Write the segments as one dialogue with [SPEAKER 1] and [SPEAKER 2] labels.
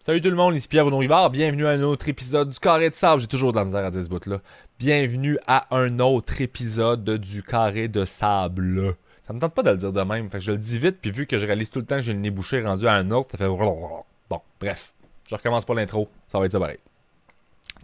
[SPEAKER 1] Salut tout le monde, ici Pierre Bruno Rivard. Bienvenue à un autre épisode du Carré de Sable. J'ai toujours de la misère à dire ce bout-là. Bienvenue à un autre épisode du Carré de Sable. Ça me tente pas de le dire de même. Fait que je le dis vite, puis vu que je réalise tout le temps que j'ai le nez bouché rendu à un autre, ça fait. Bon, bref. Je recommence pas l'intro. Ça va être ça pareil.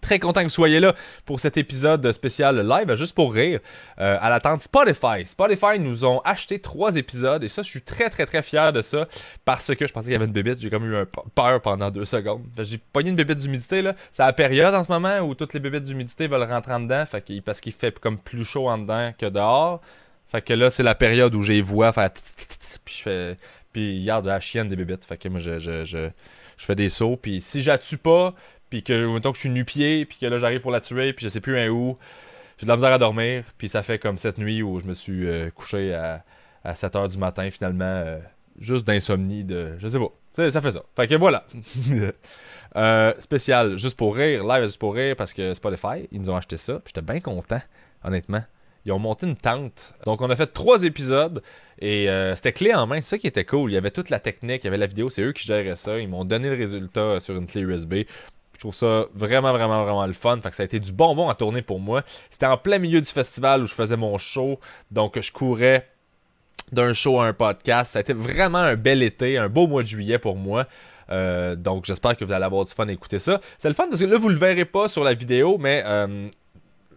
[SPEAKER 1] Très content que vous soyez là pour cet épisode spécial live, juste pour rire, euh, à l'attente Spotify. Spotify nous ont acheté trois épisodes et ça, je suis très très très fier de ça parce que je pensais qu'il y avait une bébite. J'ai comme eu un p- peur pendant deux secondes. Fait que J'ai pogné une bébite d'humidité là. C'est la période en ce moment où toutes les bébites d'humidité veulent rentrer en dedans fait qu'il- parce qu'il fait comme plus chaud en dedans que dehors. Fait que là, c'est la période où j'ai voix faire tss, tss, tss, puis je fais puis hier de la chienne des bébites. Fait que moi je, je, je, je fais des sauts puis si je la tue pas puis que mettons que je suis nu-pied puis que là j'arrive pour la tuer puis je sais plus un où, j'ai de la misère à dormir puis ça fait comme cette nuit où je me suis euh, couché à, à 7h du matin finalement euh, juste d'insomnie de je sais pas. Tu sais, ça fait ça. Fait que voilà. Euh, spécial juste pour rire, live juste pour rire parce que Spotify, ils nous ont acheté ça puis j'étais bien content honnêtement. Ils ont monté une tente. Donc, on a fait trois épisodes et euh, c'était clé en main. C'est ça qui était cool. Il y avait toute la technique, il y avait la vidéo. C'est eux qui géraient ça. Ils m'ont donné le résultat euh, sur une clé USB. Je trouve ça vraiment, vraiment, vraiment le fun. Fait que ça a été du bonbon à tourner pour moi. C'était en plein milieu du festival où je faisais mon show. Donc, je courais d'un show à un podcast. Ça a été vraiment un bel été, un beau mois de juillet pour moi. Euh, donc, j'espère que vous allez avoir du fun à écouter ça. C'est le fun parce que là, vous le verrez pas sur la vidéo, mais euh,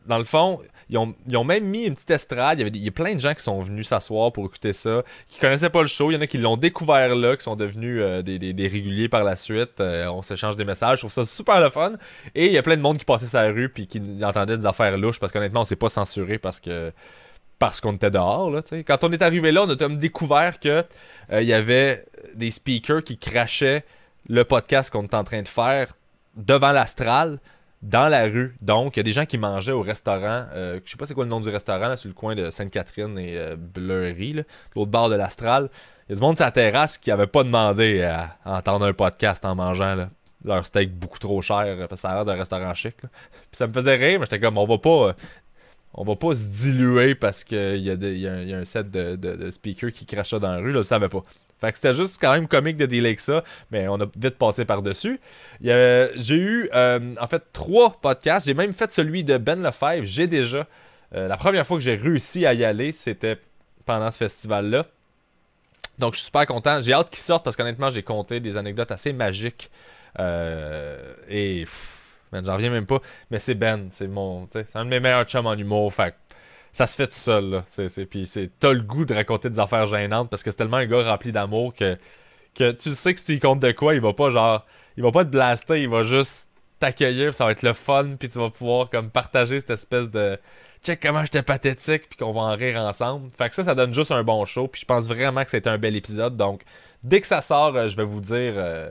[SPEAKER 1] dans le fond, ils ont, ils ont même mis une petite estrade. Il y, avait des- il y a plein de gens qui sont venus s'asseoir pour écouter ça, qui connaissaient pas le show. Il y en a qui l'ont découvert là, qui sont devenus euh, des, des- des réguliers par la suite. Euh, on s'échange des messages. Je trouve ça super le fun. Et il y a plein de monde qui passait sur la rue puis qui entendait des affaires louches parce qu'honnêtement, on s'est pas censuré parce que. Parce qu'on était dehors, là, tu sais. Quand on est arrivé là, on a comme découvert que euh, il y avait des speakers qui crachaient le podcast qu'on était en train de faire devant l'astral dans la rue. Donc, il y a des gens qui mangeaient au restaurant. euh, je sais pas c'est quoi le nom du restaurant, là, sur le coin de Sainte-Catherine et euh, Bleury, là, l'autre bord de l'Astral. Il y a du monde sur la terrasse qui avait pas demandé à entendre un podcast en mangeant là, leur steak beaucoup trop cher, euh, parce que ça a l'air d'un restaurant chic. là. Puis ça me faisait rire, mais j'étais comme, on va pas... euh, on va pas se diluer parce qu'il y, a des- il y a un- il y a un set de, de, de speakers qui crachent ça dans la rue, là, je le savais pas. Fait que c'était juste quand même comique de délai que ça, mais on a vite passé par-dessus. Il y a- J'ai eu, euh, en fait, trois podcasts. J'ai même fait celui de Ben Lefebvre. J'ai déjà. euh, la première fois que j'ai réussi à y aller, c'était pendant ce festival-là. Donc, je suis super content. J'ai hâte qu'il sorte parce qu'honnêtement, j'ai compté des anecdotes assez magiques. Euh, et. pff, man, J'en reviens même pas. Mais c'est Ben. C'est mon. tu sais, C'est un de mes meilleurs chums en humour. Fait que ça se fait tout seul. Là. C'est, c'est- puis c'est, t'as le goût de raconter des affaires gênantes parce que c'est tellement un gars rempli d'amour que, que tu sais que si tu y comptes de quoi, il va pas genre il va pas te blaster, il va juste t'accueillir, puis ça va être le fun, puis tu vas pouvoir comme partager cette espèce de check comment j'étais pathétique, puis qu'on va en rire ensemble. Fait que ça, ça donne juste un bon show, puis je pense vraiment que c'était un bel épisode. Donc, dès que ça sort, euh, je vais vous dire, euh,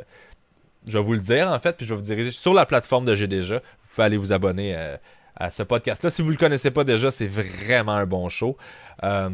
[SPEAKER 1] je vais vous le dire en fait, puis je vais vous diriger sur la plateforme de GDJ. Vous pouvez aller vous abonner. euh, à ce podcast-là. Si vous le connaissez pas déjà, c'est vraiment un bon show. Euh,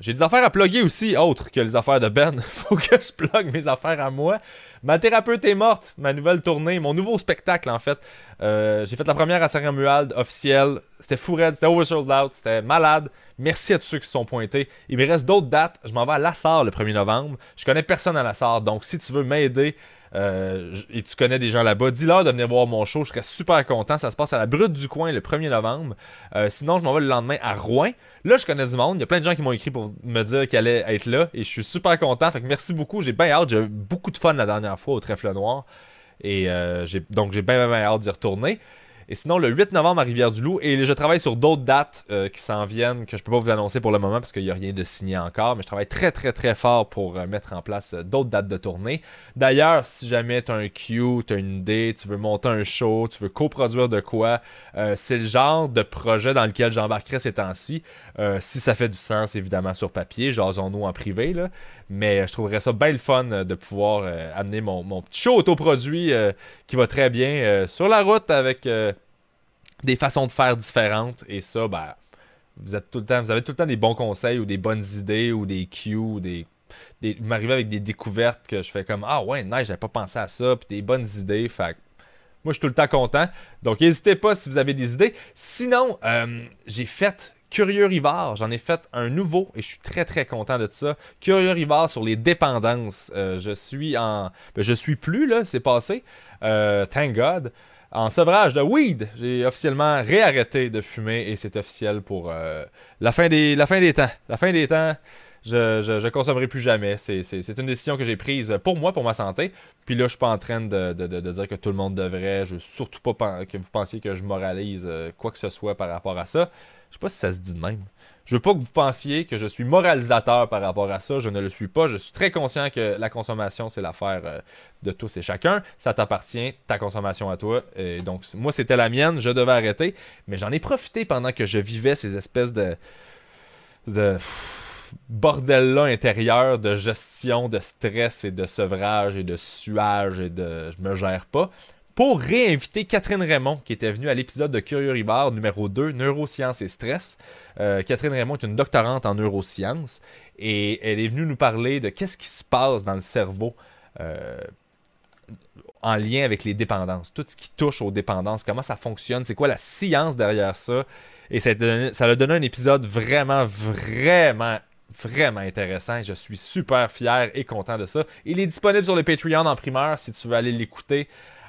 [SPEAKER 1] J'ai des affaires à plugger aussi, autres que les affaires de Ben. Faut que je plug mes affaires à moi. Ma thérapeute est morte, ma nouvelle tournée, mon nouveau spectacle en fait. Euh, j'ai fait la première à Saint-Romuald, officielle. C'était fou raide, c'était oversold out, c'était malade. Merci à tous ceux qui se sont pointés. Il me reste d'autres dates. Je m'en vais à Lassar le 1er novembre. Je connais personne à Lassar, donc si tu veux m'aider euh, j- et tu connais des gens là-bas, dis-leur de venir voir mon show. Je serais super content. Ça se passe à la Brute du Coin le 1er novembre. Euh, sinon, je m'en vais le lendemain à Rouen. Là, je connais du monde. Il y a plein de gens qui m'ont écrit pour me dire qu'ils allaient être là. Et je suis super content. Fait que merci beaucoup. J'ai bien hâte. J'ai eu beaucoup de fun la dernière fois au Trèfle Noir. Et euh, j'ai- donc, j'ai bien, bien, bien hâte d'y retourner. Et sinon, le 8 novembre à Rivière-du-Loup. Et je travaille sur d'autres dates euh, qui s'en viennent, que je peux pas vous annoncer pour le moment parce qu'il n'y a rien de signé encore. Mais je travaille très, très, très fort pour euh, mettre en place euh, d'autres dates de tournée. D'ailleurs, si jamais tu as un Q, tu as une idée, tu veux monter un show, tu veux coproduire de quoi, euh, c'est le genre de projet dans lequel j'embarquerai ces temps-ci. Euh, si ça fait du sens, évidemment, sur papier, jasons-nous en privé. Là. Mais euh, je trouverais ça bien le fun euh, de pouvoir euh, amener mon, mon petit show autoproduit euh, qui va très bien euh, sur la route avec euh, des façons de faire différentes. Et ça, ben, vous, êtes tout le temps, vous avez tout le temps des bons conseils ou des bonnes idées ou des cues ou des. des- vous m'arrivez avec des découvertes que je fais comme Ah ouais, nice, j'avais pas pensé à ça, puis des bonnes idées. Fait que moi, je suis tout le temps content. Donc, n'hésitez pas si vous avez des idées. Sinon, euh, j'ai fait Curieux Rivard, j'en ai fait un nouveau et je suis très très content de ça. Curieux Rivard sur les dépendances. Euh, je suis en. ben, je suis plus, là, c'est passé. Euh, thank God. En sevrage de weed, j'ai officiellement réarrêté de fumer et c'est officiel pour euh, la, fin des, la fin des temps. La fin des temps, je, je, je consommerai plus jamais. C'est, c'est- c'est une décision que j'ai prise pour moi, pour ma santé. Puis là, je suis pas en train de, de- de- de dire que tout le monde devrait. Je veux surtout pas pen- que vous pensiez que je moralise euh, quoi que ce soit par rapport à ça. Je sais pas si ça se dit de même. Je veux pas que vous pensiez que je suis moralisateur par rapport à ça. Je ne le suis pas. Je suis très conscient que la consommation, c'est l'affaire euh, de tous et chacun. Ça t'appartient, ta consommation à toi. Et donc, c- moi, c'était la mienne. Je devais arrêter. Mais j'en ai profité pendant que je vivais ces espèces de. de bordel-là intérieur de gestion, de stress et de sevrage et de suage et de je me gère pas pour réinviter Catherine Raymond qui était venue à l'épisode de Curieux Rivard numéro 2, Neurosciences et Stress. Euh, Catherine Raymond est une doctorante en neurosciences et elle est venue nous parler de qu'est-ce qui se passe dans le cerveau. euh, en lien avec les dépendances, tout ce qui touche aux dépendances, comment ça fonctionne, c'est quoi la science derrière ça. Et ça a donné- ça a donné un épisode vraiment, vraiment, vraiment intéressant. Je suis super fier et content de ça. Il est disponible sur le Patreon en primeur si tu veux aller l'écouter.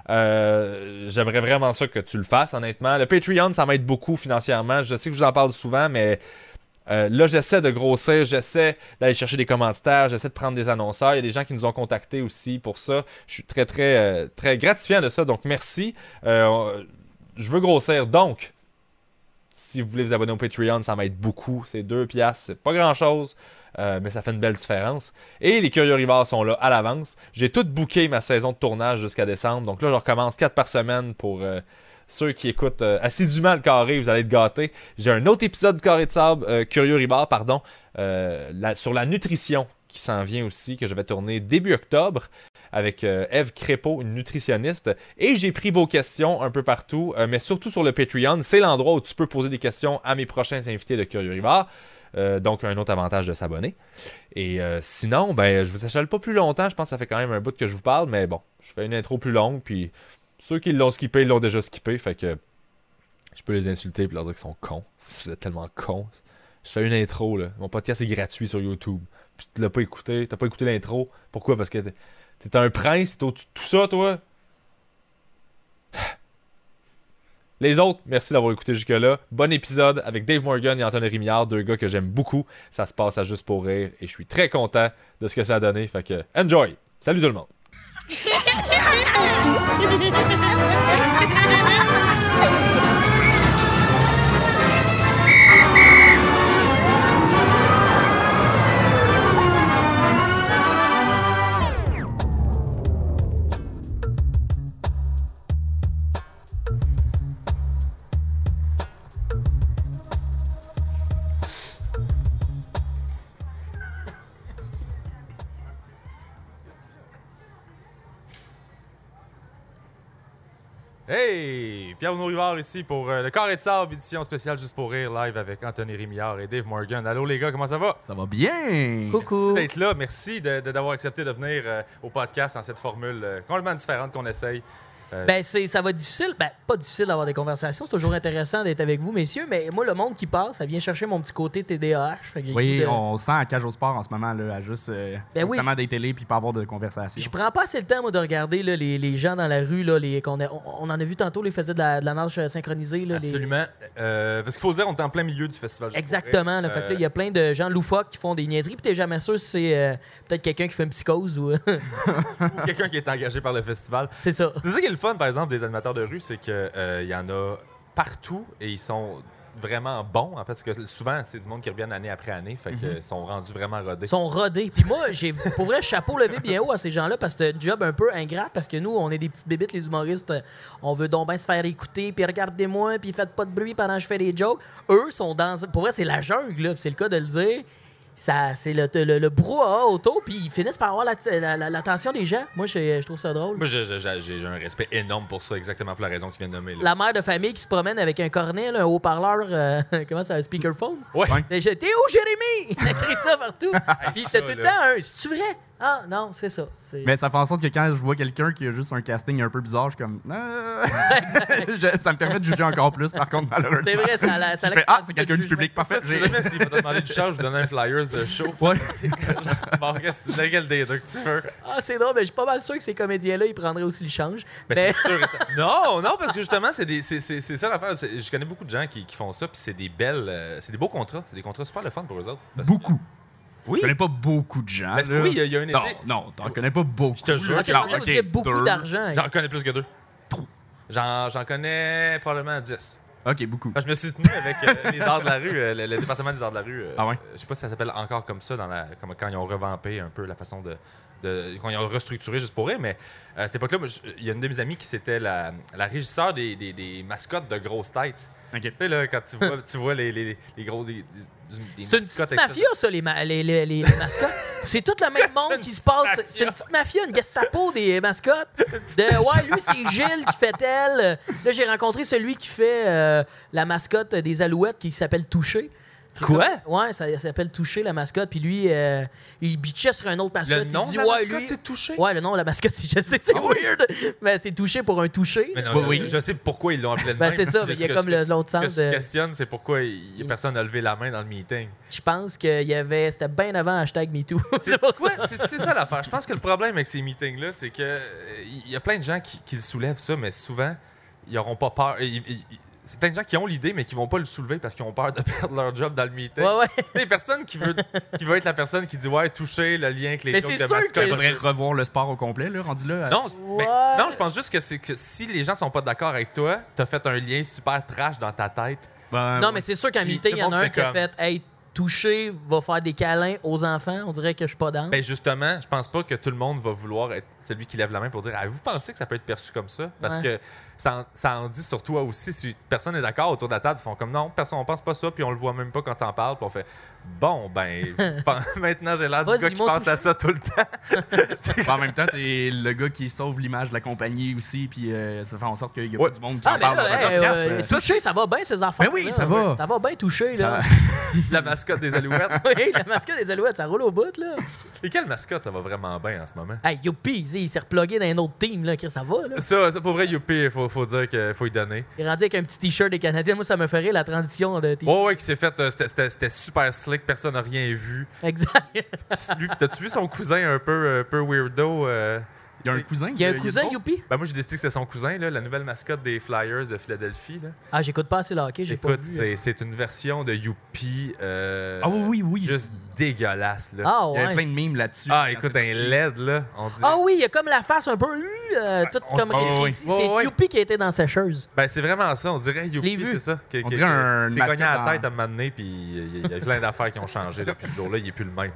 [SPEAKER 1] Euh, J'aimerais vraiment ça que tu le fasses, honnêtement. Le Patreon, ça m'aide beaucoup financièrement. Je sais que je vous en parle souvent, mais euh, là, j'essaie de grossir, j'essaie d'aller chercher des commanditaires, j'essaie de prendre des annonceurs. Il y a des gens qui nous ont contactés aussi pour ça. Je suis très, très, euh, très gratifiant de ça. Donc, merci. Euh, on- je veux grossir. Donc, si vous voulez vous abonner au Patreon, ça m'aide beaucoup. C'est 2 piastres, c'est pas grand-chose, euh, mais ça fait une belle différence. Et les Curieux Rivards sont là à l'avance. J'ai tout booké ma saison de tournage jusqu'à décembre. Donc là, je recommence 4 par semaine pour... euh, ceux qui écoutent euh, assidûment le carré, vous allez être gâtés. J'ai un autre épisode du carré de sable, euh, Curieux Ribard, pardon, euh, la- sur la nutrition qui s'en vient aussi, que je vais tourner début octobre avec euh, Eve Crépeau, une nutritionniste. Et j'ai pris vos questions un peu partout, euh, mais surtout sur le Patreon. C'est l'endroit où tu peux poser des questions à mes prochains invités de Curieux Rivard. Euh, donc, un autre avantage de s'abonner. Et euh, sinon, ben, je vous achale pas plus longtemps. Je pense que ça fait quand même un bout que je vous parle, mais bon, je fais une intro plus longue. Puis ceux qui l'ont skippé, ils l'ont déjà skippé. Fait que je peux les insulter et leur dire qu'ils sont cons. Vous êtes tellement cons. Je fais une intro, là. Mon podcast est gratuit sur YouTube. Puis tu l'as pas écouté, t'as pas écouté l'intro. Pourquoi Parce que t'es- t'es un prince, t'es au-dessus de tout ça, toi. Les autres, merci d'avoir écouté jusque-là. Bon épisode avec Dave Morgan et Anthony Rémillard, deux gars que j'aime beaucoup. Ça se passe à juste pour rire et je suis très content de ce que ça a donné. Fait que, enjoy! Salut tout le monde! Hey! Pierre-Bruno Rivard ici pour euh, le Carré de Sable, édition spéciale Juste pour Rire, live avec Anthony Rémillard et Dave Morgan. Allô les gars, comment ça va?
[SPEAKER 2] Ça va bien!
[SPEAKER 1] Merci d'être là, merci de- de- d'avoir accepté de venir euh, au podcast dans cette formule euh, complètement différente qu'on essaye.
[SPEAKER 3] Ben, c'est, ça va être difficile. Ben, pas difficile d'avoir des conversations. C'est toujours intéressant d'être avec vous, messieurs. Mais moi, le monde qui passe, ça vient chercher mon petit côté TDAH. Fait que j'ai
[SPEAKER 2] Oui,
[SPEAKER 3] le goût de-
[SPEAKER 2] on sent à cage au sport en ce moment, là, à juste euh,
[SPEAKER 3] euh, Ben oui.
[SPEAKER 2] constamment des télés puis pas avoir de
[SPEAKER 3] Je
[SPEAKER 2] conversation.
[SPEAKER 3] prends pas assez le temps, moi, de regarder là, les, les gens dans la rue. Là, les, qu'on a- on, on en a vu tantôt, les faisaient de la, de la nage euh, synchronisée. Là, les-
[SPEAKER 1] Absolument. Euh, parce qu'il faut le dire, on est en plein milieu du festival. Juste
[SPEAKER 3] Exactement.
[SPEAKER 1] Pour
[SPEAKER 3] Là,
[SPEAKER 1] Rire.
[SPEAKER 3] fait que là,
[SPEAKER 1] Euh,
[SPEAKER 3] il y a plein de gens loufoques qui font des niaiseries. Puis t'es jamais sûr si c'est euh, peut-être quelqu'un qui fait une psychose ou.
[SPEAKER 1] Euh, ou quelqu'un qui est engagé par le festival.
[SPEAKER 3] c'est ça.
[SPEAKER 1] C'est ça qui est le fun, par exemple, des animateurs de rue, c'est qu'il y en a partout et ils sont vraiment bons. En fait, parce que souvent, c'est du monde qui revient année après année, fait qu'ils Mhm. sont rendus vraiment rodés.
[SPEAKER 3] Ils sont rodés. Puis moi, j'ai pour vrai chapeau levé bien haut à ces gens-là parce que c'est un job un peu ingrat parce que nous, on est des petites bébites, les humoristes. On veut donc bien se faire écouter, puis regardez-moi, puis faites pas de bruit pendant que je fais des jokes. Eux sont dans. Pour vrai, c'est la jungle, là, puis c'est le cas de le dire. Ça, c'est le, le, le brouhaha auto, puis ils finissent par avoir la- la- la- l'attention des gens. Moi, je, je trouve ça drôle.
[SPEAKER 1] Moi, je- je- je- j'ai j'ai un respect énorme pour ça, exactement pour la raison que tu viens de nommer. Là.
[SPEAKER 3] La mère de famille qui se promène avec un cornet, là, un haut-parleur, euh, comment ça, un speakerphone?
[SPEAKER 1] Ouais.
[SPEAKER 3] Et je- T'es où, Jérémy? Elle crie ça partout. Puis
[SPEAKER 1] ça,
[SPEAKER 3] c'est tout le
[SPEAKER 1] là.
[SPEAKER 3] temps un. C'est-tu vrai? Ah, non, c'est ça. C'est-
[SPEAKER 2] Mais ça fait en sorte que quand je vois quelqu'un qui a juste un casting un peu bizarre, je suis comme. Euh, je- ça me permet de juger encore plus, par contre, malheureusement.
[SPEAKER 3] C'est vrai, ça la- ça
[SPEAKER 2] Je fais, ah,
[SPEAKER 3] l'accentue
[SPEAKER 2] c'est
[SPEAKER 3] le
[SPEAKER 2] quelqu'un du
[SPEAKER 3] jugement.
[SPEAKER 2] public, parfait.
[SPEAKER 1] Ça, tu sais jamais s'il va te demander du charge, je donne un flyers de show.
[SPEAKER 2] Ouais.
[SPEAKER 1] bon, reste, tu sais quel des deux que tu veux.
[SPEAKER 3] Ah, c'est drôle, mais je suis pas mal sûr que ces comédiens-là, ils prendraient aussi le change.
[SPEAKER 1] Ben,
[SPEAKER 3] Mais-
[SPEAKER 1] c'est sûr. et certain. Non, non, parce que justement, c'est des- c'est- c'est- c'est ça l'affaire. C'est- Je connais beaucoup de gens qui, qui font ça, puis c'est des belles. euh, c'est des beaux contrats. C'est des contrats super le fun pour eux autres. Parce que-
[SPEAKER 2] Beaucoup.
[SPEAKER 1] Oui.
[SPEAKER 2] Je connais pas beaucoup de gens.
[SPEAKER 1] Ben, c'est-
[SPEAKER 2] là.
[SPEAKER 1] oui, il y a- il y a un
[SPEAKER 2] Non,
[SPEAKER 1] été-
[SPEAKER 2] non, t'en connais pas beaucoup.
[SPEAKER 1] Je te jure
[SPEAKER 3] Ah,
[SPEAKER 2] là.
[SPEAKER 3] ok, je
[SPEAKER 2] Non,
[SPEAKER 3] pensais que vous
[SPEAKER 2] ok,
[SPEAKER 3] disiez beaucoup
[SPEAKER 2] deux.
[SPEAKER 3] d'argent. hein.
[SPEAKER 1] J'en connais plus que deux. J'en j'en connais probablement 10.
[SPEAKER 2] Ok, beaucoup.
[SPEAKER 1] Enfin, je me suis tenu avec euh, les arts de la rue, euh, le, le département des arts de la rue. euh,
[SPEAKER 2] Ah ouais?
[SPEAKER 1] euh, Je sais pas si ça s'appelle encore comme ça dans la, comme quand ils ont revampé un peu la façon de. de- quand ils ont restructuré juste pour eux, mais euh, à cette époque-là, moi, je- il y a une de mes amies qui c'était la, la régisseur des, des- des mascottes de grosses têtes.
[SPEAKER 2] Ok.
[SPEAKER 1] Tu sais, là, quand tu vois, tu vois les, les, les gros. Des, des- des
[SPEAKER 3] C'est une
[SPEAKER 1] mascottes
[SPEAKER 3] petite
[SPEAKER 1] extra-
[SPEAKER 3] mafia, ça, les, ma- les, les, les- les mascottes. C'est tout le même monde qui se passe. C'est une petite mafia, une Gestapo des mascottes. De, ouais, lui, c'est Gilles qui fait tel. Là, j'ai rencontré celui qui fait euh, la mascotte des Alouettes qui s'appelle Touché. J'ai
[SPEAKER 1] Quoi?
[SPEAKER 3] comme- Ouais, ça, ça s'appelle Touché, la mascotte. Puis lui, euh, il bitchait sur un autre mascotte.
[SPEAKER 1] Le
[SPEAKER 3] il
[SPEAKER 1] nom
[SPEAKER 3] dit,
[SPEAKER 1] de la
[SPEAKER 3] ouais,
[SPEAKER 1] mascotte,
[SPEAKER 3] lui-
[SPEAKER 1] c'est touché. Ah
[SPEAKER 3] Ouais, le nom de la mascotte, c'est- je sais, c'est weird. Mais c'est Touché pour un touché.
[SPEAKER 1] Mais non,
[SPEAKER 2] Oui,
[SPEAKER 1] je,
[SPEAKER 2] oui.
[SPEAKER 1] je sais pourquoi ils l'ont appelé de
[SPEAKER 3] Ben,
[SPEAKER 1] même.
[SPEAKER 3] c'est ça, mais il y a
[SPEAKER 1] Ce que-
[SPEAKER 3] comme
[SPEAKER 1] ce que-
[SPEAKER 3] le- l'autre
[SPEAKER 1] Ce que
[SPEAKER 3] sens
[SPEAKER 1] je
[SPEAKER 3] de- Mm.
[SPEAKER 1] questionne, c'est pourquoi il- il y a personne n'a levé la main dans le meeting.
[SPEAKER 3] Je pense qu'il y avait. C'était bien avant hashtag MeToo.
[SPEAKER 1] C'est quoi? C'est c'est ça l'affaire. Je pense que le problème avec ces meetings-là, c'est que euh, il y a plein de gens qui, qui le soulèvent ça, mais souvent, ils auront pas peur. Ils- ils- ils- C'est plein de gens qui ont l'idée, mais qui vont pas le soulever parce qu'ils ont peur de perdre leur job dans le meeting.
[SPEAKER 3] Ouais, ouais.
[SPEAKER 1] Les personnes qui veulent, qui veulent être la personne qui dit Ouais, toucher le lien avec les
[SPEAKER 3] Mais
[SPEAKER 1] jokes
[SPEAKER 3] c'est
[SPEAKER 1] de
[SPEAKER 3] sûr
[SPEAKER 1] mascotte.
[SPEAKER 3] que-
[SPEAKER 2] Il faudrait revoir le sport au complet, là, rendu là.
[SPEAKER 1] Non, c'est-
[SPEAKER 3] Ouais.
[SPEAKER 1] ben, non, je pense juste que c'est que si les gens sont pas d'accord avec toi, t'as fait un lien super trash dans ta tête.
[SPEAKER 2] Ben,
[SPEAKER 3] Non,
[SPEAKER 2] ouais.
[SPEAKER 3] mais c'est sûr qu'en
[SPEAKER 1] Puis
[SPEAKER 3] meeting,
[SPEAKER 1] tout le
[SPEAKER 3] il y en a
[SPEAKER 1] monde
[SPEAKER 3] un
[SPEAKER 1] fait
[SPEAKER 3] qui a
[SPEAKER 1] comme-
[SPEAKER 3] fait Hey, toucher va faire des câlins aux enfants. On dirait que je suis pas dans.
[SPEAKER 1] Ben justement, je pense pas que tout le monde va vouloir être celui qui lève la main pour dire Avez-vous pensé que ça peut être perçu comme ça Parce que
[SPEAKER 3] Ouais.
[SPEAKER 1] ça en, ça en dit sur toi aussi. Si personne n'est d'accord autour de la table, ils font comme Non, personne, on pense pas ça, puis on le voit même pas quand t'en parles, puis on fait Bon, ben, pen- maintenant j'ai l'air du
[SPEAKER 3] Vas-y,
[SPEAKER 1] gars qui
[SPEAKER 3] montre
[SPEAKER 1] pense à ça tout le temps.
[SPEAKER 2] Ben, en même temps, t'es le gars qui sauve l'image de la compagnie aussi, puis euh, ça fait en sorte qu'il y a
[SPEAKER 1] Ouais.
[SPEAKER 2] pas du monde qui
[SPEAKER 3] ah,
[SPEAKER 2] en
[SPEAKER 3] mais
[SPEAKER 2] parle
[SPEAKER 3] là,
[SPEAKER 2] dans un
[SPEAKER 3] hey,
[SPEAKER 2] podcast.
[SPEAKER 3] euh,
[SPEAKER 2] euh,
[SPEAKER 3] toucher, ça va bien, ces enfants.
[SPEAKER 2] Ben oui, ça va.
[SPEAKER 3] Ça va bien toucher,
[SPEAKER 2] ça-
[SPEAKER 3] là.
[SPEAKER 1] La mascotte des Alouettes.
[SPEAKER 3] oui, la mascotte des Alouettes, ça roule au bout, là.
[SPEAKER 1] Et quelle mascotte ça va vraiment bien en ce moment
[SPEAKER 3] Hey, youpi, tu sais, il s'est replogué dans un autre team, là. Chris, Ça va, là.
[SPEAKER 1] ça, ça, pour vrai, Youpi, faut, faut dire qu'il faut y donner.
[SPEAKER 3] Il est rendu avec un petit t-shirt des Canadiens. Moi, ça me ferait la transition de t-shirt.
[SPEAKER 2] Oh.
[SPEAKER 1] Ouais, ouais, qui s'est fait. euh, c'était- C'était c'était super slick, personne n'a rien vu.
[SPEAKER 3] Exact.
[SPEAKER 1] Lui, T'as-tu vu son cousin un peu, un peu weirdo euh,
[SPEAKER 2] Il y a un cousin.
[SPEAKER 3] Il y a un
[SPEAKER 2] euh,
[SPEAKER 3] cousin,
[SPEAKER 2] une-
[SPEAKER 3] youpi.
[SPEAKER 1] Ben moi j'ai décidé que c'était son cousin, là, la nouvelle mascotte des Flyers de Philadelphie. Là.
[SPEAKER 3] Ah, j'écoute pas assez le hockey, j'ai pas
[SPEAKER 1] Écoute,
[SPEAKER 2] euh,
[SPEAKER 3] vu.
[SPEAKER 1] c'est, c'est une version de Youpi. euh,
[SPEAKER 2] hein. Ah oui, oui, oui.
[SPEAKER 1] Juste dégueulasse, là.
[SPEAKER 3] Ah,
[SPEAKER 2] Il y a
[SPEAKER 3] ouais.
[SPEAKER 2] plein de mimes là-dessus.
[SPEAKER 1] Ah,
[SPEAKER 2] quand
[SPEAKER 1] écoute,
[SPEAKER 2] c'est
[SPEAKER 1] un
[SPEAKER 2] sorti.
[SPEAKER 1] LED, là. On dit.
[SPEAKER 3] Ah oui, il y a comme la face un peu, euh, toute
[SPEAKER 1] on-
[SPEAKER 3] comme
[SPEAKER 1] oh,
[SPEAKER 3] rétrécie.
[SPEAKER 1] oui.
[SPEAKER 3] C'est
[SPEAKER 1] Oh, oui.
[SPEAKER 3] Youpi qui a été dans la sécheuse.
[SPEAKER 1] Ben c'est vraiment ça, on dirait
[SPEAKER 3] Je l'ai
[SPEAKER 1] Youpi,
[SPEAKER 3] vu.
[SPEAKER 1] c'est ça. que-
[SPEAKER 2] On
[SPEAKER 1] que-
[SPEAKER 2] dirait un-
[SPEAKER 1] que-
[SPEAKER 2] une
[SPEAKER 1] C'est cogné à la
[SPEAKER 2] mascotte
[SPEAKER 1] tête
[SPEAKER 2] en-
[SPEAKER 1] à m'amener, puis il y, a- il y a plein d'affaires qui ont changé, là. Puis ce jour-là, il est plus le même.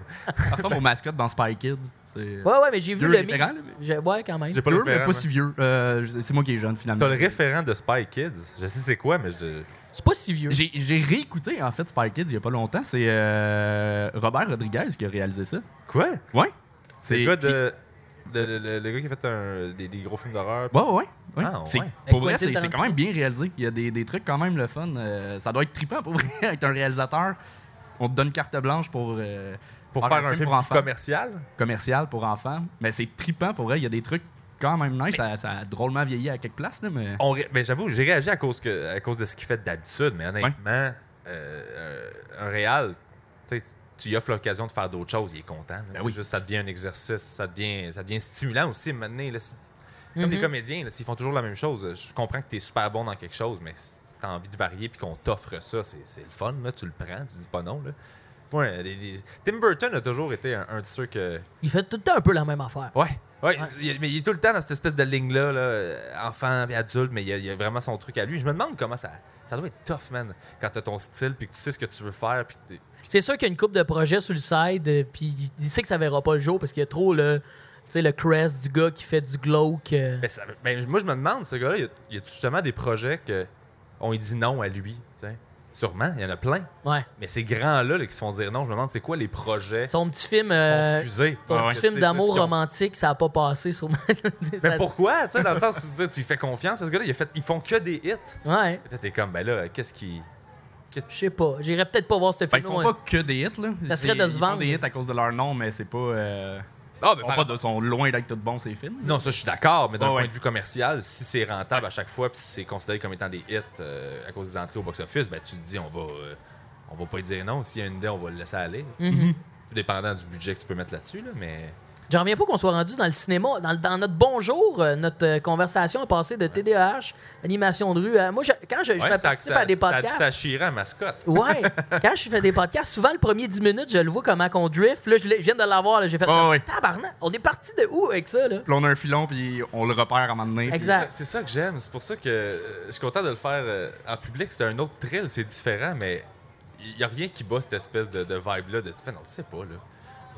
[SPEAKER 2] Ça ressemble aux mascottes dans Spy Kids. C'est...
[SPEAKER 3] Ouais, ouais, mais j'ai vu
[SPEAKER 2] Vieux
[SPEAKER 3] le
[SPEAKER 2] référent, là,
[SPEAKER 3] mime.
[SPEAKER 2] mais-
[SPEAKER 3] J'ai- Ouais, quand même.
[SPEAKER 1] J'ai pas le
[SPEAKER 2] Bleu, mais
[SPEAKER 1] référent,
[SPEAKER 2] pas
[SPEAKER 1] moi.
[SPEAKER 2] si vieux. Euh, je- c'est moi qui est jeune, finalement.
[SPEAKER 1] T'as le référent de Spy Kids. Je sais c'est quoi, mais je.
[SPEAKER 3] C'est pas si vieux.
[SPEAKER 2] J'ai, j'ai réécouté, en fait, Spy Kids il y a pas longtemps. C'est euh, Robert Rodriguez qui a réalisé ça.
[SPEAKER 1] Quoi?
[SPEAKER 2] Ouais.
[SPEAKER 1] C'est
[SPEAKER 2] C'est
[SPEAKER 1] le gars de. Le, le- le- le gars qui a fait un- des, des gros films d'horreur.
[SPEAKER 2] Ouais, ouais, ouais. ouais.
[SPEAKER 1] Ah, ouais.
[SPEAKER 2] C'est-
[SPEAKER 3] Avec
[SPEAKER 2] Pour vrai, c'est
[SPEAKER 3] Quentin
[SPEAKER 2] c'est quand
[SPEAKER 3] Tarantino.
[SPEAKER 2] même bien réalisé. Il y a des, des trucs quand même le fun. Euh, ça doit être trippant pour vrai, avec un réalisateur. On te donne carte blanche pour, euh,
[SPEAKER 1] Pour faire un film
[SPEAKER 2] pour enfants,
[SPEAKER 1] commercial.
[SPEAKER 2] commercial pour enfants. Mais c'est trippant pour vrai. Il y a des trucs quand même nice. Ça, ça a drôlement vieilli à quelques places. Là, mais...
[SPEAKER 1] On ré- Mais j'avoue, j'ai réagi à cause, que, à cause de ce qu'il fait d'habitude, mais honnêtement, euh, euh, un réal, tu sais, tu lui offres l'occasion de faire d'autres choses, il est content. là. C'est
[SPEAKER 2] oui.
[SPEAKER 1] juste, ça devient un exercice, ça devient, ça devient stimulant aussi, maintenant. là. C'est- Comme les
[SPEAKER 3] Mhm.
[SPEAKER 1] comédiens, là, s'ils font toujours la même chose, euh, je comprends que tu es super bon dans quelque chose, mais si tu as envie de varier puis qu'on t'offre ça, c'est c'est le fun, là, tu le prends, tu dis pas non. Là. Ouais, les- les- Tim Burton a toujours été un, un de ceux que.
[SPEAKER 3] Il fait tout le temps un peu la même affaire.
[SPEAKER 1] Ouais. Ouais, il- mais il est tout le temps dans cette espèce de ligne-là, là, euh, enfant et adulte, mais il y a, il y a vraiment son truc à lui. Je me demande comment ça. Ça doit être tough, man, quand t'as ton style puis que tu sais ce que tu veux faire. Puis que t'es-
[SPEAKER 3] C'est sûr qu'il y a une coupe de projets sur le side, euh, puis il sait que ça verra pas le jour parce qu'il y a trop le, tu sais, le crest du gars qui fait du glauque. euh.
[SPEAKER 1] Ben, ça- ben, moi, je me demande, ce gars-là, il y a- il y a justement des projets que on lui dit non à lui. tu sais. Sûrement, il y en a plein.
[SPEAKER 3] Ouais.
[SPEAKER 1] Mais ces grands-là là, qui se font dire non, je me demande c'est quoi les projets qui
[SPEAKER 3] Son petit film,
[SPEAKER 1] sont
[SPEAKER 3] euh,
[SPEAKER 1] refusés.
[SPEAKER 3] son
[SPEAKER 1] Parce
[SPEAKER 3] petit
[SPEAKER 1] que, tu
[SPEAKER 3] film
[SPEAKER 1] sais,
[SPEAKER 3] d'amour
[SPEAKER 1] c'est-
[SPEAKER 3] romantique, ça a pas passé sur ma.
[SPEAKER 1] Mais pourquoi? Tu sais, dans le sens où tu sais, tu lui fais confiance à ce gars-là, il a fait- ils font que des hits.
[SPEAKER 3] Ouais.
[SPEAKER 1] Là, t'es comme, ben là, qu'est-ce qui.
[SPEAKER 3] Je sais pas. J'irais
[SPEAKER 1] Ben,
[SPEAKER 3] peut-être pas voir ce
[SPEAKER 2] Enfin, ils
[SPEAKER 3] film.
[SPEAKER 2] font
[SPEAKER 3] ouais.
[SPEAKER 2] pas que des hits. Là.
[SPEAKER 3] Ça
[SPEAKER 2] C'est-
[SPEAKER 3] serait de se
[SPEAKER 2] ils
[SPEAKER 3] vendre.
[SPEAKER 2] font des hits à cause de leur nom, mais c'est pas. euh,
[SPEAKER 1] Ah, ben,
[SPEAKER 2] Ils sont
[SPEAKER 1] par-
[SPEAKER 2] pas de- sont loin d'être tout bons, ces films.
[SPEAKER 1] Non, ça, je suis d'accord, mais d'un
[SPEAKER 2] Ouais,
[SPEAKER 1] point
[SPEAKER 2] ouais. Ah.
[SPEAKER 1] de vue commercial, si c'est rentable à chaque fois puis si c'est considéré comme étant des hits euh, à cause des entrées au box-office, ben, tu te dis, on va, euh, on va pas dire non. S'il y a une idée, on va le laisser aller.
[SPEAKER 3] Mhm.
[SPEAKER 1] Tout dépendant du budget que tu peux mettre là-dessus, là, mais.
[SPEAKER 3] J'en reviens pas qu'on soit rendu dans le cinéma. Dans, dans notre bonjour, euh, notre euh, conversation a passé de TDAH, animation de rue. à- moi, je- quand je, je
[SPEAKER 1] Ouais,
[SPEAKER 3] fais
[SPEAKER 1] ça-
[SPEAKER 3] participe
[SPEAKER 1] ça-
[SPEAKER 3] à des
[SPEAKER 1] ça-
[SPEAKER 3] podcasts.
[SPEAKER 1] Ça chira mascotte.
[SPEAKER 3] Ouais, quand je fais des podcasts, souvent le premier 10 minutes, je le vois comment qu'on drift. Là, je, l'ai- je viens de l'avoir, là, j'ai fait
[SPEAKER 2] Ouais,
[SPEAKER 3] comme,
[SPEAKER 2] ouais.
[SPEAKER 3] tabarnak, on est parti de où avec ça, là?
[SPEAKER 2] Puis on a un filon, puis on le repère à un moment donné.
[SPEAKER 3] Exact.
[SPEAKER 1] C'est ça- C'est ça que j'aime. C'est pour ça que euh, je suis content de le faire euh, en public. C'est un autre thrill, c'est différent, mais il n'y a rien qui bat cette espèce de, de vibe-là. De... Ben non, tu sais pas, là.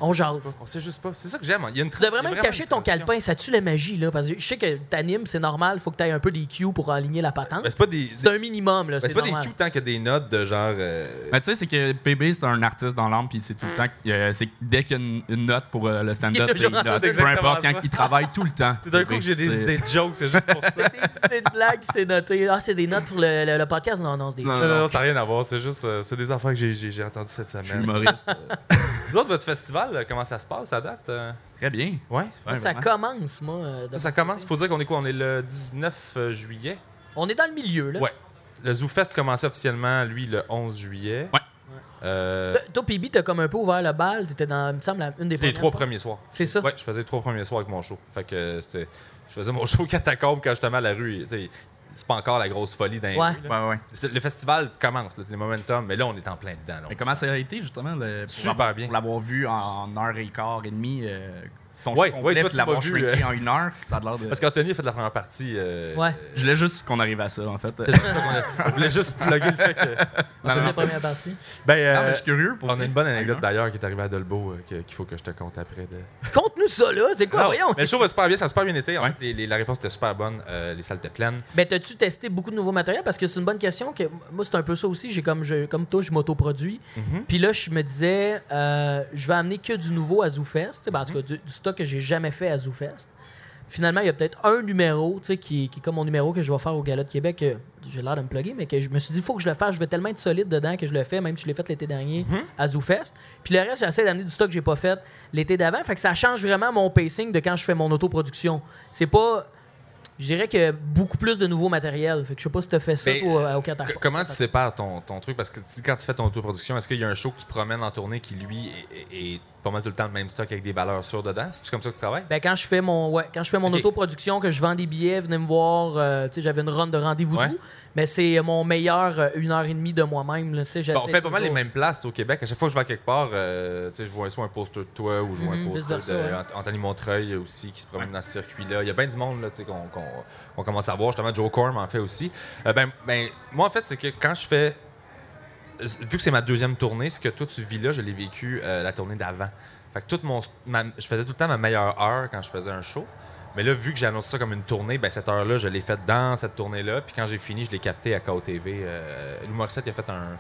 [SPEAKER 3] On
[SPEAKER 1] sait juste
[SPEAKER 3] jase.
[SPEAKER 1] pas. On sait juste pas. C'est ça que j'aime. Il y a une
[SPEAKER 3] Tu
[SPEAKER 1] tra-
[SPEAKER 3] devrais
[SPEAKER 1] il y a
[SPEAKER 3] même
[SPEAKER 1] vraiment
[SPEAKER 3] cacher
[SPEAKER 1] une
[SPEAKER 3] ton
[SPEAKER 1] transition.
[SPEAKER 3] calepin, ça tue la magie, là, parce que je sais que t'animes, c'est normal, faut que t'ailles un peu des cues pour aligner la patente.
[SPEAKER 1] Ben, c'est pas des,
[SPEAKER 3] C'est un minimum, là,
[SPEAKER 1] ben,
[SPEAKER 3] c'est
[SPEAKER 1] c'est pas des
[SPEAKER 3] normal.
[SPEAKER 1] cues tant que des notes de genre. euh,
[SPEAKER 2] Mais tu sais, c'est que PB, c'est un artiste dans l'âme, puis c'est tout le temps. que- euh, c'est que dès qu'il y a une, une note pour euh, le stand-up,
[SPEAKER 3] Il est
[SPEAKER 2] c'est une
[SPEAKER 3] toujours en
[SPEAKER 2] note.
[SPEAKER 1] tête,
[SPEAKER 2] Peu importe,
[SPEAKER 1] exactement
[SPEAKER 2] quand
[SPEAKER 1] ça.
[SPEAKER 2] il travaille tout le temps.
[SPEAKER 1] C'est d'un
[SPEAKER 2] PB,
[SPEAKER 1] coup que j'ai des
[SPEAKER 2] c'est-
[SPEAKER 1] idées de jokes, c'est juste pour ça.
[SPEAKER 3] Des idées de blagues, c'est noté. Ah, c'est des notes pour le, le- le podcast? Non, non, c'est des
[SPEAKER 2] Non,
[SPEAKER 1] Non, non, non, ça n'a rien à voir. C'est juste euh, c'est des affaires que j'ai- j'ai j'ai entendues cette
[SPEAKER 2] Je suis
[SPEAKER 1] semaine.
[SPEAKER 2] humoriste.
[SPEAKER 1] Vous autres, votre festival, euh, comment ça se passe à date euh?
[SPEAKER 2] Très bien.
[SPEAKER 1] Ouais.
[SPEAKER 2] Ouais,
[SPEAKER 3] ça
[SPEAKER 2] vraiment.
[SPEAKER 3] commence, moi. euh, de
[SPEAKER 1] Ça, ça
[SPEAKER 3] mon
[SPEAKER 1] commence.
[SPEAKER 3] côté.
[SPEAKER 1] Faut dire qu'on est quoi On est le 19 euh, juillet.
[SPEAKER 3] On est dans le milieu, là.
[SPEAKER 1] Ouais. Le ZooFest commençait officiellement, lui, le 11 juillet.
[SPEAKER 2] Ouais.
[SPEAKER 1] Euh,
[SPEAKER 3] Toi- Toi, Pibi, t'as comme un peu ouvert le bal. T'étais dans, il me semble, la- une des
[SPEAKER 1] les
[SPEAKER 3] premières
[SPEAKER 1] trois
[SPEAKER 3] fois.
[SPEAKER 1] premiers soirs.
[SPEAKER 3] C'est ça.
[SPEAKER 1] Ouais, je faisais les trois premiers soirs avec mon show. Fait que euh, c'était. Je faisais mon show catacombe quand justement la rue. tu sais, C'est pas encore la grosse folie d'un.
[SPEAKER 3] Ouais.
[SPEAKER 2] Ouais, ouais.
[SPEAKER 1] Le festival commence, là, c'est les momentum, mais là, on est en plein dedans. là, on le
[SPEAKER 2] Mais comment
[SPEAKER 1] sent.
[SPEAKER 2] ça a été, justement, le, pour
[SPEAKER 1] Super
[SPEAKER 2] l'avoir-
[SPEAKER 1] bien.
[SPEAKER 2] Pour l'avoir vu en heure et quart et demie, euh, ton
[SPEAKER 1] Ouais,
[SPEAKER 2] show
[SPEAKER 1] ouais,
[SPEAKER 2] complet,
[SPEAKER 1] toi,
[SPEAKER 2] puis
[SPEAKER 1] tu
[SPEAKER 2] l'avoir
[SPEAKER 1] m'as vu,
[SPEAKER 2] shrinké
[SPEAKER 1] euh.
[SPEAKER 2] en une heure, ça a l'air de.
[SPEAKER 1] Parce qu'Anthony a fait la première partie. euh,
[SPEAKER 3] Ouais.
[SPEAKER 2] Je voulais juste qu'on arrive à ça, en fait.
[SPEAKER 1] C'est ça qu'on a- on voulait juste plugger le fait que.
[SPEAKER 3] On fait
[SPEAKER 2] non,
[SPEAKER 3] la première partie.
[SPEAKER 1] Ben,
[SPEAKER 2] Ah, mais
[SPEAKER 1] euh,
[SPEAKER 2] je suis curieux pour.
[SPEAKER 1] on a une bonne anecdote
[SPEAKER 2] Hein?
[SPEAKER 1] d'ailleurs qui est arrivée à Dolbeau euh, que- qu'il faut que je te conte après. De...
[SPEAKER 3] Conte-nous ça, là. C'est quoi,
[SPEAKER 1] Non,
[SPEAKER 3] voyons?
[SPEAKER 1] Mais le show va super bien, ça a super bien été. En fait, les- les- la réponse était super bonne, euh, les salles étaient pleines.
[SPEAKER 3] Ben, t'as-tu testé beaucoup de nouveaux matériels? Parce que c'est une bonne question. que Moi, c'est un peu ça aussi. J'ai comme, je, comme toi, je m'autoproduis.
[SPEAKER 1] Mhm.
[SPEAKER 3] Puis là, je me disais, euh, je vais amener que du nouveau à ZooFest. tu sais, Ben, en tout cas, du, du stock que j'ai jamais fait à ZooFest. Finalement, il y a peut-être un numéro tu sais, qui, qui est comme mon numéro que je vais faire au Gala de Québec. que J'ai l'air de me plugger, mais que je me suis dit, il faut que je le fasse. Je vais tellement être solide dedans que je le fais, même si je l'ai fait l'été dernier
[SPEAKER 1] Mhm.
[SPEAKER 3] à ZooFest. Puis le reste, j'essaie d'amener du stock que j'ai pas fait l'été d'avant. Fait que ça change vraiment mon pacing de quand je fais mon autoproduction. C'est pas. Je dirais que beaucoup plus de nouveaux matériels. Fait que je sais pas si t'as fait ça
[SPEAKER 1] Mais,
[SPEAKER 3] toi, au Qatar.
[SPEAKER 1] C- Comment tu sépares ton, ton truc? Parce que tu- quand tu fais ton autoproduction, est-ce qu'il y a un show que tu promènes en tournée qui, lui, est, est- est pas mal tout le temps le même stock avec des valeurs sûres dedans? C'est-tu comme ça que tu travailles?
[SPEAKER 3] Ben, quand je fais mon ouais, quand je fais mon
[SPEAKER 1] Ok.
[SPEAKER 3] autoproduction, que je vends des billets, venez me voir. euh, tu sais, j'avais une run de rendez-vous
[SPEAKER 1] Ouais.
[SPEAKER 3] doux, mais c'est mon meilleur euh, une heure et demie de moi-même. là, tu sais,
[SPEAKER 1] Bon, on
[SPEAKER 3] j'essaie
[SPEAKER 1] fait pas mal les
[SPEAKER 3] toujours-
[SPEAKER 1] mêmes places au Québec. À chaque fois que je vais à quelque part, euh, tu sais, je vois soit un poster de toi ou je vois
[SPEAKER 3] Mhm,
[SPEAKER 1] un poster
[SPEAKER 3] vice-versa,
[SPEAKER 1] de
[SPEAKER 3] ouais.
[SPEAKER 1] Ant- Anthony Montreuil aussi qui se promène dans ce circuit-là. Il y a bien du monde là, tu sais, qu'on qu'on- qu'on commence à voir. Justement, Joe Corm en fait aussi. Euh, ben, ben, moi, en fait, c'est que quand je fais. Vu que c'est ma deuxième tournée, ce que toi tu vis là, je l'ai vécu euh, la tournée d'avant. Fait que toute mon, ma- je faisais tout le temps ma meilleure heure quand je faisais un show. Mais là, vu que j'ai annoncé ça comme une tournée, ben cette heure-là, je l'ai faite dans cette tournée-là. Puis quand j'ai fini, je l'ai capté à KOTV. Euh, Lou Morissette, il a fait un,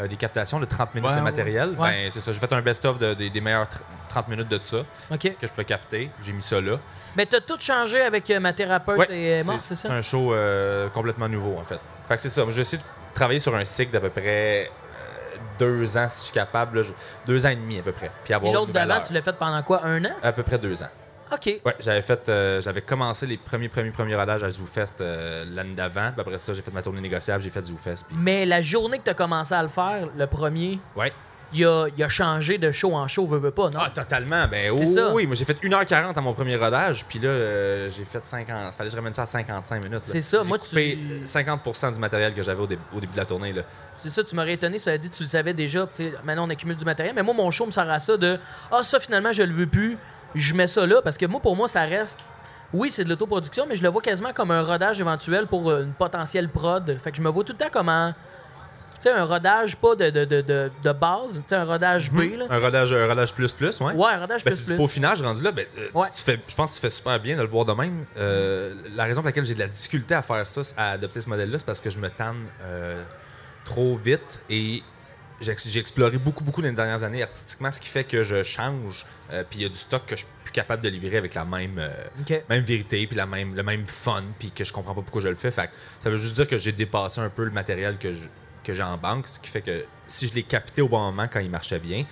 [SPEAKER 1] euh, des captations de 30 minutes
[SPEAKER 2] Ouais,
[SPEAKER 1] de
[SPEAKER 2] ouais.
[SPEAKER 1] matériel.
[SPEAKER 3] Ouais.
[SPEAKER 1] Ben, c'est ça, j'ai fait un best-of de- des- des meilleures tr- 30 minutes de ça
[SPEAKER 3] Ok.
[SPEAKER 1] que je pouvais capter. J'ai mis ça là.
[SPEAKER 3] Mais t'as tout changé avec euh, ma thérapeute
[SPEAKER 1] Ouais,
[SPEAKER 3] et euh, Mort, c'est ça?
[SPEAKER 1] un show euh, complètement nouveau, en fait. Fait que c'est ça. Je vais essayer de travailler sur un cycle d'à peu près euh, deux ans, si je suis capable. là. Je- deux ans et demi, à peu près. Puis
[SPEAKER 3] Puis
[SPEAKER 1] avoir
[SPEAKER 3] l'autre
[SPEAKER 1] une nouvelle
[SPEAKER 3] d'avant,
[SPEAKER 1] heure.
[SPEAKER 3] tu l'as fait pendant quoi? Un an?
[SPEAKER 1] À peu près deux ans.
[SPEAKER 3] Ok.
[SPEAKER 1] Ouais, j'avais fait, euh, j'avais commencé les premiers, premiers, premiers rodages à ZooFest euh, l'année d'avant. Puis après ça, j'ai fait ma tournée négociable, j'ai fait ZooFest. Puis...
[SPEAKER 3] Mais la journée que t'as commencé à le faire, le premier,
[SPEAKER 1] Ouais.
[SPEAKER 3] il a, il a changé de show en show, veut, veut pas, non?
[SPEAKER 1] Ah, totalement. Ben
[SPEAKER 3] C'est
[SPEAKER 1] oui,
[SPEAKER 3] ça.
[SPEAKER 1] oui. Moi, j'ai fait 1h40 à mon premier rodage, puis là, euh, j'ai fait 50. Fallait que je ramène ça à 55 minutes. là.
[SPEAKER 3] C'est ça,
[SPEAKER 1] J'ai
[SPEAKER 3] moi,
[SPEAKER 1] coupé
[SPEAKER 3] tu-
[SPEAKER 1] euh, 50 du matériel que j'avais au, dé- au début de la tournée. Là.
[SPEAKER 3] C'est ça, tu m'aurais étonné si tu avais dit que tu le savais déjà. puis tu sais, Maintenant, on accumule du matériel. Mais moi, mon show me sert à ça de Ah, ça, finalement, je le veux plus. Je mets ça là. Parce que moi, pour moi, ça reste. Oui, c'est de l'autoproduction, mais je le vois quasiment comme un rodage éventuel pour euh, une potentielle prod. Fait que je me vois tout le temps comme un. Tu sais, un rodage pas de, de, de, de, de base, tu sais, un rodage B, là.
[SPEAKER 1] Un rodage, un rodage plus plus, Mhm. ouais.
[SPEAKER 3] Ouais, un rodage
[SPEAKER 1] Ben,
[SPEAKER 3] plus
[SPEAKER 1] c'est
[SPEAKER 3] plus.
[SPEAKER 1] du peaufinage rendu là. Ben, euh, tu-
[SPEAKER 3] Ouais.
[SPEAKER 1] tu fais, je pense que tu fais super bien de le voir de même. Euh, la raison pour laquelle j'ai de la difficulté à faire ça, à adopter ce modèle-là, c'est parce que je me tanne euh, trop vite et j'ai j'ai exploré beaucoup, beaucoup dans les dernières années artistiquement, ce qui fait que je change. euh, Puis il y a du stock que je suis plus capable de livrer avec la même. euh,
[SPEAKER 3] Ok.
[SPEAKER 1] même vérité, puis la même, le même fun, puis que je comprends pas pourquoi je le fais. Fait que ça veut juste dire que j'ai dépassé un peu le matériel que je- que j'ai en banque, ce qui fait que si je l'ai capté au bon moment quand il marchait bien,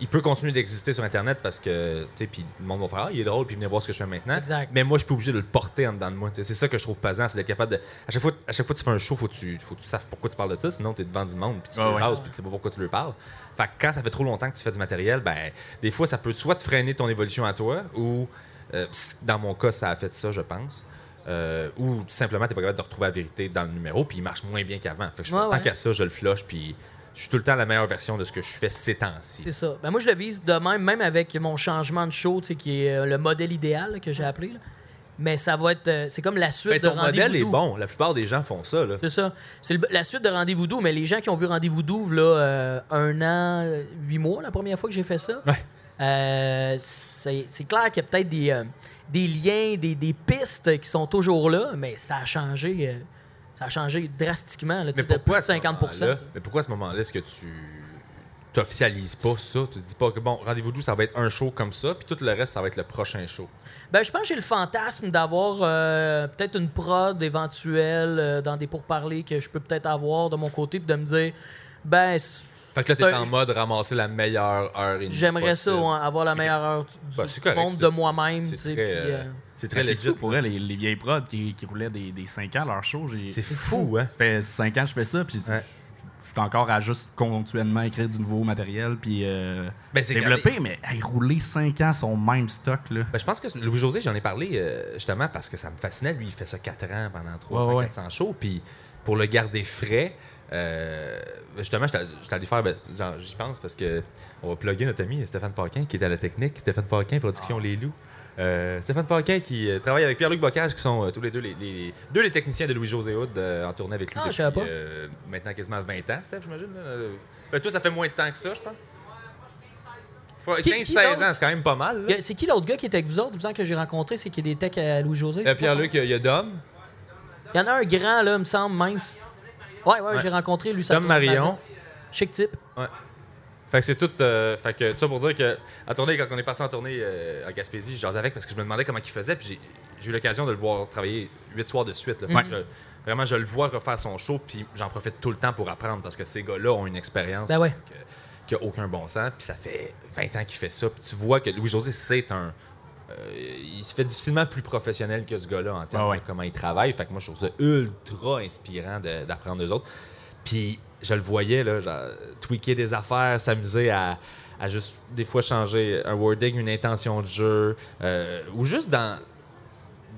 [SPEAKER 1] il peut continuer d'exister sur Internet parce que, tu sais, puis le monde va faire, ah, il est drôle, puis venez voir ce que je fais maintenant.
[SPEAKER 3] Exact.
[SPEAKER 1] Mais moi, je suis pas obligé de le porter en dedans de moi. tu sais. C'est ça que je trouve pesant, c'est d'être capable de. À chaque fois, à chaque fois que tu fais un show, faut que tu, faut que tu saches pourquoi tu parles de ça, sinon tu es devant du monde, puis tu
[SPEAKER 4] Ouais,
[SPEAKER 1] le
[SPEAKER 4] ouais.
[SPEAKER 1] jases, puis tu sais pas pourquoi tu lui parles. Fait que quand ça fait trop longtemps que tu fais du matériel, ben, des fois, ça peut soit te freiner ton évolution à toi, ou, euh, pss, dans mon cas, ça a fait ça, je pense. euh, ou tout simplement, t'es pas capable de retrouver la vérité dans le numéro, puis il marche moins bien qu'avant. Fait que je fais,
[SPEAKER 3] Ouais,
[SPEAKER 1] tant
[SPEAKER 3] ouais.
[SPEAKER 1] qu'à ça, je le flush, puis je suis tout le temps la meilleure version de ce que je fais ces temps-ci.
[SPEAKER 3] C'est ça. Ben moi, je le vise de même, même avec mon changement de show, tu sais, qui est euh, le modèle idéal là, que j'ai appelé. là. Mais ça va être. euh, c'est comme la suite
[SPEAKER 1] Mais
[SPEAKER 3] de
[SPEAKER 1] Ben, ton modèle est
[SPEAKER 3] Rendez-vous
[SPEAKER 1] bon. La plupart des gens font ça. Là.
[SPEAKER 3] C'est ça. C'est le- la suite de Rendez-vous Doux, mais les gens qui ont vu Rendez-vous Doux, là, euh, un an, euh, huit mois, la première fois que j'ai fait ça,
[SPEAKER 1] Ouais.
[SPEAKER 3] euh, c'est c'est clair qu'il y a peut-être des, euh, des liens, des, des pistes qui sont toujours là, mais ça a changé. euh, ça a changé drastiquement, là, tu sais, de plus de
[SPEAKER 1] à ce
[SPEAKER 3] 50
[SPEAKER 1] moment-là- Mais pourquoi à ce moment-là, est-ce que tu t'officialises pas ça? Tu te dis pas que bon, rendez-vous doux, ça va être un show comme ça, puis tout le reste, ça va être le prochain show.
[SPEAKER 3] Ben, je pense que j'ai le fantasme d'avoir euh, peut-être une prod éventuelle euh, dans des pourparlers que je peux peut-être avoir de mon côté, puis de me dire, ben, c-
[SPEAKER 1] Fait que là, t'es
[SPEAKER 3] Ben,
[SPEAKER 1] en
[SPEAKER 3] j-
[SPEAKER 1] mode ramasser la meilleure heure et demie
[SPEAKER 3] j'aimerais ça,
[SPEAKER 1] possible.
[SPEAKER 3] ouais, avoir la meilleure heure du, du
[SPEAKER 1] Ben, c'est correct,
[SPEAKER 3] monde
[SPEAKER 1] c'est-
[SPEAKER 3] de moi-même.
[SPEAKER 1] C'est
[SPEAKER 3] tu sais,
[SPEAKER 1] très,
[SPEAKER 3] puis,
[SPEAKER 1] euh,
[SPEAKER 3] euh,
[SPEAKER 1] c'est très
[SPEAKER 2] Ah, C'est
[SPEAKER 1] legit.
[SPEAKER 2] fou pour elle, les, les vieilles prods qui, qui roulaient des, des 5 ans leur show. j'ai-
[SPEAKER 1] C'est
[SPEAKER 2] Ça
[SPEAKER 1] fou, hein?
[SPEAKER 2] fait 5 ans que je fais ça, puis
[SPEAKER 1] Ouais.
[SPEAKER 2] je suis encore à juste continuellement écrire du nouveau matériel, puis euh,
[SPEAKER 1] Ben, c'est
[SPEAKER 2] développer, mais hey, rouler 5 ans son même stock, là.
[SPEAKER 1] Ben, je pense que Louis-José, j'en ai parlé euh, justement parce que ça me fascinait. Lui, il fait ça 4 ans pendant 300,
[SPEAKER 2] Ouais, ouais.
[SPEAKER 1] 400 shows. Puis pour le garder frais, euh, justement, j'étais j'étais allé faire, ben, j'en- j'y pense parce que on va plugger notre ami Stéphane Paquin qui est à la technique. Stéphane Paquin, Production
[SPEAKER 3] Ah.
[SPEAKER 1] Les Loups. Euh, Stéphane Paquin qui euh, travaille avec Pierre-Luc Bocage, qui sont euh, tous les deux les, les- deux les techniciens de Louis-José Hood euh, en tournée avec lui
[SPEAKER 3] Ah, je
[SPEAKER 1] depuis
[SPEAKER 3] savais pas.
[SPEAKER 1] euh, maintenant quasiment 20 ans, Steph, j'imagine. là. Euh, Ben, toi, ça fait moins de temps que ça, je pense. Ouais,
[SPEAKER 3] Qui- qui
[SPEAKER 1] 15-16
[SPEAKER 3] d'autre?
[SPEAKER 1] ans, c'est quand même pas mal. là.
[SPEAKER 3] y a- C'est qui l'autre gars qui était avec vous autres, il me semble que j'ai rencontré, c'est qui est des techs à Louis-José? je sais
[SPEAKER 1] Euh,
[SPEAKER 3] pas
[SPEAKER 1] Pierre-Luc, il y a Dom.
[SPEAKER 3] son- Il y en a un grand, là, me semble, mince. Ouais, ouais,
[SPEAKER 1] Ouais.
[SPEAKER 3] j'ai rencontré lui. ça
[SPEAKER 1] Dom
[SPEAKER 3] tourne
[SPEAKER 1] Marion.
[SPEAKER 3] dans- Chic type.
[SPEAKER 1] Fait que c'est tout. euh, fait que tout ça pour dire que à tournée, quand on est parti en tournée euh, à Gaspésie, je jasais avec parce que je me demandais comment il faisait. Puis j'ai- j'ai eu l'occasion de le voir travailler huit soirs de suite. là. Fait que je- vraiment, je le vois refaire son show. Puis j'en profite tout le temps pour apprendre parce que ces gars-là ont une expérience
[SPEAKER 3] Ben ouais.
[SPEAKER 1] que- qui a aucun bon sens. Puis ça fait 20 ans qu'il fait ça. Puis tu vois que Louis-José, c'est un. euh, il se fait difficilement plus professionnel que ce gars-là en termes
[SPEAKER 2] Ah ouais.
[SPEAKER 1] de comment il travaille. Fait que moi, je trouve ça ultra inspirant de- d'apprendre d'eux autres. Puis je le voyais, là, genre, tweaker des affaires, s'amuser à, à juste des fois changer un wording, une intention de jeu, euh, ou juste dans.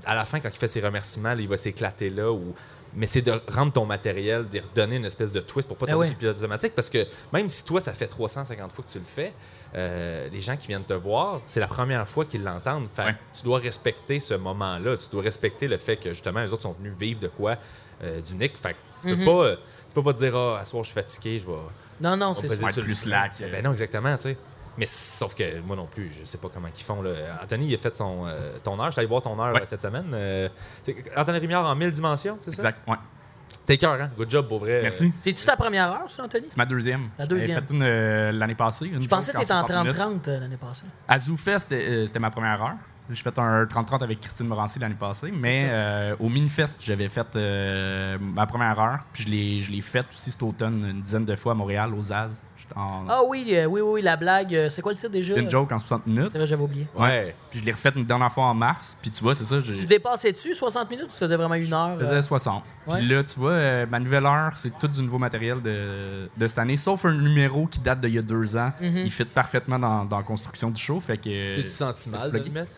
[SPEAKER 1] À la fin, quand il fait ses remerciements, là, il va s'éclater là. Ou... Mais c'est de rendre ton matériel, de redonner une espèce de twist pour pas
[SPEAKER 3] Ben
[SPEAKER 1] tomber
[SPEAKER 3] ouais.
[SPEAKER 1] sur le pilote automatique. Parce que même si toi, ça fait 350 fois que tu le fais, euh, les gens qui viennent te voir, c'est la première fois qu'ils l'entendent. Fait que
[SPEAKER 2] Ouais.
[SPEAKER 1] Tu dois respecter ce moment-là. Tu dois respecter le fait que justement, les autres sont venus vivre de quoi euh, d'unique. Fait que tu peux pas. euh, tu peux pas te dire, ah, à ce soir, je suis fatigué, je vais.
[SPEAKER 3] Non, non,
[SPEAKER 1] on
[SPEAKER 3] c'est
[SPEAKER 1] va
[SPEAKER 3] ça.
[SPEAKER 1] peser
[SPEAKER 2] Ouais,
[SPEAKER 1] sur le
[SPEAKER 2] plus euh.
[SPEAKER 1] bouton.
[SPEAKER 2] slack.
[SPEAKER 1] Ben non, exactement, tu sais. Mais sauf que moi non plus, je sais pas comment ils font. Là. Anthony, il a fait son, euh, ton heure. Je suis allé voir ton heure
[SPEAKER 2] Ouais.
[SPEAKER 1] euh, cette semaine. Euh, c'est Anthony Rémillard en mille dimensions, c'est ça?
[SPEAKER 2] Exact, ouais.
[SPEAKER 3] Euh,
[SPEAKER 1] T'es cœur, hein? Good job, pour vrai.
[SPEAKER 2] Merci.
[SPEAKER 1] Euh,
[SPEAKER 3] C'est-tu ta première heure, ça, Anthony?
[SPEAKER 2] C'est ma deuxième.
[SPEAKER 3] La deuxième.
[SPEAKER 2] J'avais fait une euh, l'année passée. une
[SPEAKER 3] Je pensais que
[SPEAKER 2] joke
[SPEAKER 3] t'étais en
[SPEAKER 2] 60 minutes.
[SPEAKER 3] 30-30 euh, l'année passée.
[SPEAKER 2] À ZooFest, c'était euh, c'était ma première heure. J'ai fait un 30-30 avec Christine Morancy l'année passée, mais euh, au Minifest, j'avais fait euh, ma première heure, puis je l'ai- je l'ai faite aussi cet automne une dizaine de fois à Montréal, aux Az. J'étais en-
[SPEAKER 3] Ah oui, euh, oui, oui, la blague. euh, c'est quoi le titre déjà?
[SPEAKER 2] une joke en 60 minutes.
[SPEAKER 3] C'est vrai, j'avais oublié.
[SPEAKER 1] Ouais.
[SPEAKER 2] Puis je l'ai refaite une dernière fois en mars, puis tu vois, c'est ça, j'ai-
[SPEAKER 3] Tu
[SPEAKER 2] je
[SPEAKER 3] dépassais-tu 60 minutes ou tu faisais vraiment une heure? euh?
[SPEAKER 2] faisais 60.
[SPEAKER 3] Ouais.
[SPEAKER 2] Puis là, tu vois, euh, ma nouvelle heure, c'est tout du nouveau matériel de, de cette année, sauf un numéro qui date d'il y a deux ans.
[SPEAKER 3] Mhm.
[SPEAKER 2] Il fit parfaitement dans, dans la construction du show, fait que...
[SPEAKER 1] Tu t'es senti mal de le mettre?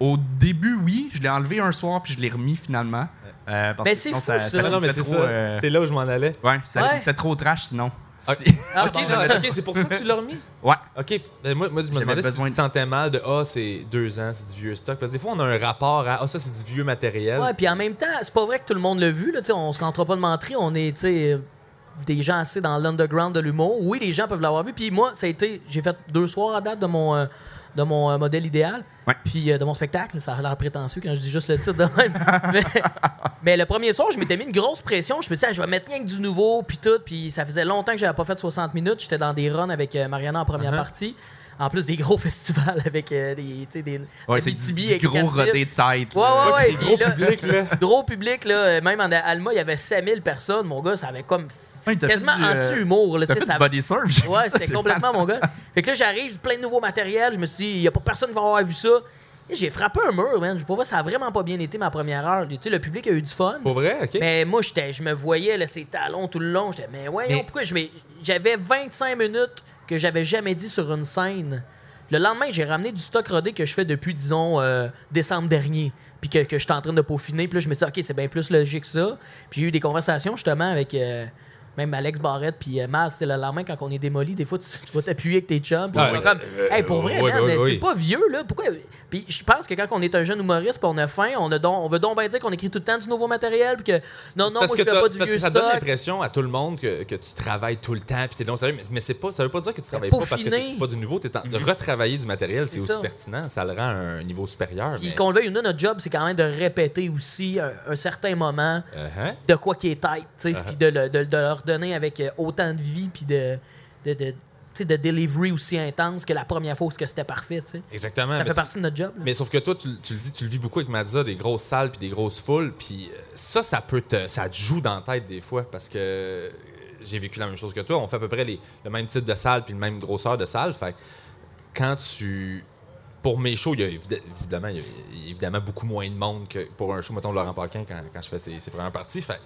[SPEAKER 2] Au début, oui, je l'ai enlevé un soir puis je l'ai remis finalement. Euh, parce
[SPEAKER 3] Ben,
[SPEAKER 2] que
[SPEAKER 3] c'est
[SPEAKER 2] sinon,
[SPEAKER 3] fou,
[SPEAKER 2] ça,
[SPEAKER 3] ça.
[SPEAKER 2] ça
[SPEAKER 1] Non, non, mais
[SPEAKER 2] finissait
[SPEAKER 1] c'est
[SPEAKER 2] trop,
[SPEAKER 1] ça.
[SPEAKER 2] euh,
[SPEAKER 1] C'est là où je m'en allais.
[SPEAKER 2] Ouais, ça
[SPEAKER 3] Ouais.
[SPEAKER 2] finissait trop trash sinon.
[SPEAKER 1] Ah.
[SPEAKER 2] C'est-
[SPEAKER 3] Ah,
[SPEAKER 1] ok,
[SPEAKER 3] bon.
[SPEAKER 1] non, ok, c'est pour ça que tu l'as remis?
[SPEAKER 2] ouais,
[SPEAKER 1] OK, ben moi, moi, je me
[SPEAKER 2] J'avais
[SPEAKER 1] demandais si
[SPEAKER 2] besoin
[SPEAKER 1] tu
[SPEAKER 2] de-
[SPEAKER 1] te sentais mal de « Ah, c'est deux ans, c'est du vieux stock ». Parce que des fois, on a un rapport à « Ah, ça, c'est du vieux matériel
[SPEAKER 3] Ouais, puis en même temps, c'est pas vrai que tout le monde l'a vu. Là, tu sais, on se comptera pas de mentir. On est tu sais, euh, des gens assez dans l'underground de l'humour. Oui, les gens peuvent l'avoir vu. Puis moi, ça a été. J'ai fait deux soirs à date de mon, euh, de mon euh, modèle idéal.
[SPEAKER 2] Ouais.
[SPEAKER 3] Puis euh, de mon spectacle. Ça a l'air prétentieux quand je dis juste le titre de même. mais, mais le premier soir, je m'étais mis une grosse pression. Je me disais, Ah, je vais mettre rien que du nouveau. Puis tout. Puis ça faisait longtemps que j'avais pas fait 60 minutes. J'étais dans des runs avec euh, Mariana en première
[SPEAKER 1] Uh-huh.
[SPEAKER 3] partie. En plus des gros festivals avec euh, des, tu sais, des
[SPEAKER 2] Ouais,
[SPEAKER 3] la
[SPEAKER 2] c'est du,
[SPEAKER 3] BTB
[SPEAKER 2] du
[SPEAKER 3] avec
[SPEAKER 2] gros
[SPEAKER 3] 4000.
[SPEAKER 2] rodé de tête.
[SPEAKER 3] Ouais,
[SPEAKER 2] là.
[SPEAKER 3] ouais, ouais.
[SPEAKER 4] Le
[SPEAKER 3] puis
[SPEAKER 4] gros
[SPEAKER 3] là-
[SPEAKER 4] public, là.
[SPEAKER 3] Gros public, là, euh, même en Alma, il y avait 5000 personnes, mon gars, ça avait comme.
[SPEAKER 2] Ouais, t'as
[SPEAKER 3] quasiment
[SPEAKER 2] fait du, euh,
[SPEAKER 3] anti-humour, là,
[SPEAKER 2] T'as
[SPEAKER 3] tu
[SPEAKER 2] fait du
[SPEAKER 3] sais, ça
[SPEAKER 2] body surf? j'ai vu
[SPEAKER 3] Ouais,
[SPEAKER 2] ça,
[SPEAKER 3] c'était
[SPEAKER 2] c'est
[SPEAKER 3] complètement mon gars. Fait que là, j'arrive, plein de nouveaux matériels. Je me suis dit, il a pas personne qui va avoir vu ça. Et j'ai frappé un mur, man. Pour vrai, ça a vraiment pas bien été ma première heure. Tu sais, le public a eu du fun.
[SPEAKER 1] Pour vrai, ok.
[SPEAKER 3] Mais moi, j'étais, je me voyais, là, ses talons tout le long. J'étais, mais ouais,
[SPEAKER 2] Mais-
[SPEAKER 3] pourquoi je m'ai- J'avais 25 minutes que j'avais jamais dit sur une scène. Le lendemain, j'ai ramené du stock rodé que je fais depuis, disons, euh, décembre dernier. Puis que, que j'étais en train de peaufiner. Puis là, je me suis dit, OK, c'est bien plus logique que ça. Puis j'ai eu des conversations, justement, avec euh, même Alex Barrette. Puis euh, Maz, c'était le lendemain, quand on est démoli, des fois, tu, tu vas t'appuyer avec tes chums. Puis
[SPEAKER 1] Ah,
[SPEAKER 3] on est
[SPEAKER 1] ouais.
[SPEAKER 3] comme,
[SPEAKER 1] Euh,
[SPEAKER 3] Hey, pour vrai,
[SPEAKER 1] oui,
[SPEAKER 3] man,
[SPEAKER 1] oui,
[SPEAKER 3] c'est
[SPEAKER 1] oui.
[SPEAKER 3] pas vieux, là. Pourquoi. Puis je pense que quand on est un jeune humoriste pis on a faim, on, a donc- on veut donc bien dire qu'on écrit tout le temps du nouveau matériel puis que non,
[SPEAKER 1] C'est
[SPEAKER 3] non,
[SPEAKER 1] parce
[SPEAKER 3] moi
[SPEAKER 1] que
[SPEAKER 3] je fais
[SPEAKER 1] t'as-
[SPEAKER 3] pas
[SPEAKER 1] c'est
[SPEAKER 3] du
[SPEAKER 1] parce
[SPEAKER 3] vieux
[SPEAKER 1] que ça donne
[SPEAKER 3] stock.
[SPEAKER 1] l'impression à tout le monde que, que tu travailles tout le temps puis t'es long sérieux mais, mais c'est pas ça veut pas dire que tu travailles pas parce que
[SPEAKER 3] peaufiné.
[SPEAKER 1] t'écris pas du nouveau t'es en
[SPEAKER 3] Mhm.
[SPEAKER 1] de retravailler du matériel c'est
[SPEAKER 3] C'est
[SPEAKER 1] aussi
[SPEAKER 3] ça.
[SPEAKER 1] pertinent ça le rend à un niveau supérieur
[SPEAKER 3] Puis
[SPEAKER 1] mais-
[SPEAKER 3] qu'on le veuille ou non, notre job, c'est quand même de répéter aussi un, un certain moment
[SPEAKER 1] Uh-huh.
[SPEAKER 3] de quoi qui est tête, tu sais, puis de, le- de- de leur donner avec euh, autant de vie puis de, de, de, tu sais, de delivery aussi intense que la première fois où c'était parfait, tu sais.
[SPEAKER 1] exactement
[SPEAKER 3] Ça
[SPEAKER 1] mais
[SPEAKER 3] fait
[SPEAKER 1] tu-
[SPEAKER 3] partie de notre job. là.
[SPEAKER 1] Mais sauf que toi, tu, tu le dis, tu le vis beaucoup avec Mazza, des grosses salles puis des grosses foules, puis euh, ça, ça peut te, ça te joue dans la tête des fois parce que euh, j'ai vécu la même chose que toi. On fait à peu près les- le même type de salle puis le même grosseur de salle. Fait que quand tu, pour mes shows, il y a évid- visiblement, il y a- il y a évidemment beaucoup moins de monde que pour un show mettons de Laurent Paquin quand, quand je fais ses, ses premières parties. Fait que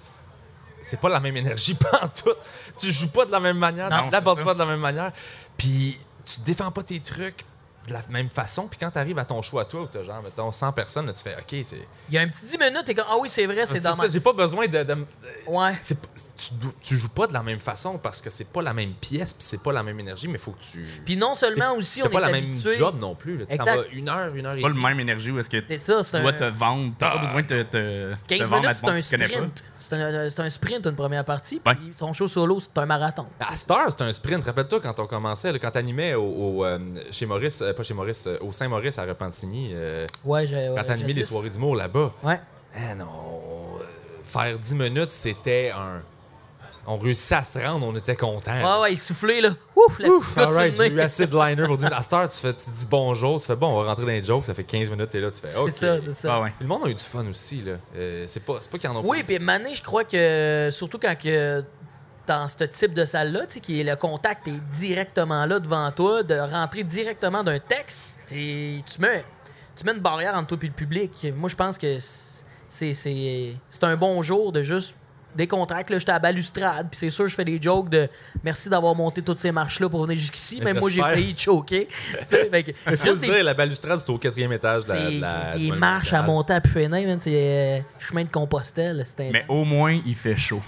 [SPEAKER 1] c'est pas la même énergie pantoute. Tu joues pas de la même manière,
[SPEAKER 2] Non,
[SPEAKER 1] tu
[SPEAKER 2] c'est
[SPEAKER 1] l'abordes
[SPEAKER 2] ça.
[SPEAKER 1] pas de la même manière. Puis tu défends pas tes trucs de la même façon. Puis quand t'arrives à ton choix, toi, où t'as genre, mettons, 100 personnes, là, tu fais OK, c'est.
[SPEAKER 3] Il y a un petit 10 minutes et comme, ah oui, c'est vrai, c'est
[SPEAKER 1] C'est ça,
[SPEAKER 3] dans ma...
[SPEAKER 1] j'ai pas besoin de. de-
[SPEAKER 3] Ouais.
[SPEAKER 1] c'est pas- tu, dou- tu joues pas de la même façon parce que c'est pas la même pièce, puis c'est pas la même énergie, mais faut que tu.
[SPEAKER 3] Puis non seulement aussi, on
[SPEAKER 1] T'as
[SPEAKER 3] est
[SPEAKER 1] pas la
[SPEAKER 3] habitué...
[SPEAKER 1] même job non plus. Là. Tu t'en
[SPEAKER 3] Exact.
[SPEAKER 1] vas une heure, une heure et
[SPEAKER 2] pas le même énergie où est-ce que
[SPEAKER 3] C'est
[SPEAKER 2] tu
[SPEAKER 3] ça, c'est
[SPEAKER 2] dois
[SPEAKER 3] un...
[SPEAKER 2] te vendre. T'as pas besoin de te, te, te
[SPEAKER 3] 15
[SPEAKER 2] vendre à
[SPEAKER 3] minutes,
[SPEAKER 2] tout
[SPEAKER 3] c'est
[SPEAKER 2] le monde que tu connais
[SPEAKER 3] un
[SPEAKER 2] pas.
[SPEAKER 3] sprint. C'est un, euh, c'est un sprint, une première partie.
[SPEAKER 2] Ouais.
[SPEAKER 3] Puis son show solo, c'est un marathon.
[SPEAKER 1] À Star, c'était un sprint. Rappelle-toi quand on commençait, là, quand t'animais au, au, euh, chez Maurice, euh, pas chez Maurice, euh, au Saint-Maurice à Repentigny, euh,
[SPEAKER 3] Ouais, j'ai.
[SPEAKER 1] quand t'animais les soirées d'humour là-bas.
[SPEAKER 3] Ouais.
[SPEAKER 1] Man, on- euh, faire 10 minutes, c'était un. On réussissait à se rendre, on était content.
[SPEAKER 3] Ouais, ouais, essoufflé, là. Ouf, la petite goutte
[SPEAKER 1] Alright,
[SPEAKER 3] sur
[SPEAKER 1] j'ai
[SPEAKER 3] le
[SPEAKER 1] eu
[SPEAKER 3] nez.
[SPEAKER 1] assez de liner pour dire à cette heure, tu, fais, tu dis bonjour, tu fais bon, on va rentrer dans les jokes, ça fait 15 minutes, t'es là, tu fais
[SPEAKER 3] C'est
[SPEAKER 1] OK.
[SPEAKER 3] ça, c'est ça.
[SPEAKER 2] Ah ouais.
[SPEAKER 1] Le monde a eu du fun aussi, là. Euh, c'est pas, c'est pas qu'ils en ont
[SPEAKER 3] Oui, puis Mané, je crois que, surtout quand que dans ce type de salle-là, tu sais, qui est le contact est directement là devant toi, de rentrer directement d'un texte, t'es- tu mets, tu mets une barrière entre toi et le public. Moi, je pense que c'est c'est- c'est un bon jour de juste des contracts, là, j'étais à balustrade, puis c'est sûr, je fais des jokes de merci d'avoir monté toutes ces marches-là pour venir jusqu'ici,
[SPEAKER 1] Mais
[SPEAKER 3] même moi, j'ai
[SPEAKER 1] j'espère.
[SPEAKER 3] failli choquer. Tu sais, fait que-
[SPEAKER 1] Faut le
[SPEAKER 3] juste des
[SPEAKER 1] dire, la balustrade, c'est au quatrième étage de la.
[SPEAKER 3] C'est
[SPEAKER 1] de la- du
[SPEAKER 3] des
[SPEAKER 1] Monument
[SPEAKER 3] marches à
[SPEAKER 1] national.
[SPEAKER 3] monter à Pufénin, man. C'est euh, chemin de Compostelle. C'était
[SPEAKER 2] Mais au moins, il fait chaud.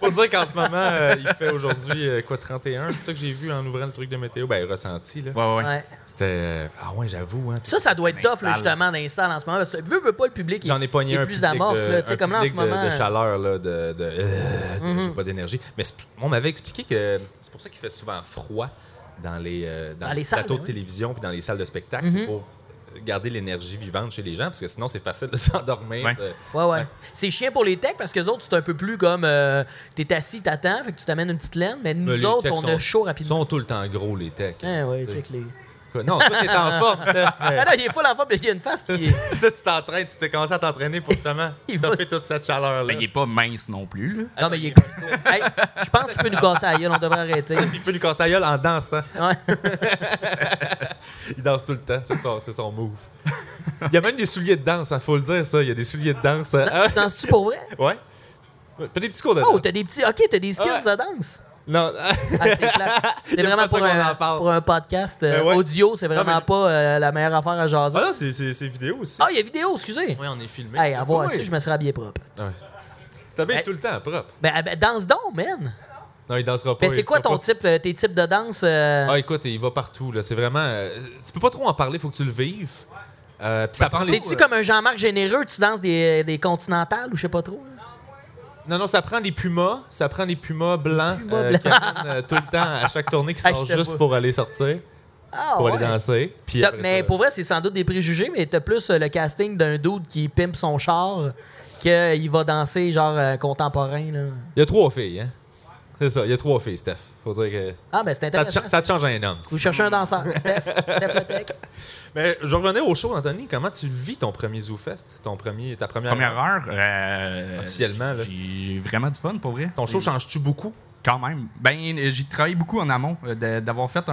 [SPEAKER 1] Faut dire qu'en ce moment, euh, il fait aujourd'hui, euh, quoi, 31. C'est ça que j'ai vu en ouvrant le truc de météo, ben ressenti, là.
[SPEAKER 2] Ouais, ouais. ouais.
[SPEAKER 3] Ouais.
[SPEAKER 1] C'était. euh, ah ouais, j'avoue, hein.
[SPEAKER 3] Ça, ça doit être
[SPEAKER 2] Mais
[SPEAKER 3] tough, là,
[SPEAKER 2] sale.
[SPEAKER 3] justement, dans les salles en ce moment. Parce que veux, veux pas le public.
[SPEAKER 1] J'en ai pogné
[SPEAKER 3] il est
[SPEAKER 1] un
[SPEAKER 3] plus
[SPEAKER 1] public
[SPEAKER 3] amorphe,
[SPEAKER 1] de,
[SPEAKER 3] là. Tu sais,
[SPEAKER 1] un
[SPEAKER 3] comme là, en ce
[SPEAKER 1] public de-
[SPEAKER 3] moment. euh,
[SPEAKER 1] de chaleur, là, de, de- euh, de-
[SPEAKER 3] Mhm.
[SPEAKER 1] j'ai pas d'énergie. Mais c'est- on m'avait expliqué que c'est pour ça qu'il fait souvent froid dans les, euh, dans
[SPEAKER 3] Dans les
[SPEAKER 1] les
[SPEAKER 3] salles,
[SPEAKER 1] plateaux de
[SPEAKER 3] oui.
[SPEAKER 1] télévision puis dans les salles de spectacle. C'est
[SPEAKER 3] Mhm.
[SPEAKER 1] pour garder l'énergie vivante chez les gens, parce que sinon, c'est facile de s'endormir. euh,
[SPEAKER 2] Ouais.
[SPEAKER 1] de-
[SPEAKER 3] Ouais, ouais.
[SPEAKER 1] Ouais.
[SPEAKER 3] C'est chiant pour les techs parce que les autres, c'est un peu plus comme euh, t'es assis, t'attends, fait que tu t'amènes une petite laine. Mais nous
[SPEAKER 1] les
[SPEAKER 3] autres,
[SPEAKER 1] techs
[SPEAKER 3] on a
[SPEAKER 1] sont-
[SPEAKER 3] chaud
[SPEAKER 1] Ils
[SPEAKER 3] rapidement.
[SPEAKER 1] sont tout le temps gros, les techs.
[SPEAKER 3] Ah, ouais,
[SPEAKER 1] Tu sais.
[SPEAKER 3] check les.
[SPEAKER 1] Quoi? Non, toi, t'es en forme, Steph. mais-
[SPEAKER 3] Ah, là, il est full en forme, puis il y a une face qui est.
[SPEAKER 1] tu sais, tu t'entraînes, tu t'es commencé à t'entraîner pour justement
[SPEAKER 3] Il
[SPEAKER 1] taper
[SPEAKER 3] va-
[SPEAKER 1] toute cette chaleur-là.
[SPEAKER 2] Ben, il est pas mince non plus, là.
[SPEAKER 3] Non, mais il est costaud. Hey, je pense qu'il peut nous casser la gueule, on devrait arrêter.
[SPEAKER 1] Il peut lui casser la gueule en dansant.
[SPEAKER 3] Ouais.
[SPEAKER 1] Il danse tout le temps, c'est son, c'est son move. Il y a même des souliers de danse, il faut le dire, ça. Il y a des souliers de danse. hein.
[SPEAKER 3] Tu Danses-tu pour vrai?
[SPEAKER 1] Ouais. Ouais, Puis des petits cours de
[SPEAKER 3] Ah Oh,
[SPEAKER 1] danse.
[SPEAKER 3] t'as des petits. Ok, t'as des skills
[SPEAKER 1] Ah Ouais.
[SPEAKER 3] de danse.
[SPEAKER 1] Non,
[SPEAKER 3] Ah, c'est plate. C'est
[SPEAKER 1] J'aime
[SPEAKER 3] vraiment
[SPEAKER 1] pas ça
[SPEAKER 3] pour
[SPEAKER 1] qu'on
[SPEAKER 3] un,
[SPEAKER 1] en parle.
[SPEAKER 3] pour un podcast euh,
[SPEAKER 1] Ben ouais.
[SPEAKER 3] audio, c'est vraiment
[SPEAKER 1] Non, mais je-
[SPEAKER 3] pas euh, la meilleure affaire à jaser.
[SPEAKER 1] Ah non, c'est- c'est c'est vidéo aussi.
[SPEAKER 3] Ah, il y a vidéo, excusez.
[SPEAKER 1] Oui, on est filmé.
[SPEAKER 3] Hey, à voir
[SPEAKER 1] Oui.
[SPEAKER 3] ça, je me serais habillé propre.
[SPEAKER 1] Ouais. Tu t'habilles
[SPEAKER 3] Hey.
[SPEAKER 1] tout le temps, propre.
[SPEAKER 3] Ben, ah, ben, danse donc, man.
[SPEAKER 1] Non, il dansera pas.
[SPEAKER 3] Ben,
[SPEAKER 1] il
[SPEAKER 3] c'est quoi
[SPEAKER 1] fera
[SPEAKER 3] ton
[SPEAKER 1] pas.
[SPEAKER 3] type, euh, tes types de danse? euh,
[SPEAKER 1] Ah, écoute, il va partout, là. C'est vraiment. euh, tu peux pas trop en parler, faut que tu le vives. Euh, puis ça prend les.
[SPEAKER 3] Ben, T'es-tu comme un Jean-Marc généreux, tu danses des, des continentales ou je sais pas trop? là?
[SPEAKER 1] Non, non, ça prend les pumas. Ça prend les pumas blancs
[SPEAKER 3] Pumas
[SPEAKER 1] euh,
[SPEAKER 3] blancs.
[SPEAKER 1] qui amènent, euh, tout le temps à chaque tournée qui
[SPEAKER 3] Ah,
[SPEAKER 1] sort
[SPEAKER 3] j'étais
[SPEAKER 1] juste
[SPEAKER 3] pas.
[SPEAKER 1] pour aller sortir,
[SPEAKER 3] Ah,
[SPEAKER 1] pour
[SPEAKER 3] ouais.
[SPEAKER 1] aller danser. Puis
[SPEAKER 3] T'as-
[SPEAKER 1] après
[SPEAKER 3] mais
[SPEAKER 1] ça-
[SPEAKER 3] pour vrai, c'est sans doute des préjugés, mais t'as plus euh, le casting d'un dude qui pimpe son char qu'il va danser genre euh, contemporain. Là.
[SPEAKER 1] Il y a trois filles, hein? C'est ça, il y a trois filles, Steph. Faut dire que.
[SPEAKER 3] Ah, ben c'est
[SPEAKER 1] Ça te,
[SPEAKER 3] intéressant.
[SPEAKER 1] cha- ça te change un homme.
[SPEAKER 3] Vous cherchez un danseur. Steph, Steph Le Tech.
[SPEAKER 1] Mais je revenais au show, Anthony. Comment tu vis ton premier ZooFest Ton premier, ta première.
[SPEAKER 2] Première heure. euh,
[SPEAKER 1] Officiellement, là.
[SPEAKER 2] J'ai j'ai vraiment du fun, pour vrai.
[SPEAKER 1] Ton show change-tu beaucoup
[SPEAKER 2] Quand même. Ben, euh, j'ai travaillé beaucoup en amont euh, de- d'avoir fait un,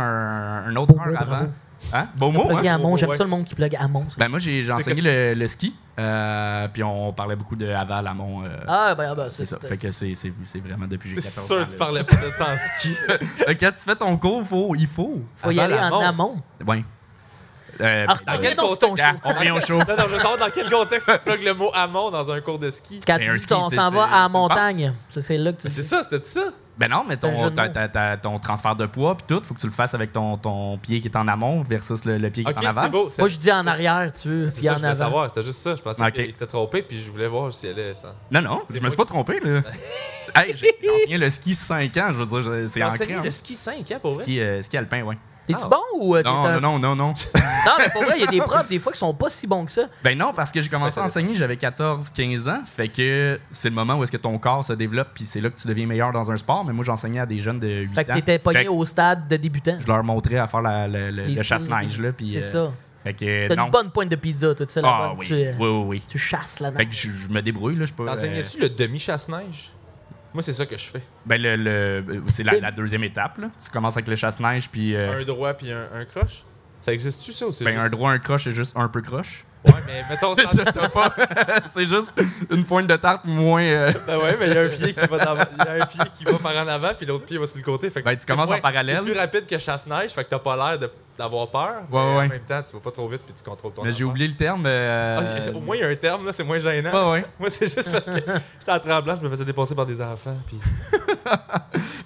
[SPEAKER 2] un autre
[SPEAKER 3] Beau
[SPEAKER 2] heure
[SPEAKER 3] mot,
[SPEAKER 2] avant.
[SPEAKER 3] bravo.
[SPEAKER 2] Hein? Beau mot, hein?
[SPEAKER 3] Plugger Amon,
[SPEAKER 1] ouais,
[SPEAKER 3] j'aime
[SPEAKER 1] ouais.
[SPEAKER 3] ça le monde qui plug Amon. ça.
[SPEAKER 2] Ben, moi, j'ai
[SPEAKER 1] C'est
[SPEAKER 2] j'ai enseigné le, le ski. euh, puis on parlait beaucoup de aval, amont. euh,
[SPEAKER 3] Ah, ben, ah, ben c'est
[SPEAKER 2] c'est ça. Fait que c'est- c'est c'est vraiment depuis que j'ai
[SPEAKER 1] C'est
[SPEAKER 2] 14
[SPEAKER 1] sûr
[SPEAKER 2] ans,
[SPEAKER 1] que tu
[SPEAKER 2] là.
[SPEAKER 1] parlais pas de ça en ski.
[SPEAKER 2] Euh, Quand tu fais ton cours, faut, il faut.
[SPEAKER 3] Faut y
[SPEAKER 1] Avant
[SPEAKER 3] aller en
[SPEAKER 1] la
[SPEAKER 3] amont.
[SPEAKER 2] Oui. Euh,
[SPEAKER 3] Alors,
[SPEAKER 2] ben,
[SPEAKER 3] reviens
[SPEAKER 1] quel
[SPEAKER 3] donc sur ton show.
[SPEAKER 2] ah, on revient au show.
[SPEAKER 1] non, non, je veux savoir dans quel contexte tu plugues le mot amont dans un cours de ski.
[SPEAKER 3] Quand
[SPEAKER 2] Mais
[SPEAKER 3] tu
[SPEAKER 2] un
[SPEAKER 3] dis
[SPEAKER 2] ski,
[SPEAKER 3] qu'on
[SPEAKER 2] c'est-
[SPEAKER 3] s'en
[SPEAKER 2] c'est-
[SPEAKER 3] va
[SPEAKER 2] c'est
[SPEAKER 3] à la
[SPEAKER 2] pas-
[SPEAKER 3] montagne, ça, c'est là que tu
[SPEAKER 1] Mais c'est
[SPEAKER 3] dis.
[SPEAKER 1] ça, c'était ça.
[SPEAKER 2] Ben non, mais
[SPEAKER 3] un jeu
[SPEAKER 2] ton,
[SPEAKER 3] de
[SPEAKER 2] ta-
[SPEAKER 3] mots.
[SPEAKER 2] ta- ta- ton transfert de poids puis tout, faut que tu le fasses avec ton, ton pied qui est en amont versus le, le pied qui
[SPEAKER 1] Ok,
[SPEAKER 2] est en
[SPEAKER 1] c'est
[SPEAKER 2] avant.
[SPEAKER 1] beau. C'est
[SPEAKER 3] Moi, je dis en arrière, tu veux,
[SPEAKER 1] c'est
[SPEAKER 3] puis
[SPEAKER 1] ça,
[SPEAKER 3] en
[SPEAKER 1] je voulais
[SPEAKER 3] avant.
[SPEAKER 1] savoir. C'était juste ça. Je pensais
[SPEAKER 2] Ok.
[SPEAKER 1] qu'il s'était trompé, puis je voulais voir si elle est ça.
[SPEAKER 2] Non, non,
[SPEAKER 1] C'est
[SPEAKER 2] je me
[SPEAKER 1] moi
[SPEAKER 2] suis pas trompé, là. hey, j'ai j'ai enseigné le ski 5 ans, je veux dire, je- c'est
[SPEAKER 1] T'as
[SPEAKER 2] ancré.
[SPEAKER 1] enseigné
[SPEAKER 2] hein.
[SPEAKER 1] le ski 5 ans pour vrai.
[SPEAKER 2] Ski, euh, ski alpin, ouais.
[SPEAKER 3] T'es-tu
[SPEAKER 1] Ah.
[SPEAKER 3] bon ou euh, t'es
[SPEAKER 2] Non,
[SPEAKER 3] un-
[SPEAKER 2] non, non, non, non.
[SPEAKER 3] Non, mais pour vrai, il y a des profs, des fois, qui sont pas si bons que ça.
[SPEAKER 2] ben non, parce que j'ai commencé à enseigner, j'avais 14, 15 ans. Fait que c'est le moment où est-ce que ton corps se développe, puis c'est là que tu deviens meilleur dans un sport. Mais moi, j'enseignais à des jeunes de 8
[SPEAKER 3] Fait que
[SPEAKER 2] ans.
[SPEAKER 3] t'étais
[SPEAKER 2] Fait
[SPEAKER 3] pogné
[SPEAKER 2] que
[SPEAKER 3] au stade de débutant.
[SPEAKER 2] Je leur montrais à faire la- le, le-
[SPEAKER 3] Les
[SPEAKER 2] le
[SPEAKER 3] skis,
[SPEAKER 2] chasse-neige, là. puis,
[SPEAKER 3] C'est
[SPEAKER 2] euh,
[SPEAKER 3] ça.
[SPEAKER 2] Fait que
[SPEAKER 3] T'as
[SPEAKER 2] non.
[SPEAKER 3] une bonne pointe de pizza, toi, tu fais la
[SPEAKER 2] ah
[SPEAKER 3] bonne.
[SPEAKER 2] oui,
[SPEAKER 3] tu,
[SPEAKER 2] oui,
[SPEAKER 3] euh,
[SPEAKER 2] oui, oui.
[SPEAKER 3] tu chasses la
[SPEAKER 2] Fait
[SPEAKER 3] neige.
[SPEAKER 2] que je, je me débrouille, là. Je peux. euh,
[SPEAKER 1] T'enseignais-tu le demi-chasse-neige Moi, c'est ça que je fais.
[SPEAKER 2] Ben, le, le- euh, c'est la, la deuxième étape. Là. Tu commences avec le chasse-neige, puis euh,
[SPEAKER 1] Un droit puis un, un croche. Ça existe-tu ça ou c'est
[SPEAKER 2] ben,
[SPEAKER 1] juste-
[SPEAKER 2] un droit, un croche, c'est juste un peu croche.
[SPEAKER 1] Ouais, mais mettons ça. ça pas.
[SPEAKER 2] c'est juste une pointe de tarte moins. euh,
[SPEAKER 1] Ben ouais, mais il y a un pied qui va dans- il y a un pied qui va par en avant puis l'autre pied va sur le côté. Fait que
[SPEAKER 2] Ben, tu
[SPEAKER 1] c'est
[SPEAKER 2] commences en
[SPEAKER 1] moins-
[SPEAKER 2] parallèle.
[SPEAKER 1] C'est plus rapide que chasse-neige, fait que t'as pas l'air de- d'avoir peur. mais
[SPEAKER 2] Ouais, ouais.
[SPEAKER 1] En même temps, tu vas pas trop vite puis tu contrôles ton.
[SPEAKER 2] Mais j'ai
[SPEAKER 1] affaire.
[SPEAKER 2] oublié le terme.
[SPEAKER 1] Ah,
[SPEAKER 2] euh,
[SPEAKER 1] Au moins, il y a un terme, là, c'est moins gênant.
[SPEAKER 2] ouais, ouais.
[SPEAKER 1] Moi, c'est juste parce que j'étais en tremblant, je me faisais dépasser par des enfants. Puis...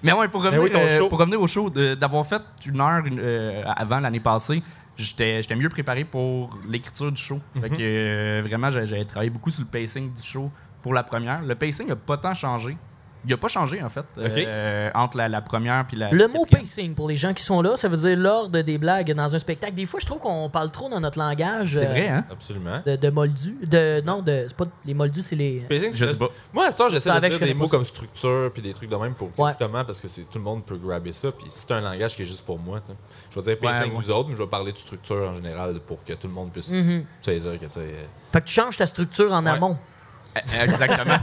[SPEAKER 2] Mais ouais, pour revenir,
[SPEAKER 1] Ben oui, ton
[SPEAKER 2] euh,
[SPEAKER 1] show.
[SPEAKER 2] pour revenir au show, de- d'avoir fait une heure une- euh, avant l'année passée, j'étais j'étais mieux préparé pour l'écriture du show. Fait
[SPEAKER 1] Mhm.
[SPEAKER 2] que euh, vraiment, j'ai- j'avais travaillé beaucoup sur le pacing du show pour la première. Le pacing n'a pas tant changé. Il a pas changé, en fait, euh, entre la, la première puis la.
[SPEAKER 3] Le mot
[SPEAKER 2] quatrième.
[SPEAKER 3] pacing, pour les gens qui sont là, ça veut dire l'ordre des blagues dans un spectacle. Des fois, je trouve qu'on parle trop dans notre langage.
[SPEAKER 2] C'est
[SPEAKER 3] euh,
[SPEAKER 2] vrai, hein?
[SPEAKER 1] Absolument.
[SPEAKER 3] De, de moldus. De, non, de, c'est pas les moldus, c'est les.
[SPEAKER 2] Je sais pas.
[SPEAKER 1] Moi, à ce temps, j'essaie
[SPEAKER 3] Ça,
[SPEAKER 1] de
[SPEAKER 3] avec,
[SPEAKER 1] dire
[SPEAKER 3] je connais
[SPEAKER 1] des
[SPEAKER 3] pas
[SPEAKER 1] mots
[SPEAKER 3] ça.
[SPEAKER 1] comme structure puis des trucs de même pour
[SPEAKER 3] Ouais.
[SPEAKER 1] justement parce que c'est tout le monde peut grabber ça. Puis c'est un langage qui est juste pour moi. tu sais. Je vais dire
[SPEAKER 2] Ouais,
[SPEAKER 1] pacing
[SPEAKER 2] ouais.
[SPEAKER 1] vous autres, mais je vais parler de structure en général pour que tout le monde puisse
[SPEAKER 3] Mhm.
[SPEAKER 1] saisir que tu sais. euh,
[SPEAKER 3] Fait que tu changes ta structure en
[SPEAKER 1] Ouais.
[SPEAKER 3] amont.
[SPEAKER 2] Exactement.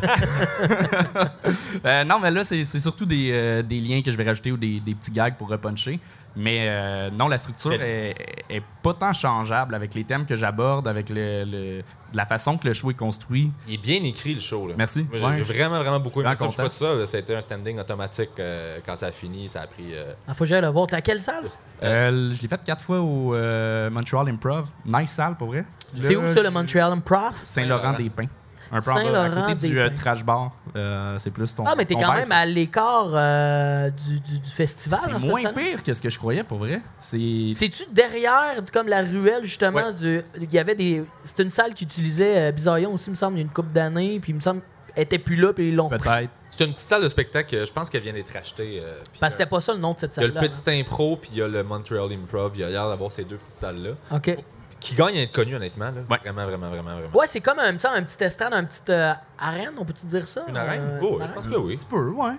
[SPEAKER 2] Euh, non, mais là, c'est c'est surtout des, euh, des liens que je vais rajouter ou des, des petits gags pour repuncher. Mais euh, non, la structure est, est pas tant changeable avec les thèmes que j'aborde, avec le, le- la façon que le show est construit.
[SPEAKER 1] Il est bien écrit le show. Là.
[SPEAKER 2] Merci.
[SPEAKER 1] Moi, j'ai
[SPEAKER 2] Ouais,
[SPEAKER 1] j'ai
[SPEAKER 2] je-
[SPEAKER 1] vraiment, vraiment beaucoup aimé
[SPEAKER 2] Vraiment
[SPEAKER 1] ça. puis Je suis pas
[SPEAKER 2] content.
[SPEAKER 1] tout seul. C'était un standing automatique euh, quand ça a fini. Ça a pris. euh,
[SPEAKER 3] Ah, faut que j'aille le voir. T'es à quelle salle?
[SPEAKER 2] Euh, je l'ai fait quatre fois au euh, Montreal Improv. Nice salle, pour vrai.
[SPEAKER 3] C'est
[SPEAKER 2] Là,
[SPEAKER 3] où ça, le Montreal Improv?
[SPEAKER 2] Saint-Laurent-des-Pins. Un peu en bas, à côté du
[SPEAKER 3] Saint-Laurent-des-Pins.
[SPEAKER 2] euh, Trash Bar. Euh, c'est plus ton.
[SPEAKER 3] Ah, mais t'es
[SPEAKER 2] ton
[SPEAKER 3] quand
[SPEAKER 2] vibe,
[SPEAKER 3] même
[SPEAKER 2] ça.
[SPEAKER 3] à l'écart euh, du, du- du festival. hein,
[SPEAKER 2] C'est
[SPEAKER 3] cette
[SPEAKER 2] moins
[SPEAKER 3] salle-là?
[SPEAKER 2] pire que ce que je croyais, pour vrai. C'est.
[SPEAKER 3] C'est-tu derrière, comme la ruelle, justement,
[SPEAKER 2] Ouais.
[SPEAKER 3] du. Il y avait des. C'était une salle qui utilisait euh, Bizarillon aussi, il me semble, il y a une couple d'années, puis il me semble, elle était plus là, puis ils l'ont pris.
[SPEAKER 2] Peut-être.
[SPEAKER 1] C'est une petite salle de spectacle. euh, Je pense qu'elle vient d'être achetée. euh, puis,
[SPEAKER 3] Parce que
[SPEAKER 1] euh,
[SPEAKER 3] c'était pas ça le nom de cette
[SPEAKER 1] il y a le
[SPEAKER 3] salle-là.
[SPEAKER 1] petit impro, puis il y a le Montreal Improv. Il y a l'air d'avoir ces deux petites salles-là.
[SPEAKER 3] hein. OK.
[SPEAKER 1] Qui gagnent à être connues, honnêtement. là.
[SPEAKER 2] Ouais.
[SPEAKER 1] Vraiment, vraiment, vraiment, vraiment.
[SPEAKER 3] Ouais, c'est comme un, petit- un petit estrade, un petit euh, arène, on peut-tu dire ça?
[SPEAKER 1] Une arène?
[SPEAKER 3] Euh,
[SPEAKER 1] Oh,
[SPEAKER 3] une
[SPEAKER 1] je
[SPEAKER 3] arène?
[SPEAKER 1] pense que oui.
[SPEAKER 2] Tu peux, ouais. Ben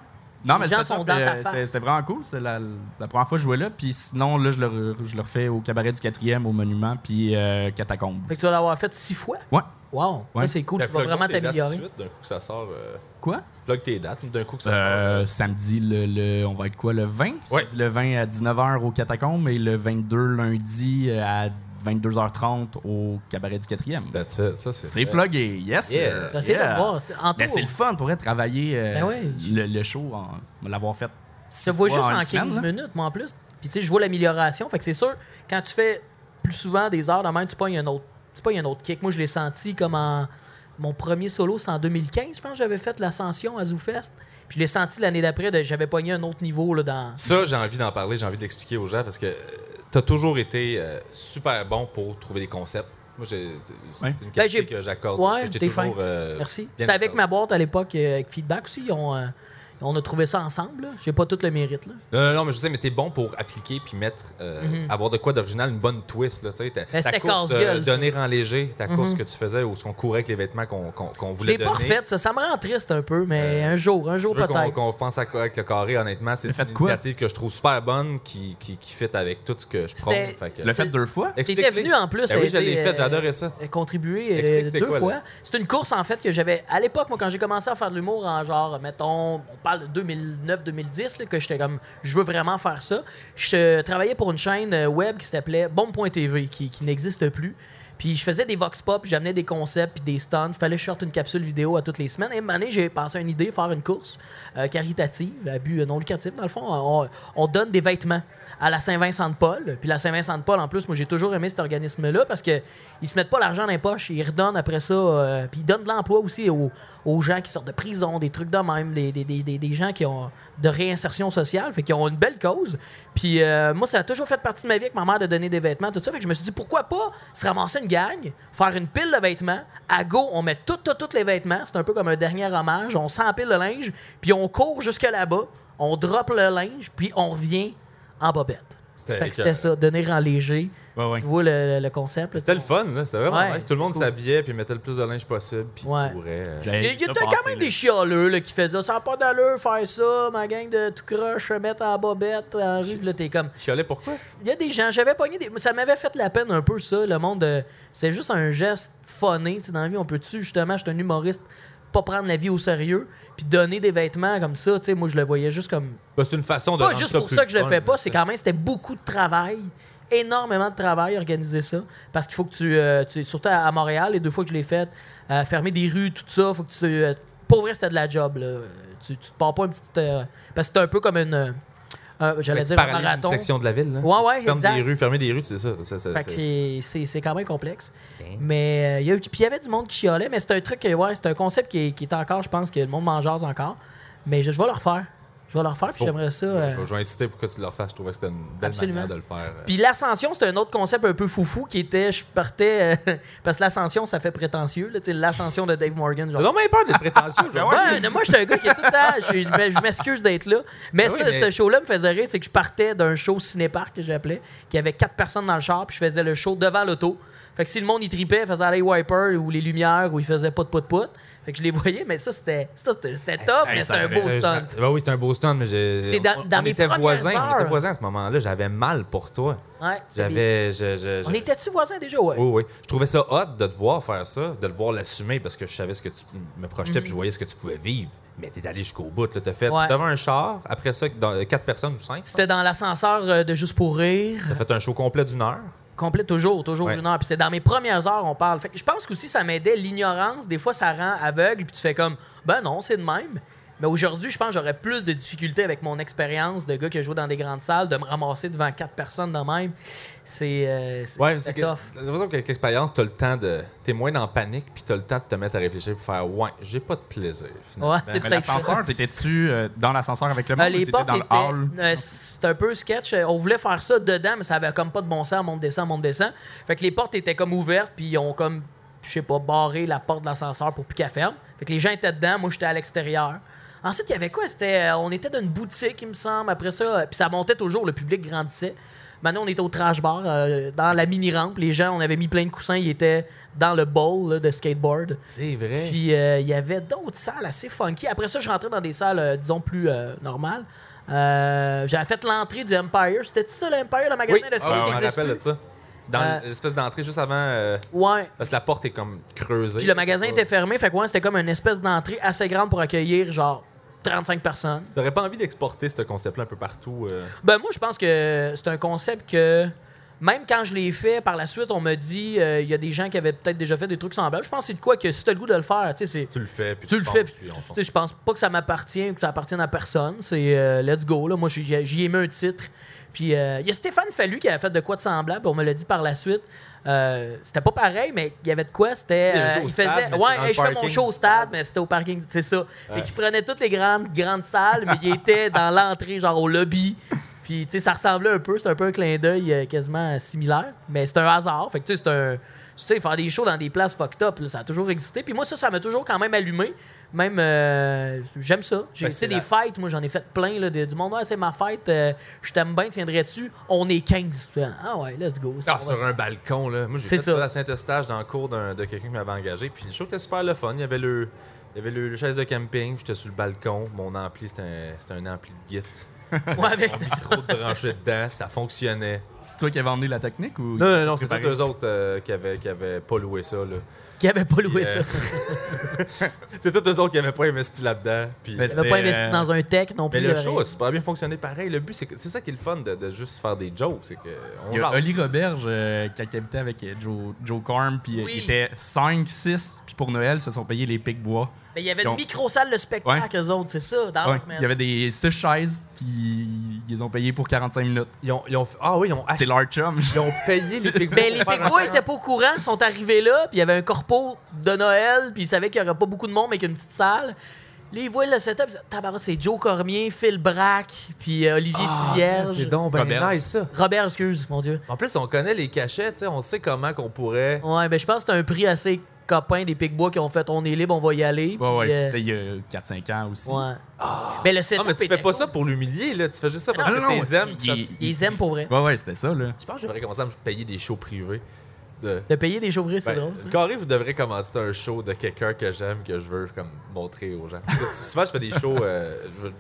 [SPEAKER 2] Non, mais
[SPEAKER 3] Les gens
[SPEAKER 2] le
[SPEAKER 3] sont
[SPEAKER 2] setup,
[SPEAKER 3] dans ta
[SPEAKER 2] euh,
[SPEAKER 3] face.
[SPEAKER 2] c'était c'était vraiment cool. C'était la, la première fois que je jouais là. Puis sinon, là, je le, re- je le refais au cabaret du 4e, au monument, puis euh, Catacombe.
[SPEAKER 3] Fait que tu vas l'avoir fait six fois.
[SPEAKER 2] Ouais.
[SPEAKER 3] Wow,
[SPEAKER 2] Ouais.
[SPEAKER 3] ça c'est cool,
[SPEAKER 1] Ben,
[SPEAKER 3] tu vas
[SPEAKER 1] plug
[SPEAKER 3] vraiment
[SPEAKER 1] tes dates
[SPEAKER 3] t'améliorer.
[SPEAKER 1] tout de suite, D'un coup que ça sort. euh,
[SPEAKER 2] Quoi?
[SPEAKER 1] Plug tes dates, d'un coup que ça
[SPEAKER 2] Euh,
[SPEAKER 1] sort.
[SPEAKER 2] samedi, le, le- on va être quoi? Le 20?
[SPEAKER 1] Ouais.
[SPEAKER 2] Samedi, le 20 à 19h au Catacombe et le 22 lundi euh, à 22h30 au cabaret du 4e.
[SPEAKER 1] euh, that's it, Ça, c'est.
[SPEAKER 2] C'est
[SPEAKER 1] vrai.
[SPEAKER 2] plugué. Yes!
[SPEAKER 1] Yeah. Ben,
[SPEAKER 2] sir.
[SPEAKER 3] J'essaie
[SPEAKER 2] Yeah.
[SPEAKER 3] de voir. c'est- En
[SPEAKER 2] Mais
[SPEAKER 3] tout,
[SPEAKER 2] c'est le fun pour être travailler euh,
[SPEAKER 3] Ben ouais.
[SPEAKER 2] le, le show, en- l'avoir fait.
[SPEAKER 3] Je
[SPEAKER 2] Ça
[SPEAKER 3] te vois juste en 15 minutes, moi en plus. Puis tu sais, je vois l'amélioration. Fait que c'est sûr, quand tu fais plus souvent des heures de même, tu pognes un autre, tu pognes un autre kick. Moi, je l'ai senti comme en. Mon premier solo, c'est en 2015, je pense que j'avais fait l'ascension à ZooFest. Puis je l'ai senti l'année d'après, de- j'avais pogné un autre niveau là, dans.
[SPEAKER 1] Ça, j'ai envie d'en parler, j'ai envie de l'expliquer aux gens parce que tu as toujours été euh, super bon pour trouver des concepts. Moi, j'ai- c'est
[SPEAKER 2] Ouais.
[SPEAKER 1] c'est une qualité
[SPEAKER 3] Ben, j'ai-
[SPEAKER 1] que j'accorde.
[SPEAKER 3] Ouais,
[SPEAKER 1] que j'ai
[SPEAKER 3] t'es fin.
[SPEAKER 1] euh,
[SPEAKER 3] Merci.
[SPEAKER 1] bien
[SPEAKER 3] C'était avec
[SPEAKER 1] accordée.
[SPEAKER 3] ma boîte à l'époque, euh, avec Feedback aussi. Ils ont, euh, On a trouvé ça ensemble. là. J'ai pas tout le mérite. Là.
[SPEAKER 1] Non, non, non, mais je sais, mais t'es bon pour appliquer puis mettre, euh,
[SPEAKER 3] Mhm.
[SPEAKER 1] avoir de quoi d'original, une bonne twist. Là, tu sais, ta,
[SPEAKER 3] Mais
[SPEAKER 1] ta
[SPEAKER 3] c'était
[SPEAKER 1] course euh,
[SPEAKER 3] casse-gueule, ça.
[SPEAKER 1] donner en léger, ta
[SPEAKER 3] Mhm.
[SPEAKER 1] course que tu faisais où on courait avec les vêtements qu'on qu'on- qu'on
[SPEAKER 3] Je
[SPEAKER 1] voulait
[SPEAKER 3] l'ai
[SPEAKER 1] donner.
[SPEAKER 3] pas refaite, ça. Ça me rend triste un peu, mais
[SPEAKER 1] Euh,
[SPEAKER 3] un jour,
[SPEAKER 1] Je
[SPEAKER 3] un jour
[SPEAKER 1] veux qu'on-
[SPEAKER 3] peut-être.
[SPEAKER 1] qu'on pense à quoi avec le carré, honnêtement, c'est
[SPEAKER 2] Le
[SPEAKER 1] une
[SPEAKER 2] fait de quoi?
[SPEAKER 1] initiative que je trouve super bonne qui, qui, qui fit avec tout ce que je prends.
[SPEAKER 3] C'était-
[SPEAKER 1] Fait que-
[SPEAKER 2] Tu l'as fait deux fois?
[SPEAKER 3] T'étais
[SPEAKER 1] Explique-les.
[SPEAKER 3] venu en plus.
[SPEAKER 1] Ben oui,
[SPEAKER 3] ça
[SPEAKER 1] je
[SPEAKER 3] a
[SPEAKER 1] l'ai
[SPEAKER 3] été,
[SPEAKER 1] fait,
[SPEAKER 3] euh,
[SPEAKER 1] j'adoré ça.
[SPEAKER 3] euh, contribué
[SPEAKER 1] Explique,
[SPEAKER 3] euh,
[SPEAKER 1] c'était
[SPEAKER 3] deux
[SPEAKER 1] quoi, là?
[SPEAKER 3] fois. C'est une course en fait que j'avais à l'époque moi quand j'ai commencé à faire de l'humour en genre mettons on parle de 2009-2010 là, que j'étais comme je veux vraiment faire ça. Je euh, travaillais pour une chaîne euh, web qui s'appelait bombe.tv qui, qui n'existe plus. Puis je faisais des vox pop, puis j'amenais des concepts, puis des stunts. Fallait que je sorte une capsule vidéo à toutes les semaines. Et une année, j'ai pensé à une idée, faire une course euh, caritative, à but euh, non lucratif. Dans le fond, on, on donne des vêtements à la Saint-Vincent-de-Paul. Puis la Saint-Vincent-de-Paul, en plus, moi, j'ai toujours aimé cet organisme-là parce que ils se mettent pas l'argent dans les poches, ils redonnent après ça. euh, puis ils donnent de l'emploi aussi aux, aux gens qui sortent de prison, des trucs de même, des, des- des- des- des gens qui ont de réinsertion sociale, fait qu'ils ont une belle cause. Puis euh, moi, ça a toujours fait partie de ma vie avec ma mère de donner des vêtements, tout ça. Fait que je me suis dit, pourquoi pas se ramasser une gang, faire une pile de vêtements, à go, on met tout, tout, tous les vêtements. C'est un peu comme un dernier hommage. On s'empile le linge, puis on court jusque là-bas, on drop le linge, puis on revient en bobette.
[SPEAKER 1] C'était-
[SPEAKER 3] Fait que c'était ça, donner en léger.
[SPEAKER 2] Ouais, ouais.
[SPEAKER 3] Tu vois le, le concept. là,
[SPEAKER 1] C'était
[SPEAKER 3] tu
[SPEAKER 1] le fun, là. C'était vraiment
[SPEAKER 3] Ouais,
[SPEAKER 1] nice. Tout le monde
[SPEAKER 3] c'était cool.
[SPEAKER 1] s'habillait puis mettait le plus de linge possible. Puis
[SPEAKER 3] Ouais.
[SPEAKER 1] courait, euh.
[SPEAKER 2] J'avais
[SPEAKER 3] Il y,
[SPEAKER 2] vu
[SPEAKER 3] il y
[SPEAKER 2] ça
[SPEAKER 3] était quand
[SPEAKER 2] passer,
[SPEAKER 3] même
[SPEAKER 2] là.
[SPEAKER 3] des chialeux là, qui faisaient ça. Ça n'a pas d'allure faire ça. Ma gang de tout croche, mettre en bobette, en rue. Puis Là, t'es comme.
[SPEAKER 1] Chialais pourquoi?
[SPEAKER 3] Il y a des gens, j'avais pogné des. Ça m'avait fait la peine un peu, ça, le monde. de- C'est juste un geste funné. Tu sais, dans la vie, on peut-tu, justement, je suis un humoriste, pas prendre la vie au sérieux, puis donner des vêtements comme ça. Tu sais, moi, je le voyais juste comme.
[SPEAKER 1] Bah, c'est une façon de.
[SPEAKER 3] Pas
[SPEAKER 1] rendre
[SPEAKER 3] juste pour
[SPEAKER 1] plus
[SPEAKER 3] ça que je le
[SPEAKER 1] fun,
[SPEAKER 3] fais pas,
[SPEAKER 1] là,
[SPEAKER 3] c'est
[SPEAKER 1] tu sais.
[SPEAKER 3] quand même, c'était beaucoup de travail. Énormément de travail organiser ça. Parce qu'il faut que tu, euh, tu- Surtout à à Montréal, les deux fois que je l'ai fait, euh, fermer des rues, tout ça, faut que tu. euh, pour vrai, c'était de la job, là. Tu, tu te pars pas une petite. euh, parce que c'est un peu comme une. euh, euh, J'allais
[SPEAKER 1] Fait que
[SPEAKER 3] dire
[SPEAKER 1] tu
[SPEAKER 3] un
[SPEAKER 1] paralyses une
[SPEAKER 3] marathon.
[SPEAKER 1] section de la ville, là.
[SPEAKER 3] Ouais, ouais,
[SPEAKER 1] Tu fermes
[SPEAKER 3] exact.
[SPEAKER 1] des rues, fermer des rues, c'est ça. ça, ça, Ben.
[SPEAKER 3] Fait que
[SPEAKER 1] c'est-
[SPEAKER 3] c'est- c'est c'est quand même complexe. Mais euh, il y a eu- puis il y avait du monde qui chialait, mais c'est un truc, que, ouais, c'est un concept qui est, qui est encore, je pense, que le monde m'en jase encore. Mais je, je vais le refaire. Je vais le refaire, puis
[SPEAKER 1] Faut.
[SPEAKER 3] j'aimerais ça.
[SPEAKER 1] Je,
[SPEAKER 3] euh,
[SPEAKER 1] je- je vais insister pour que tu le refasses. Je trouvais que c'était une belle
[SPEAKER 3] Absolument.
[SPEAKER 1] manière de le faire. euh.
[SPEAKER 3] Puis l'ascension, c'était un autre concept un peu foufou qui était, je partais, euh, parce que l'ascension, ça fait prétentieux, là, tu sais, l'ascension de Dave Morgan. Genre.
[SPEAKER 1] Non, mais peur d'être prétentieux.
[SPEAKER 2] Ah
[SPEAKER 1] aujourd'hui.
[SPEAKER 2] ouais?
[SPEAKER 3] Ouais, non, moi, j'étais un gars qui est tout le temps. Je, je- je m'excuse d'être là. Mais,
[SPEAKER 1] Ah oui,
[SPEAKER 3] ça,
[SPEAKER 1] mais-
[SPEAKER 3] ce show-là me faisait rire. C'est que je partais d'un show ciné-parc que j'appelais, qui avait quatre personnes dans le char, puis je faisais le show devant l'auto. Fait que si le monde y tripait, faisait aller wiper ou les lumières ou il faisait pas de pout pout Fait que je les voyais, mais ça, c'était ça, c'était- c'était tough,
[SPEAKER 2] Hey,
[SPEAKER 3] Ah, mais
[SPEAKER 2] ça
[SPEAKER 3] c'était un
[SPEAKER 2] aurait-
[SPEAKER 3] beau
[SPEAKER 1] C'est-
[SPEAKER 3] stunt.
[SPEAKER 1] c'est- Ben oui, c'était un beau stunt, mais j'ai.
[SPEAKER 3] C'est dans-
[SPEAKER 1] on-
[SPEAKER 3] dans
[SPEAKER 1] on
[SPEAKER 3] mes
[SPEAKER 1] était
[SPEAKER 3] premières
[SPEAKER 1] voisins, on était
[SPEAKER 3] heures.
[SPEAKER 1] voisins à ce moment-là. J'avais mal pour toi.
[SPEAKER 3] Ouais, c'était bien.
[SPEAKER 1] J'avais. Oh. je- je- je-
[SPEAKER 3] On était-tu voisins déjà? Ouais.
[SPEAKER 1] Oui, oui. Je trouvais ça hot de te voir faire ça, de le voir l'assumer parce que je savais ce que tu me projetais puis je voyais ce que tu pouvais vivre. Mais t'es allé jusqu'au bout. là. T'as fait
[SPEAKER 3] Mhm. Ouais.
[SPEAKER 1] devant un char, après ça, dans, euh, quatre personnes ou cinq.
[SPEAKER 3] C'était dans l'ascenseur euh, de Juste pour rire.
[SPEAKER 1] T'as fait un show complet d'une heure.
[SPEAKER 3] Complet, toujours, toujours
[SPEAKER 1] Ouais.
[SPEAKER 3] une heure. Puis c'est dans mes premières heures, on parle. Fait que je pense qu'aussi, ça m'aidait. L'ignorance, des fois, ça rend aveugle. Puis tu fais comme, ben non, c'est de même. Mais aujourd'hui, je pense que j'aurais plus de difficultés avec mon expérience de gars qui a joué dans des grandes salles, de me ramasser devant quatre personnes de même. C'est euh, c'est-
[SPEAKER 1] Ouais,
[SPEAKER 3] c'est
[SPEAKER 1] c'est que.
[SPEAKER 3] tough.
[SPEAKER 1] J'ai l'impression qu'avec l'expérience, t'as le temps de. T'es moins dans la panique puis t'as le temps de te mettre à réfléchir pour faire Ouais, j'ai pas de plaisir. finalement.
[SPEAKER 3] Ouais, c'est
[SPEAKER 2] Mais
[SPEAKER 3] peut-être ça.
[SPEAKER 2] l'ascenseur, t'étais-tu euh, dans l'ascenseur avec le monde
[SPEAKER 3] Euh,
[SPEAKER 2] ou
[SPEAKER 3] les
[SPEAKER 2] t'étais
[SPEAKER 3] portes
[SPEAKER 2] dans le hall?
[SPEAKER 3] étaient. euh, C'était un peu sketch. Euh, On voulait faire ça dedans, mais ça avait comme pas de bon sens. Monte, descend, monte, descend. Fait que les portes étaient comme ouvertes, puis ils ont comme, je sais pas, barré la porte de l'ascenseur pour plus qu'elle ferme. Fait que les gens étaient dedans, moi j'étais à l'extérieur. Ensuite, il y avait quoi C'était, euh, On était dans une boutique, il me semble. Après ça, euh, puis ça montait toujours, le public grandissait. Maintenant, on était au trash bar, euh, dans la mini-rampe. Les gens, on avait mis plein de coussins, ils étaient dans le bowl là, de skateboard.
[SPEAKER 1] C'est vrai.
[SPEAKER 3] Puis euh, il y avait d'autres salles assez funky. Après ça, je rentrais dans des salles, euh, disons, plus euh, normales. Euh, J'avais fait l'entrée du Empire. C'était-tu ça, l'Empire, le magasin de
[SPEAKER 1] ah,
[SPEAKER 3] skate
[SPEAKER 1] ouais,
[SPEAKER 3] qui
[SPEAKER 1] on me
[SPEAKER 3] existe
[SPEAKER 1] rappelle de
[SPEAKER 3] plus?
[SPEAKER 1] ça. Dans
[SPEAKER 3] Euh,
[SPEAKER 1] l'espèce d'entrée juste avant. euh,
[SPEAKER 3] Ouais.
[SPEAKER 1] parce que la porte est comme creusée.
[SPEAKER 3] Puis le magasin était fermé. Fait que ouais, c'était comme une espèce d'entrée assez grande pour accueillir, genre, 35 personnes.
[SPEAKER 1] T'aurais pas envie d'exporter ce concept-là un peu partout. euh?
[SPEAKER 3] Ben moi, je pense que c'est un concept que même quand je l'ai fait, par la suite, on me dit, euh, il y a des gens qui avaient peut-être déjà fait des trucs semblables. Je pense que c'est de quoi que si t'as le goût de le faire, tu sais, c'est...
[SPEAKER 1] Tu le fais, puis
[SPEAKER 3] Tu le
[SPEAKER 1] penses,
[SPEAKER 3] fais, puis
[SPEAKER 1] puis
[SPEAKER 3] tu
[SPEAKER 1] on fonce.
[SPEAKER 3] sais, je pense pas que ça m'appartient ou que ça appartienne à personne. C'est euh, let's go, là. Moi, j'ai- j'y ai mis un titre. Puis euh, il y a Stéphane Fallu qui avait fait de quoi de semblable, on me l'a dit par la suite. Euh, c'était pas pareil, mais il y avait de quoi, c'était...
[SPEAKER 1] Il a
[SPEAKER 3] euh,
[SPEAKER 1] joué au
[SPEAKER 3] il
[SPEAKER 1] stade,
[SPEAKER 3] faisait...
[SPEAKER 1] mais c'était dans
[SPEAKER 3] Ouais, hey,
[SPEAKER 1] le
[SPEAKER 3] je fais mon
[SPEAKER 1] parking
[SPEAKER 3] show au
[SPEAKER 1] du
[SPEAKER 3] stade,
[SPEAKER 1] stade.
[SPEAKER 3] mais c'était au parking, c'est ça. Fait qu'il prenait toutes les grandes, grandes salles, mais il était dans l'entrée, genre au lobby. Puis, tu sais, ça ressemblait un peu, c'est un peu un clin d'œil euh, quasiment similaire, mais c'est un hasard. Fait que, tu sais, c'est un... sais, faire des shows dans des places fucked up, là, ça a toujours existé. Puis moi, ça, ça m'a toujours quand même allumé. Même, euh, j'aime ça. J'ai
[SPEAKER 1] Ben,
[SPEAKER 3] tu sais,
[SPEAKER 1] c'est
[SPEAKER 3] des
[SPEAKER 1] la-
[SPEAKER 3] fêtes, moi, j'en ai fait plein, là, de- du monde. Ouais, c'est ma fête, euh, je t'aime bien, tiendrais-tu? On est 15. Ah ouais, let's go. ça,
[SPEAKER 1] Ah,
[SPEAKER 3] on va-
[SPEAKER 1] sur un balcon, là. Moi, j'ai
[SPEAKER 3] C'est
[SPEAKER 1] fait
[SPEAKER 3] ça.
[SPEAKER 1] ça à Saint-Eustache dans le cours d'un- de quelqu'un qui m'avait engagé. Puis le show était super le fun. Il y avait le, il y avait le, le chaise de camping. J'étais sur le balcon. Mon ampli, c'était un, c'était un ampli de git.
[SPEAKER 3] Ouais, avec-
[SPEAKER 1] Mon micro de branché dedans. Ça fonctionnait.
[SPEAKER 2] C'est toi qui avais emmené la technique ou.
[SPEAKER 1] Non, non, non, c'est
[SPEAKER 2] Préparé.
[SPEAKER 1] pas eux autres euh, qui, avaient, qui avaient pas loué ça, là.
[SPEAKER 3] qui avait pas
[SPEAKER 1] Puis,
[SPEAKER 3] loué ça.
[SPEAKER 1] euh, c'est tous eux autres qui avaient pas investi là-dedans. Puis,
[SPEAKER 2] Ben,
[SPEAKER 3] Il avait pas
[SPEAKER 2] c'était,
[SPEAKER 3] investi
[SPEAKER 2] euh,
[SPEAKER 3] dans un tech non
[SPEAKER 1] mais
[SPEAKER 3] plus.
[SPEAKER 1] le
[SPEAKER 3] euh,
[SPEAKER 1] show a super bien fonctionné pareil. Le but, c'est que- c'est ça qui est le fun de, de juste faire des jokes. C'est que on
[SPEAKER 2] Il y a
[SPEAKER 1] jase.
[SPEAKER 2] Oli Roberge euh, qui habitait avec euh, Joe, Joe Corm, puis euh,
[SPEAKER 3] Oui.
[SPEAKER 2] ils étaient 5, 6, puis pour Noël, ils se sont payés les pics bois.
[SPEAKER 3] Mais Ben, il y avait
[SPEAKER 2] Ils
[SPEAKER 3] une
[SPEAKER 2] ont-
[SPEAKER 3] micro-salle de spectacle, eux autres, c'est ça, dans
[SPEAKER 2] Ouais. Il y avait des 6 chaises, puis ils les ont payés pour 45 minutes.
[SPEAKER 1] Ils ont, ils ont- ah oui, ils ont
[SPEAKER 2] C'est
[SPEAKER 1] acheté.
[SPEAKER 2] leur chum.
[SPEAKER 1] Ils ont payé les Pig Boys pour
[SPEAKER 3] Ben, les
[SPEAKER 1] faire un
[SPEAKER 3] Pigbois étaient pas au courant, ils sont arrivés là, puis il y avait un corpo de Noël, puis ils savaient qu'il y aurait pas beaucoup de monde, mais qu'une petite salle. Là, ils voient le setup, ils disent, Tabarouette, c'est Joe Cormier, Phil Braque, puis euh, Olivier
[SPEAKER 1] Ah, man,
[SPEAKER 3] Tivierge.
[SPEAKER 1] C'est donc ben
[SPEAKER 2] Robert.
[SPEAKER 1] nice ça.
[SPEAKER 3] Robert, excuse, mon Dieu.
[SPEAKER 1] En plus, on connaît les cachets, tu sais, on sait comment qu'on pourrait.
[SPEAKER 3] Ouais, ben je pense que c'est un prix assez copain des Pigbois qui ont fait on est libre, on va y aller.
[SPEAKER 2] Ouais, ouais,
[SPEAKER 3] puis, euh,
[SPEAKER 2] puis c'était il y a 4-5 ans aussi.
[SPEAKER 3] ouais.
[SPEAKER 1] Ah.
[SPEAKER 3] Mais le setup.
[SPEAKER 1] Non, mais tu
[SPEAKER 3] était
[SPEAKER 1] fais pas
[SPEAKER 3] cool.
[SPEAKER 1] ça pour l'humilier, là. Tu fais juste ça parce
[SPEAKER 2] Non, non,
[SPEAKER 1] que tu les
[SPEAKER 2] non,
[SPEAKER 1] aimes. pis ça te-
[SPEAKER 2] il-
[SPEAKER 3] Ils les aiment pour vrai.
[SPEAKER 2] Ouais, ouais, c'était ça, là.
[SPEAKER 1] Je pense que je devrais commencer à me payer des shows privés. De...
[SPEAKER 3] De payer des chauvriers, c'est
[SPEAKER 1] Ben,
[SPEAKER 3] drôle. ça.
[SPEAKER 1] Carré, vous devrez commencer un show de quelqu'un que j'aime, que je veux comme montrer aux gens. Parce que souvent, je fais des shows. euh, je, veux-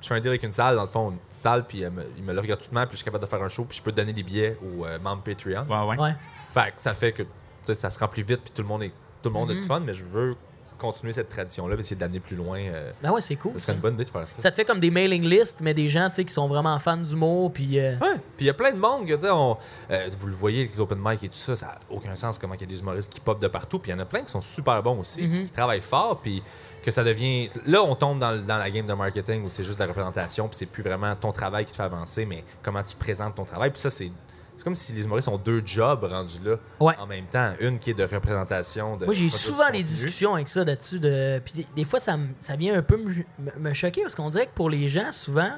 [SPEAKER 1] je fais un deal avec une salle, dans le fond, une petite salle, puis elle me- ils me l'offrent gratuitement, puis je suis capable de faire un show, puis je peux donner des billets aux euh, membres Patreon.
[SPEAKER 2] Ouais, ouais.
[SPEAKER 3] Ouais.
[SPEAKER 1] Fait que ça fait que tu sais, ça se remplit vite, puis tout le monde, est, tout le monde
[SPEAKER 3] Mm-hmm.
[SPEAKER 1] a du fun, mais je veux continuer cette tradition-là, puis essayer de l'amener plus loin. euh,
[SPEAKER 3] Ben ouais, c'est cool.
[SPEAKER 1] Ce serait une bonne idée de faire ça.
[SPEAKER 3] Ça te fait comme des mailing lists, mais des gens tu sais, qui sont vraiment fans d'humour. Puis, euh,
[SPEAKER 1] Ouais. Puis il y a plein de monde que, tu sais, on- euh, vous le voyez, les open mic et tout ça, ça n'a aucun sens comment il y a des humoristes qui pop de partout. Puis il y en a plein qui sont super bons aussi,
[SPEAKER 3] Mhm.
[SPEAKER 1] qui travaillent fort, puis que ça devient. Là, on tombe dans, le- dans la game de marketing où c'est juste de la représentation, puis c'est plus vraiment ton travail qui te fait avancer, mais comment tu présentes ton travail. Puis ça, c'est. C'est comme si les humoristes ont deux jobs rendus là
[SPEAKER 3] Ouais.
[SPEAKER 1] en même temps. Une qui est de représentation. De
[SPEAKER 3] moi, j'ai
[SPEAKER 1] produire du
[SPEAKER 3] souvent des
[SPEAKER 1] contenu.
[SPEAKER 3] discussions avec ça là-dessus. De... Puis des fois, ça, me- ça vient un peu me, me- me choquer parce qu'on dirait que pour les gens, souvent,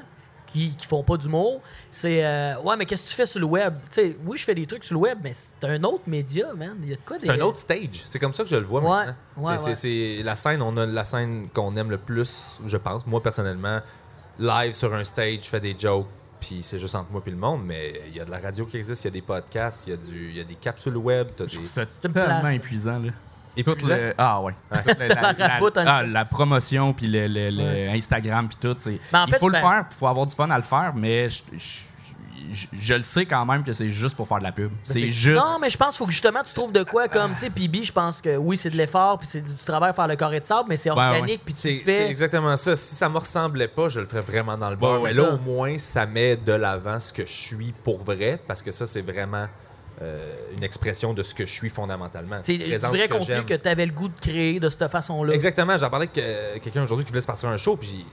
[SPEAKER 3] qui, qui font pas d'humour, c'est euh, Ouais, mais qu'est-ce que tu fais sur le web Tu sais, Oui, je fais des trucs sur le web, mais c'est un autre média, man. Il y a de quoi
[SPEAKER 1] C'est un autre stage. C'est comme ça que je le vois
[SPEAKER 3] Ouais,
[SPEAKER 1] maintenant.
[SPEAKER 3] ouais,
[SPEAKER 1] c'est,
[SPEAKER 3] ouais.
[SPEAKER 1] c'est- c'est la scène, on a la scène qu'on aime le plus, je pense. Moi, personnellement, live sur un stage, je fais des jokes, puis c'est juste entre moi puis le monde, mais il y a de la radio qui existe, il y a des podcasts, il y a, du, il y a des capsules web, t'as
[SPEAKER 2] Je
[SPEAKER 1] des...
[SPEAKER 2] trouve ça
[SPEAKER 3] une
[SPEAKER 2] tellement
[SPEAKER 3] place.
[SPEAKER 2] épuisant, là.
[SPEAKER 1] Et
[SPEAKER 2] Tout
[SPEAKER 1] puis,
[SPEAKER 2] le- Ah ouais. Toute la,
[SPEAKER 3] T'as la raboute en-
[SPEAKER 2] ah, la promotion, puis le, le- le Instagram, puis tout. c'est-
[SPEAKER 3] Mais en
[SPEAKER 2] il
[SPEAKER 3] fait,
[SPEAKER 2] faut
[SPEAKER 3] ben-
[SPEAKER 2] le faire, il faut avoir du fun à le faire, mais je, je- je- je le sais quand même que c'est juste pour faire de la pub. C'est
[SPEAKER 1] c'est-
[SPEAKER 2] juste.
[SPEAKER 3] Ben, Non, mais je pense qu'il faut que justement tu trouves de quoi comme, tu sais, PB, je pense que oui, c'est de l'effort, puis c'est du, du travail à faire le carré de sable, mais c'est
[SPEAKER 2] ouais.
[SPEAKER 3] organique, puis tu
[SPEAKER 1] C'est,
[SPEAKER 3] le
[SPEAKER 1] c'est
[SPEAKER 3] fais.
[SPEAKER 1] exactement ça. Si ça me ressemblait pas, je le ferais vraiment dans le bord.
[SPEAKER 2] Ouais, ouais,
[SPEAKER 1] mais
[SPEAKER 3] c'est
[SPEAKER 1] là,
[SPEAKER 3] ça.
[SPEAKER 1] au moins, ça met de l'avant ce que je suis pour vrai, parce que ça, c'est vraiment euh, une expression de ce que je suis fondamentalement.
[SPEAKER 3] C'est
[SPEAKER 1] Je
[SPEAKER 3] du
[SPEAKER 1] présente ce
[SPEAKER 3] vrai
[SPEAKER 1] que
[SPEAKER 3] contenu
[SPEAKER 1] j'aime.
[SPEAKER 3] que tu avais le goût de créer de cette façon-là.
[SPEAKER 1] Exactement. J'en parlais avec euh, quelqu'un aujourd'hui qui voulait se partir un show, puis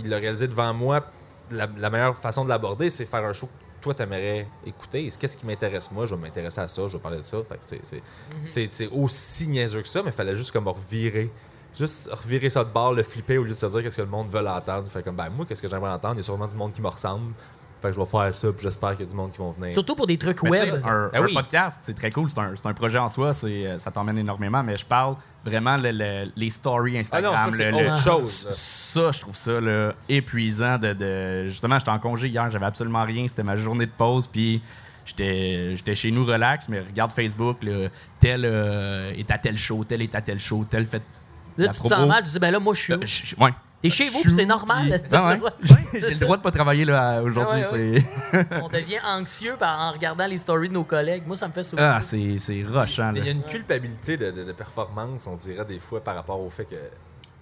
[SPEAKER 1] il l'a réalisé devant moi. La, la meilleure façon de l'aborder, c'est faire un show que toi, t'aimerais écouter. C'est Qu'est-ce qui m'intéresse, moi? Je vais m'intéresser à ça, je vais parler de ça. Fait que c'est- c'est- c'est- c'est aussi niaiseux que ça, mais il fallait juste comme revirer. Juste revirer ça de bord, le flipper au lieu de se dire qu'est-ce que le monde veut entendre. Fait comme, ben moi, qu'est-ce que j'aimerais entendre? Il y a sûrement du monde qui me ressemble. Fait que je vais faire ça, puis j'espère qu'il y a du monde qui vont venir.
[SPEAKER 3] Surtout pour des trucs
[SPEAKER 2] Mais tu sais,
[SPEAKER 3] web.
[SPEAKER 2] un,
[SPEAKER 1] Ben
[SPEAKER 2] un
[SPEAKER 1] oui.
[SPEAKER 2] podcast, c'est très cool. C'est un, c'est un projet en soi, c'est, euh, ça t'emmène énormément, mais je parle vraiment le- le- les stories Instagram.
[SPEAKER 1] Ah non, ça, c'est
[SPEAKER 2] le- le-
[SPEAKER 1] autre chose, là.
[SPEAKER 2] Ça, je trouve ça là, épuisant. De, de- Justement, j'étais en congé hier, j'avais absolument rien. C'était ma journée de pause, puis j'étais, j'étais chez nous relax, mais regarde Facebook, là, tel euh, est à tel show, tel est à tel show, tel fait.
[SPEAKER 3] Là,
[SPEAKER 2] la
[SPEAKER 3] tu te sens
[SPEAKER 2] promo.
[SPEAKER 3] mal, tu te dis, ben là, moi, je suis. où?
[SPEAKER 2] Euh, je- je- ouais.
[SPEAKER 3] T'es chez vous,
[SPEAKER 2] Je suis
[SPEAKER 3] c'est
[SPEAKER 2] où,
[SPEAKER 3] normal.
[SPEAKER 2] puis- Ah ouais.
[SPEAKER 3] C'est
[SPEAKER 2] J'ai le
[SPEAKER 3] ça.
[SPEAKER 2] droit de pas travailler là, aujourd'hui.
[SPEAKER 3] Ah ouais,
[SPEAKER 2] c'est...
[SPEAKER 3] On devient anxieux par- en regardant les stories de nos collègues. Moi, ça me fait sourire.
[SPEAKER 2] Ah, c'est, c'est rushant.
[SPEAKER 1] Mais
[SPEAKER 2] Là.
[SPEAKER 1] il y a une culpabilité de, de- de performance, on dirait des fois, par rapport au fait que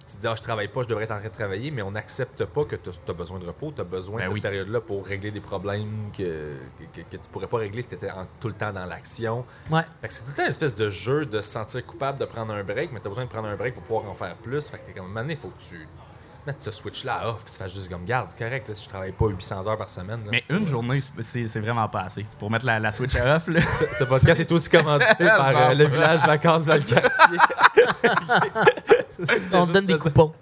[SPEAKER 1] tu te dis, ah, je travaille pas, je devrais être en train de travailler, mais on n'accepte pas que tu as besoin de repos, tu as besoin
[SPEAKER 2] Ben
[SPEAKER 1] de cette
[SPEAKER 2] oui.
[SPEAKER 1] période-là pour régler des problèmes que, que, que tu pourrais pas régler si tu étais tout le temps dans l'action.
[SPEAKER 2] Ah.
[SPEAKER 3] Ouais.
[SPEAKER 1] Fait que c'est tout le temps une espèce de jeu de se sentir coupable de prendre un break, mais tu as besoin de prendre un break pour pouvoir en faire plus. Fait que t'es comme, il faut que tu mettes ce switch-là off, puis tu fasses juste comme, garde, c'est correct, là, si je travaille pas 800 heures par semaine. là.
[SPEAKER 2] Mais une journée, c'est c'est vraiment pas assez. Pour mettre la, la Switch à off, là.
[SPEAKER 1] Ce podcast est aussi commandité
[SPEAKER 2] Ah,
[SPEAKER 1] par euh, le village vacances Valcartier.
[SPEAKER 3] On te donne des coupons.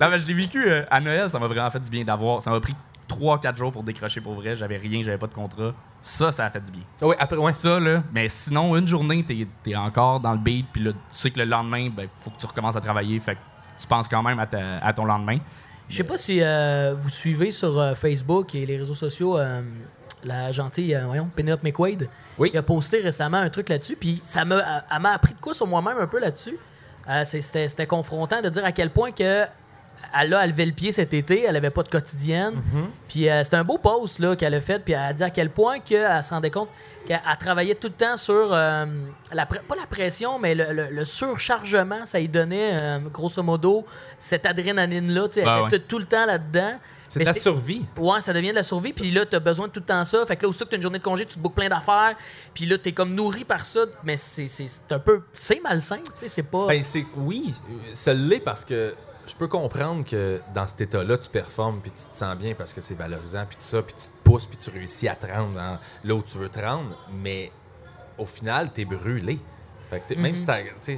[SPEAKER 2] Non, mais je l'ai vécu euh, à Noël, ça m'a vraiment fait du bien d'avoir. Ça m'a pris 3-4 jours pour décrocher pour vrai. J'avais rien, j'avais pas de contrat. Ça, ça a fait du bien.
[SPEAKER 1] Ah oui, après, ouais.
[SPEAKER 2] Ça, là. Mais sinon, une journée, t'es es encore dans le beat, puis là, tu sais que le lendemain, ben, faut que tu recommences à travailler. Fait que tu penses quand même à, ta- à ton lendemain.
[SPEAKER 3] Je sais pas si euh, vous suivez sur euh, Facebook et les réseaux sociaux euh, la gentille, euh, voyons, Penelope McQuaid,
[SPEAKER 2] Oui.
[SPEAKER 3] qui a posté récemment un truc là-dessus, puis ça m'a, elle m'a appris de quoi sur moi-même un peu là-dessus. Euh, c'est- c'était, c'était confrontant de dire à quel point que elle a levé le pied cet été, elle avait pas de quotidienne.
[SPEAKER 2] Mhm.
[SPEAKER 3] Puis euh, c'était un beau post là, qu'elle a fait, puis elle a dit à quel point que elle se rendait compte qu'elle elle travaillait tout le temps sur, euh, la pre- pas la pression, mais le, le- le surchargement, ça lui donnait, euh, grosso modo, cette adrénaline-là. tu sais, Elle
[SPEAKER 2] Ah
[SPEAKER 3] était
[SPEAKER 2] ouais.
[SPEAKER 3] tout- tout le temps là-dedans.
[SPEAKER 1] C'est
[SPEAKER 3] Mais
[SPEAKER 1] de la survie.
[SPEAKER 3] Ouais, ça devient de la survie, puis là, t'as besoin de tout le temps ça. Fait que là, aussitôt que t'as une journée de congé, tu te bookes plein d'affaires, puis là, t'es comme nourri par ça, mais c'est c'est- c'est un peu. C'est malsain, tu sais, c'est pas.
[SPEAKER 1] Ben, c'est oui, euh, ça l'est parce que je peux comprendre que dans cet état-là, tu performes puis tu te sens bien parce que c'est valorisant puis tout ça, puis tu te pousses puis tu réussis à te rendre dans- là où tu veux te rendre, mais au final, t'es brûlé. Fait que t'es- même si t'as- tu sais, euh,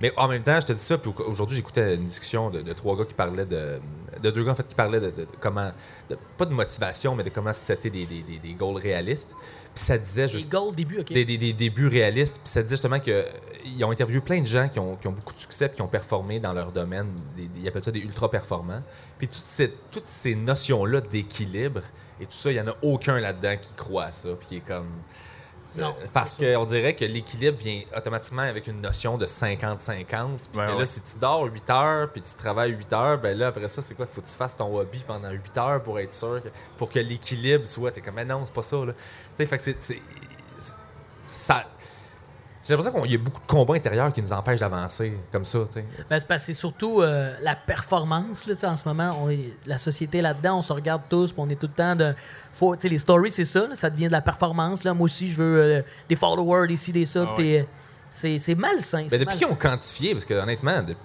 [SPEAKER 1] mais en même temps, je te dis ça, puis au- aujourd'hui, j'écoutais une discussion de, de trois gars qui parlaient de. de deux gars, en fait, qui parlaient de, de- de comment. de- pas de motivation, mais de comment se setter des, des, des, des goals réalistes. Puis ça disait
[SPEAKER 3] Les
[SPEAKER 1] juste
[SPEAKER 3] goals début, ok.
[SPEAKER 1] des, des, des débuts réalistes. Puis ça dit justement qu'ils ont interviewé plein de gens qui ont, qui ont beaucoup de succès puis qui ont performé dans leur domaine. Des- des- ils appellent ça des ultra-performants. Puis toutes ces, toutes ces notions-là d'équilibre et tout ça, il n'y en a aucun là-dedans qui croit à ça. Puis qui est comme. c'est-
[SPEAKER 3] Non,
[SPEAKER 1] parce qu'on dirait que l'équilibre vient automatiquement avec une notion de 50-50. Puis
[SPEAKER 2] Ouais,
[SPEAKER 1] là,
[SPEAKER 2] Ben ouais.
[SPEAKER 1] si tu dors 8 heures puis tu travailles 8 heures, ben là, après ça, c'est quoi? Faut que tu fasses ton hobby pendant 8 heures pour être sûr, que- pour que l'équilibre soit. T'es comme, mais non, c'est pas ça. Là. Tu sais, fait que c'est- c'est- c'est- ça. J'ai l'impression qu'il y a beaucoup de combats intérieurs qui nous empêchent d'avancer comme ça, tu sais.
[SPEAKER 3] Ben, c'est parce que c'est surtout euh, la performance, là, tu sais, en ce moment. on est- la société là-dedans, on se regarde tous, puis on est tout le temps de. Faut, tu sais, les stories, c'est ça, là, ça devient de la performance. Là. Moi aussi, je veux euh, des followers, des ci, des ça,
[SPEAKER 2] Ah
[SPEAKER 3] puis t'es- C'est c'est malsain.
[SPEAKER 1] Mais
[SPEAKER 3] c'est
[SPEAKER 1] Ben, depuis qu'ils
[SPEAKER 3] malsain.
[SPEAKER 1] ont quantifié, parce que honnêtement, de-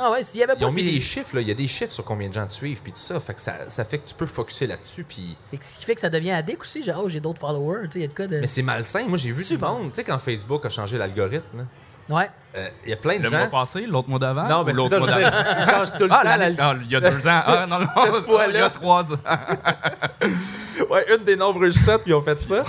[SPEAKER 3] Ah ouais, s'il y avait
[SPEAKER 1] ils
[SPEAKER 3] pas
[SPEAKER 1] ont mis
[SPEAKER 3] ces-
[SPEAKER 1] des chiffres, là, il y a des chiffres sur combien de gens te suivent, puis tout ça. Fait que ça, ça fait que tu peux focuser là-dessus, puis.
[SPEAKER 3] Fait que ce qui fait que ça devient addict aussi, genre, oh, j'ai d'autres followers, tu sais, il y a de quoi de.
[SPEAKER 1] Mais c'est malsain. Moi, j'ai vu du
[SPEAKER 3] Super.
[SPEAKER 1] monde, tu sais, quand Facebook a changé l'algorithme, là,
[SPEAKER 3] Ouais.
[SPEAKER 1] euh, il y a plein de
[SPEAKER 2] Le
[SPEAKER 1] gens.
[SPEAKER 2] mois passé, l'autre mois d'avant.
[SPEAKER 1] Non,
[SPEAKER 2] ou
[SPEAKER 1] mais c'est
[SPEAKER 2] l'autre
[SPEAKER 1] ça, je
[SPEAKER 2] mois
[SPEAKER 1] veux dire,
[SPEAKER 2] d'avant?
[SPEAKER 1] ils changent tout le
[SPEAKER 2] Ah,
[SPEAKER 1] temps
[SPEAKER 2] l'année-
[SPEAKER 1] l'algorithme.
[SPEAKER 2] ah, il y a deux ans. Ah, non, non,
[SPEAKER 1] Cette fois-là.
[SPEAKER 2] il y a trois ans.
[SPEAKER 1] Ouais, une des nombreuses fêtes qui ont fait ça.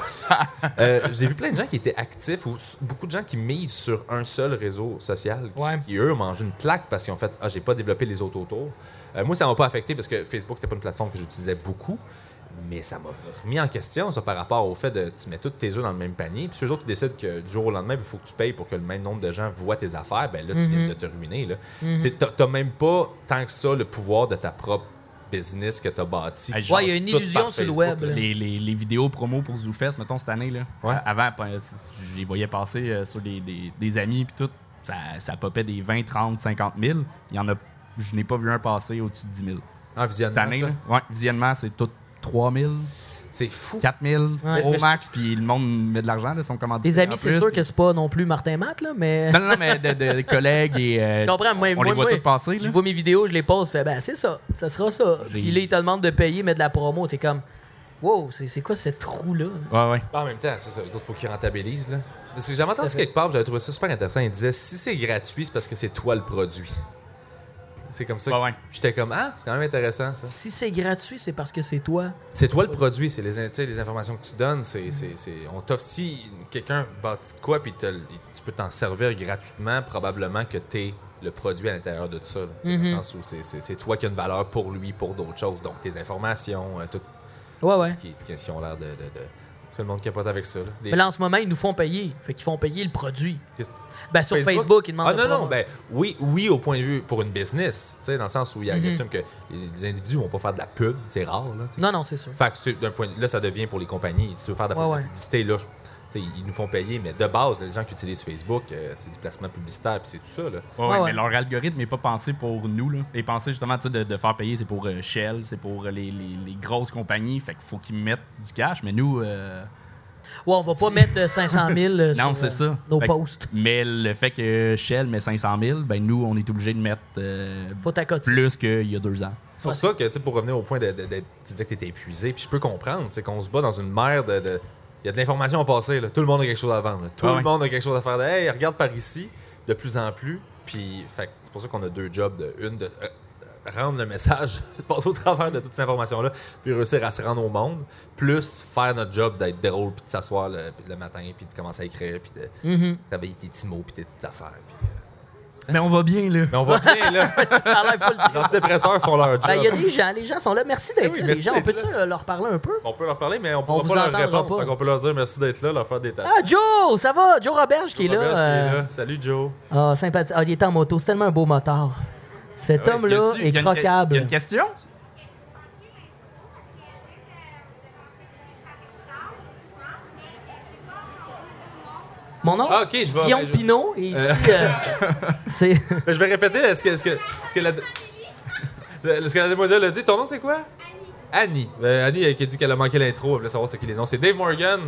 [SPEAKER 1] Euh, J'ai vu plein de gens qui étaient actifs ou s- beaucoup de gens qui misent sur un seul réseau social qui,
[SPEAKER 3] Ouais.
[SPEAKER 1] qui, eux, ont mangé une claque parce qu'ils ont fait Ah, j'ai pas développé les autres autour. Euh, moi, ça m'a pas affecté parce que Facebook, c'était pas une plateforme que j'utilisais beaucoup. Mais ça m'a remis en question, ça, par rapport au fait de tu mets toutes tes œufs dans le même panier. Puis, si eux autres, ils décident que du jour au lendemain, il faut que tu payes pour que le même nombre de gens voient tes affaires, ben là, tu
[SPEAKER 3] Mhm.
[SPEAKER 1] viens de te ruiner. là. Tu sais, t'as- T'as même pas, tant que ça, le pouvoir de ta propre business que t'as bâti.
[SPEAKER 2] Ouais,
[SPEAKER 1] qui
[SPEAKER 3] Ouais, il y a
[SPEAKER 1] passe
[SPEAKER 3] une
[SPEAKER 1] tout par
[SPEAKER 3] illusion sur le
[SPEAKER 1] Facebook,
[SPEAKER 3] web,
[SPEAKER 1] là.
[SPEAKER 3] là.
[SPEAKER 2] les, les- les vidéos promo pour ZooFest, mettons, cette année, là.
[SPEAKER 1] Ouais.
[SPEAKER 2] Euh, Avant, euh, c- je les voyais passer euh, sur les- des, des amis puis tout. Ça, ça popait des 20, 30, 50 000. Il y en a, je n'ai pas vu un passer au-dessus de 10 000.
[SPEAKER 1] En
[SPEAKER 2] Cette
[SPEAKER 1] visionnement,
[SPEAKER 2] année,
[SPEAKER 1] Ah, ça.
[SPEAKER 2] là. Ouais, visionnement, c'est tout 3 000,
[SPEAKER 1] C'est fou.
[SPEAKER 2] 4 000
[SPEAKER 3] Ouais.
[SPEAKER 2] au max. Puis le monde met de l'argent de son commanditaire.
[SPEAKER 3] Des
[SPEAKER 2] en
[SPEAKER 3] amis, c'est
[SPEAKER 2] plus,
[SPEAKER 3] sûr
[SPEAKER 2] puis-
[SPEAKER 3] que c'est pas non plus Martin Matt, là, mais.
[SPEAKER 2] Non, non, non, mais de, de- de collègues et. euh,
[SPEAKER 3] Je comprends, moi,
[SPEAKER 2] on
[SPEAKER 3] moi,
[SPEAKER 2] les voit
[SPEAKER 3] moi,
[SPEAKER 2] tous passer,
[SPEAKER 3] Je
[SPEAKER 2] là.
[SPEAKER 3] vois mes vidéos, je les pose, je fais, ben, c'est ça, ça sera ça.
[SPEAKER 2] J'ai-
[SPEAKER 3] Puis là, il te demande de payer, mais de la promo, t'es comme, wow, c'est c'est quoi ce trou-là?
[SPEAKER 2] Ouais, ouais.
[SPEAKER 1] En même temps, c'est ça. Il faut qu'ils rentabilisent. Là. Parce que j'avais entendu quelque part, puis j'avais trouvé ça super intéressant. Il disait si c'est gratuit, c'est parce que c'est toi le produit. C'est comme ça.
[SPEAKER 2] Ouais,
[SPEAKER 1] que-
[SPEAKER 2] ouais.
[SPEAKER 1] J'étais comme ah, c'est quand même intéressant ça.
[SPEAKER 3] Si c'est gratuit, c'est parce que c'est toi.
[SPEAKER 1] C'est toi le produit, c'est les, in- tu sais, les informations que tu donnes. C'est, c'est, c'est- on t'offre si quelqu'un bâtit de quoi, puis te l- tu peux t'en servir gratuitement, probablement que t'es le produit à l'intérieur de tout ça. là. C'est Dans le
[SPEAKER 3] Mhm.
[SPEAKER 1] sens où c'est, c'est- c'est toi qui as une valeur pour lui, pour d'autres choses. Donc tes informations, euh, tout
[SPEAKER 3] Ouais, ouais.
[SPEAKER 1] ce, qui, ce qui- qui ont l'air de. de, de- tout le monde capote avec ça. là. Les-
[SPEAKER 3] Mais là, en ce moment, ils nous font payer. Fait qu'ils font payer le produit.
[SPEAKER 1] Qu'est-ce-
[SPEAKER 3] Ben, sur Facebook, ils demandent
[SPEAKER 1] Ah
[SPEAKER 3] de
[SPEAKER 1] non, non,
[SPEAKER 3] promo.
[SPEAKER 1] ben oui, oui, au point de vue pour une business, tu sais, dans le sens où il y a
[SPEAKER 3] Mm-hmm.
[SPEAKER 1] assume que les individus vont pas faire de la pub, c'est rare, là. tu sais.
[SPEAKER 3] Non, non, c'est sûr.
[SPEAKER 1] Fait que c'est- d'un point de- là, ça devient pour les compagnies, si tu veux faire de la
[SPEAKER 3] Ouais, ouais.
[SPEAKER 1] publicité, là, je- tu sais, ils nous font payer, mais de base, les gens qui utilisent Facebook, euh, c'est du placement publicitaire, puis c'est tout ça, là.
[SPEAKER 2] Ouais,
[SPEAKER 3] Ouais,
[SPEAKER 2] ouais,
[SPEAKER 3] ouais.
[SPEAKER 2] mais leur algorithme n'est pas pensé pour nous. Là. Il est pensé justement tu sais, de, de faire payer, c'est pour euh, Shell, c'est pour euh, les, les- les grosses compagnies. Fait qu'il faut qu'ils mettent du cash, mais nous, euh,
[SPEAKER 3] Ouais, on va pas mettre euh, 500 000 euh,
[SPEAKER 2] non,
[SPEAKER 3] sur,
[SPEAKER 2] c'est
[SPEAKER 3] euh,
[SPEAKER 2] ça.
[SPEAKER 3] nos
[SPEAKER 2] Fait que-
[SPEAKER 3] posts.
[SPEAKER 2] Mais le fait que Shell met 500 000, ben nous, on est obligé de mettre euh,
[SPEAKER 3] Faut t'accoter.
[SPEAKER 2] plus qu'il y a deux ans.
[SPEAKER 1] C'est pour ça que, tu sais, pour revenir au point de, de- de- tu disais que t'étais épuisé, puis je peux comprendre, c'est qu'on se bat dans une mer de... de- il y a de l'information à passer, là. tout le monde a quelque chose à vendre, là. tout
[SPEAKER 2] Ah
[SPEAKER 1] le
[SPEAKER 2] ouais.
[SPEAKER 1] monde a quelque chose à faire, là. hey, regarde par ici, de plus en plus, puis fait que c'est pour ça qu'on a deux jobs, de, une de euh, rendre le message, passer au travers de toute cette information-là, puis réussir à se rendre au monde, plus faire notre job d'être drôle, puis de s'asseoir le, le matin, puis de commencer à écrire, puis de
[SPEAKER 3] Mhm.
[SPEAKER 1] travailler tes petits mots, puis tes petites affaires. puis, euh.
[SPEAKER 2] Mais on va bien, là.
[SPEAKER 1] Mais on va bien, là.
[SPEAKER 3] Ça a l'air full
[SPEAKER 1] Les antidépresseurs font leur job.
[SPEAKER 3] Ben, il y a des gens, les gens sont là. Merci d'être
[SPEAKER 1] Ah. Eh oui,
[SPEAKER 3] là.
[SPEAKER 1] merci
[SPEAKER 3] Les gens, on
[SPEAKER 1] d'être
[SPEAKER 3] peut-tu euh, leur parler un peu?
[SPEAKER 1] On peut leur parler, mais on ne
[SPEAKER 3] On
[SPEAKER 1] pourra
[SPEAKER 3] vous
[SPEAKER 1] pas leur
[SPEAKER 3] entendra
[SPEAKER 1] répondre.
[SPEAKER 3] pas.
[SPEAKER 1] Fait qu'on peut leur dire merci d'être là, leur faire des tâches.
[SPEAKER 3] Ah, Joe, ça va? Joe Roberge qui est
[SPEAKER 1] Joe
[SPEAKER 3] là.
[SPEAKER 1] Roberge qui est
[SPEAKER 3] euh,
[SPEAKER 1] là. Salut, Joe.
[SPEAKER 3] Ah, sympathique. Ah, il est en moto. C'est tellement un beau motard. Cet
[SPEAKER 1] Ah Ouais,
[SPEAKER 2] Y
[SPEAKER 3] homme-là
[SPEAKER 2] a-tu-
[SPEAKER 3] est
[SPEAKER 2] y a une-
[SPEAKER 3] croquable.
[SPEAKER 2] y a une question?
[SPEAKER 3] Mon nom?
[SPEAKER 1] Ah, ok, je vais.
[SPEAKER 3] Guillaume
[SPEAKER 1] ben, je-
[SPEAKER 3] Pinot. Et ici,
[SPEAKER 1] Euh.
[SPEAKER 3] euh, c'est
[SPEAKER 1] ben, je vais répéter est-ce que, est-ce que, est-ce que la. Est-ce que la demoiselle a dit Ton nom, c'est quoi Annie. Ben, Annie euh, qui a dit qu'elle a manqué l'intro, elle voulait savoir c'est qui les noms. C'est Dave Morgan.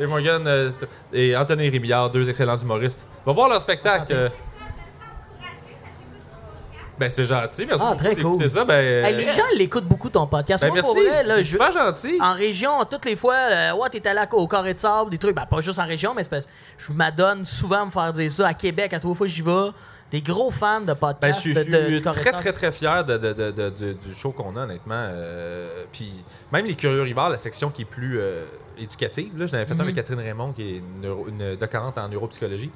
[SPEAKER 1] Dave Morgan euh, t- et Anthony Rémillard, deux excellents humoristes. Va voir leur spectacle. euh. Ben, c'est gentil, merci
[SPEAKER 3] Ah,
[SPEAKER 1] beaucoup
[SPEAKER 3] très
[SPEAKER 1] d'écouter
[SPEAKER 3] cool.
[SPEAKER 1] ça. Ben,
[SPEAKER 3] Hey, les gens l'écoutent beaucoup, ton podcast.
[SPEAKER 1] ben,
[SPEAKER 3] Moi,
[SPEAKER 1] merci.
[SPEAKER 3] pour vrai, là,
[SPEAKER 1] c'est
[SPEAKER 3] je-
[SPEAKER 1] super gentil.
[SPEAKER 3] en région, toutes les fois, euh, ouais, t'es allé à- au Carré de Sable, des trucs. Ben, pas juste en région, mais c'est parce que je m'adonne souvent à me faire dire ça. À Québec, à trois fois, j'y vais. Des gros fans de
[SPEAKER 1] Ben, je
[SPEAKER 3] podcasts.
[SPEAKER 1] suis,
[SPEAKER 3] de-
[SPEAKER 1] je
[SPEAKER 3] de-
[SPEAKER 1] suis
[SPEAKER 3] du Carré de
[SPEAKER 1] très,
[SPEAKER 3] Sable.
[SPEAKER 1] très, très fier de, de- de- de- de- du show qu'on a, honnêtement. Euh, Puis même les Curieux Rivards, la section qui est plus euh, éducative, là, je l'avais fait
[SPEAKER 3] Mhm.
[SPEAKER 1] un avec Catherine Raymond, qui est une, neuro- une doctorante en neuropsychologie,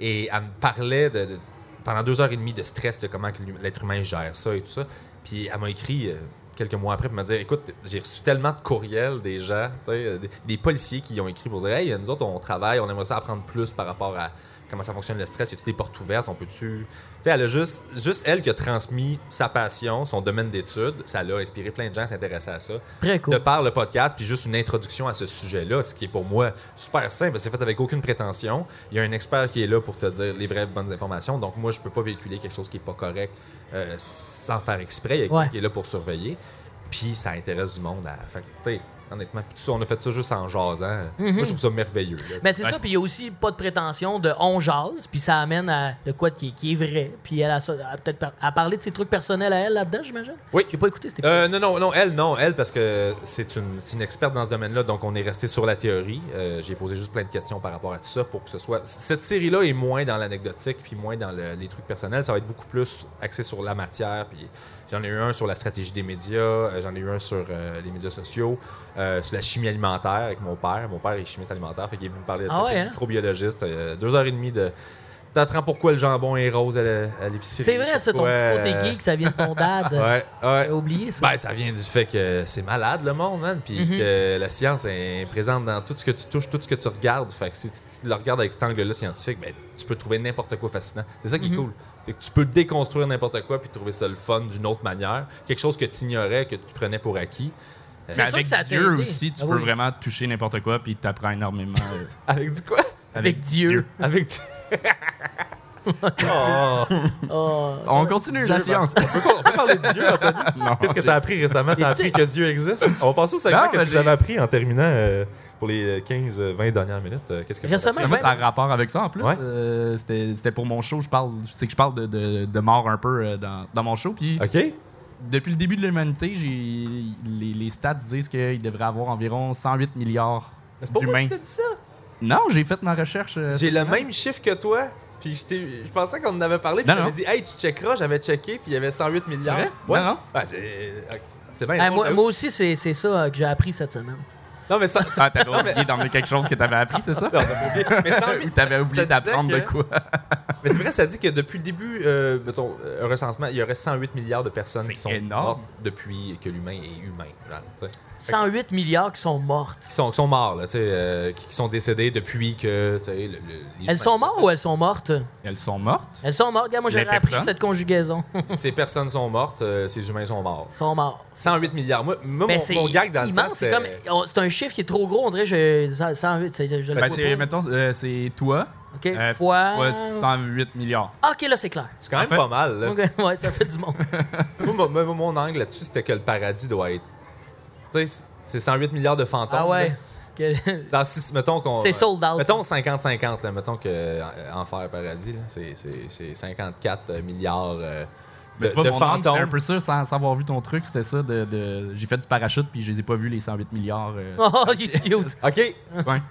[SPEAKER 1] et elle me parlait de, de- pendant deux heures et demie de stress, de comment que l'hu- l'être humain gère ça et tout ça. Puis elle m'a écrit euh, quelques mois après pour me dire Écoute, j'ai reçu tellement de courriels des gens, tu sais, euh, des, des policiers qui ont écrit pour dire Hey, nous autres, on travaille, on aimerait ça apprendre plus par rapport à comment ça fonctionne le stress, y a-tu des portes ouvertes, on peut-tu. Tu sais, elle a juste, juste elle qui a transmis sa passion, son domaine d'études, ça l'a inspiré plein de gens à s'intéresser à ça.
[SPEAKER 3] Très cool.
[SPEAKER 1] De par le podcast, puis juste une introduction à ce sujet-là, ce qui est pour moi super simple, c'est fait avec aucune prétention. Il y a un expert qui est là pour te dire les vraies bonnes informations, donc moi, je peux pas véhiculer quelque chose qui est pas correct euh, sans faire exprès. Il y a quelqu'un
[SPEAKER 3] Ouais.
[SPEAKER 1] qui est là pour surveiller, puis ça intéresse du monde. À... Fait que, tu sais, honnêtement, puis tout ça, on a fait ça juste en jasant.
[SPEAKER 3] Mm-hmm.
[SPEAKER 1] Moi, je trouve ça merveilleux. là.
[SPEAKER 3] Mais Ben, c'est ça, puis il y a aussi pas de prétention de on jase, puis ça amène à de quoi qui, qui est vrai. Puis elle a, ça- elle a peut-être par- à parler de ses trucs personnels à elle là-dedans, j'imagine.
[SPEAKER 1] Oui.
[SPEAKER 3] J'ai pas écouté, c'était
[SPEAKER 1] Euh, non, non, non, elle, non, elle, parce que c'est une, c'est une experte dans ce domaine-là, donc on est resté sur la théorie. Euh, J'ai posé juste plein de questions par rapport à tout ça pour que ce soit. Cette série-là est moins dans l'anecdotique, puis moins dans le- les trucs personnels. Ça va être beaucoup plus axé sur la matière. Puis j'en ai eu un sur la stratégie des médias, euh, j'en ai eu un sur euh, les médias sociaux, euh, sur la chimie alimentaire avec mon père. Mon père est chimiste alimentaire, fait qu'il est venu me parler de
[SPEAKER 3] Ah
[SPEAKER 1] ça,
[SPEAKER 3] ouais,
[SPEAKER 1] puis
[SPEAKER 3] hein?
[SPEAKER 1] microbiologiste. euh, deux heures et demie de. T'apprends pourquoi le jambon est rose à la- à l'épicerie.
[SPEAKER 3] C'est vrai, ça, ton
[SPEAKER 1] pourquoi,
[SPEAKER 3] petit côté
[SPEAKER 1] euh,
[SPEAKER 3] geek, ça vient de ton dad.
[SPEAKER 1] Ouais, ouais.
[SPEAKER 3] J'ai oublié ça.
[SPEAKER 1] Ben, ça vient du fait que c'est malade le monde, man, puis
[SPEAKER 3] Mhm.
[SPEAKER 1] que la science est présente dans tout ce que tu touches, tout ce que tu regardes. Fait que si tu le regardes avec cet angle-là scientifique, ben, tu peux trouver n'importe quoi fascinant. C'est ça qui est cool. C'est que tu peux déconstruire n'importe quoi puis trouver ça le fun d'une autre manière. Quelque chose que tu ignorais, que tu prenais pour acquis.
[SPEAKER 3] C'est
[SPEAKER 2] Mais
[SPEAKER 3] sûr
[SPEAKER 2] avec
[SPEAKER 3] que ça t'a
[SPEAKER 2] Dieu
[SPEAKER 3] aidé.
[SPEAKER 2] aussi, tu
[SPEAKER 3] Ah
[SPEAKER 2] peux
[SPEAKER 3] oui.
[SPEAKER 2] vraiment toucher n'importe quoi, puis t'apprends énormément. euh,
[SPEAKER 1] Avec du quoi?
[SPEAKER 3] Avec Dieu.
[SPEAKER 1] Avec du... Oh.
[SPEAKER 3] Oh.
[SPEAKER 2] On continue
[SPEAKER 1] Dieu,
[SPEAKER 2] la
[SPEAKER 1] ben-
[SPEAKER 2] science.
[SPEAKER 1] on, peut, on peut parler de Dieu, Anthony?
[SPEAKER 2] Non,
[SPEAKER 1] Qu'est-ce que t'as appris récemment? T'as
[SPEAKER 3] Et tu-
[SPEAKER 1] appris que Dieu existe? On va passer au
[SPEAKER 2] Non,
[SPEAKER 1] segment.
[SPEAKER 2] mais
[SPEAKER 1] Qu'est-ce que
[SPEAKER 2] j'ai-
[SPEAKER 1] j'avais appris en terminant euh, pour les 15-20 dernières minutes? euh, Qu'est-ce que t'as
[SPEAKER 3] Récemment,
[SPEAKER 2] Mais moi, ça a rapport avec ça en plus.
[SPEAKER 1] Ouais.
[SPEAKER 2] Euh, C'était c'était pour mon show. Je parle, c'est que je parle de, de- de mort un peu euh, dans, dans mon show. Puis
[SPEAKER 1] appris? OK.
[SPEAKER 2] depuis le début de l'humanité, j'ai- les, les stats disent qu'il devrait avoir environ 108 milliards d'humains.
[SPEAKER 1] dit ça.
[SPEAKER 2] Non, j'ai fait ma recherche. euh,
[SPEAKER 1] J'ai le même chiffre que toi. Puis je, t'ai- je pensais qu'on en avait parlé. Puis
[SPEAKER 2] Non,
[SPEAKER 1] j'avais
[SPEAKER 2] non.
[SPEAKER 1] dit, hey, tu checkeras. J'avais checké. Puis il y avait 108 milliards.
[SPEAKER 2] vrai?
[SPEAKER 1] Ouais.
[SPEAKER 2] Non, non.
[SPEAKER 1] Ouais, c'est euh, c'est bien.
[SPEAKER 3] Ah,
[SPEAKER 1] drôle,
[SPEAKER 3] moi,
[SPEAKER 1] là.
[SPEAKER 3] moi aussi, c'est c'est ça euh, que j'ai appris cette semaine.
[SPEAKER 1] Non, mais, ça,
[SPEAKER 2] Ah, t'avais oublié d'emmener quelque chose que t'avais appris, c'est ça?
[SPEAKER 1] non, t'as oublié. mais 108
[SPEAKER 2] Ou t'avais
[SPEAKER 1] ça
[SPEAKER 2] oublié
[SPEAKER 1] disait
[SPEAKER 2] d'apprendre de
[SPEAKER 1] que-
[SPEAKER 2] quoi?
[SPEAKER 1] Mais c'est vrai, ça dit que depuis le début, euh, mettons, euh, recensement, il y aurait 108 milliards de personnes
[SPEAKER 2] C'est
[SPEAKER 1] qui sont
[SPEAKER 2] énorme.
[SPEAKER 1] mortes depuis que l'humain est humain. genre, tu sais.
[SPEAKER 3] 108 milliards qui sont mortes.
[SPEAKER 1] qui sont, qui sont morts, là, tu sais, euh, qui qui sont décédés depuis que. tu sais, le- le- les humains-
[SPEAKER 3] Elles sont mortes ou elles sont mortes?
[SPEAKER 2] Elles sont mortes.
[SPEAKER 3] Elles sont mortes. Regarde, moi,
[SPEAKER 2] Les
[SPEAKER 3] j'ai appris
[SPEAKER 2] personnes.
[SPEAKER 3] cette conjugaison.
[SPEAKER 1] Ces personnes sont mortes, euh, ces humains sont morts.
[SPEAKER 3] Elles sont mortes.
[SPEAKER 1] 108 milliards. Moi, moi,
[SPEAKER 3] Mais
[SPEAKER 1] mon, mon gag dans le temps,
[SPEAKER 3] immense. Ben, C'est comme on- c'est un chiffre qui est trop gros. On dirait que je, ça- 108, c'est- je le
[SPEAKER 2] Ben,
[SPEAKER 3] vois
[SPEAKER 2] c'est,
[SPEAKER 3] pas.
[SPEAKER 2] mettons, euh, c'est toi.
[SPEAKER 3] OK,
[SPEAKER 2] euh,
[SPEAKER 3] fois...
[SPEAKER 2] fois 108 milliards.
[SPEAKER 3] Ah, OK, là, c'est clair.
[SPEAKER 1] C'est quand même
[SPEAKER 2] en fait-
[SPEAKER 1] pas mal. là.
[SPEAKER 3] OK, ouais, ça fait du monde.
[SPEAKER 1] Moi, mon- mon, mon angle là-dessus, c'était que le paradis doit être. Tu sais, c'est 108 milliards de fantômes.
[SPEAKER 3] Ah ouais.
[SPEAKER 1] là.
[SPEAKER 3] Que-
[SPEAKER 1] Dans six- mettons qu'on.
[SPEAKER 3] C'est sold out.
[SPEAKER 1] Mettons 50-50, là. Mettons que euh, Enfer Paradis, là, c'est- c'est c'est 54 euh, milliards. euh,
[SPEAKER 2] Mais
[SPEAKER 1] de-
[SPEAKER 2] tu vois,
[SPEAKER 1] de
[SPEAKER 2] mon angle, c'était
[SPEAKER 1] fantôme.
[SPEAKER 2] un peu ça, sans, sans avoir vu ton truc, c'était ça. De, de- J'ai fait du parachute, puis je les ai pas vus, les 108 milliards. euh.
[SPEAKER 3] Oh, il est cute.
[SPEAKER 1] Ok.
[SPEAKER 3] Ah.
[SPEAKER 2] Ouais.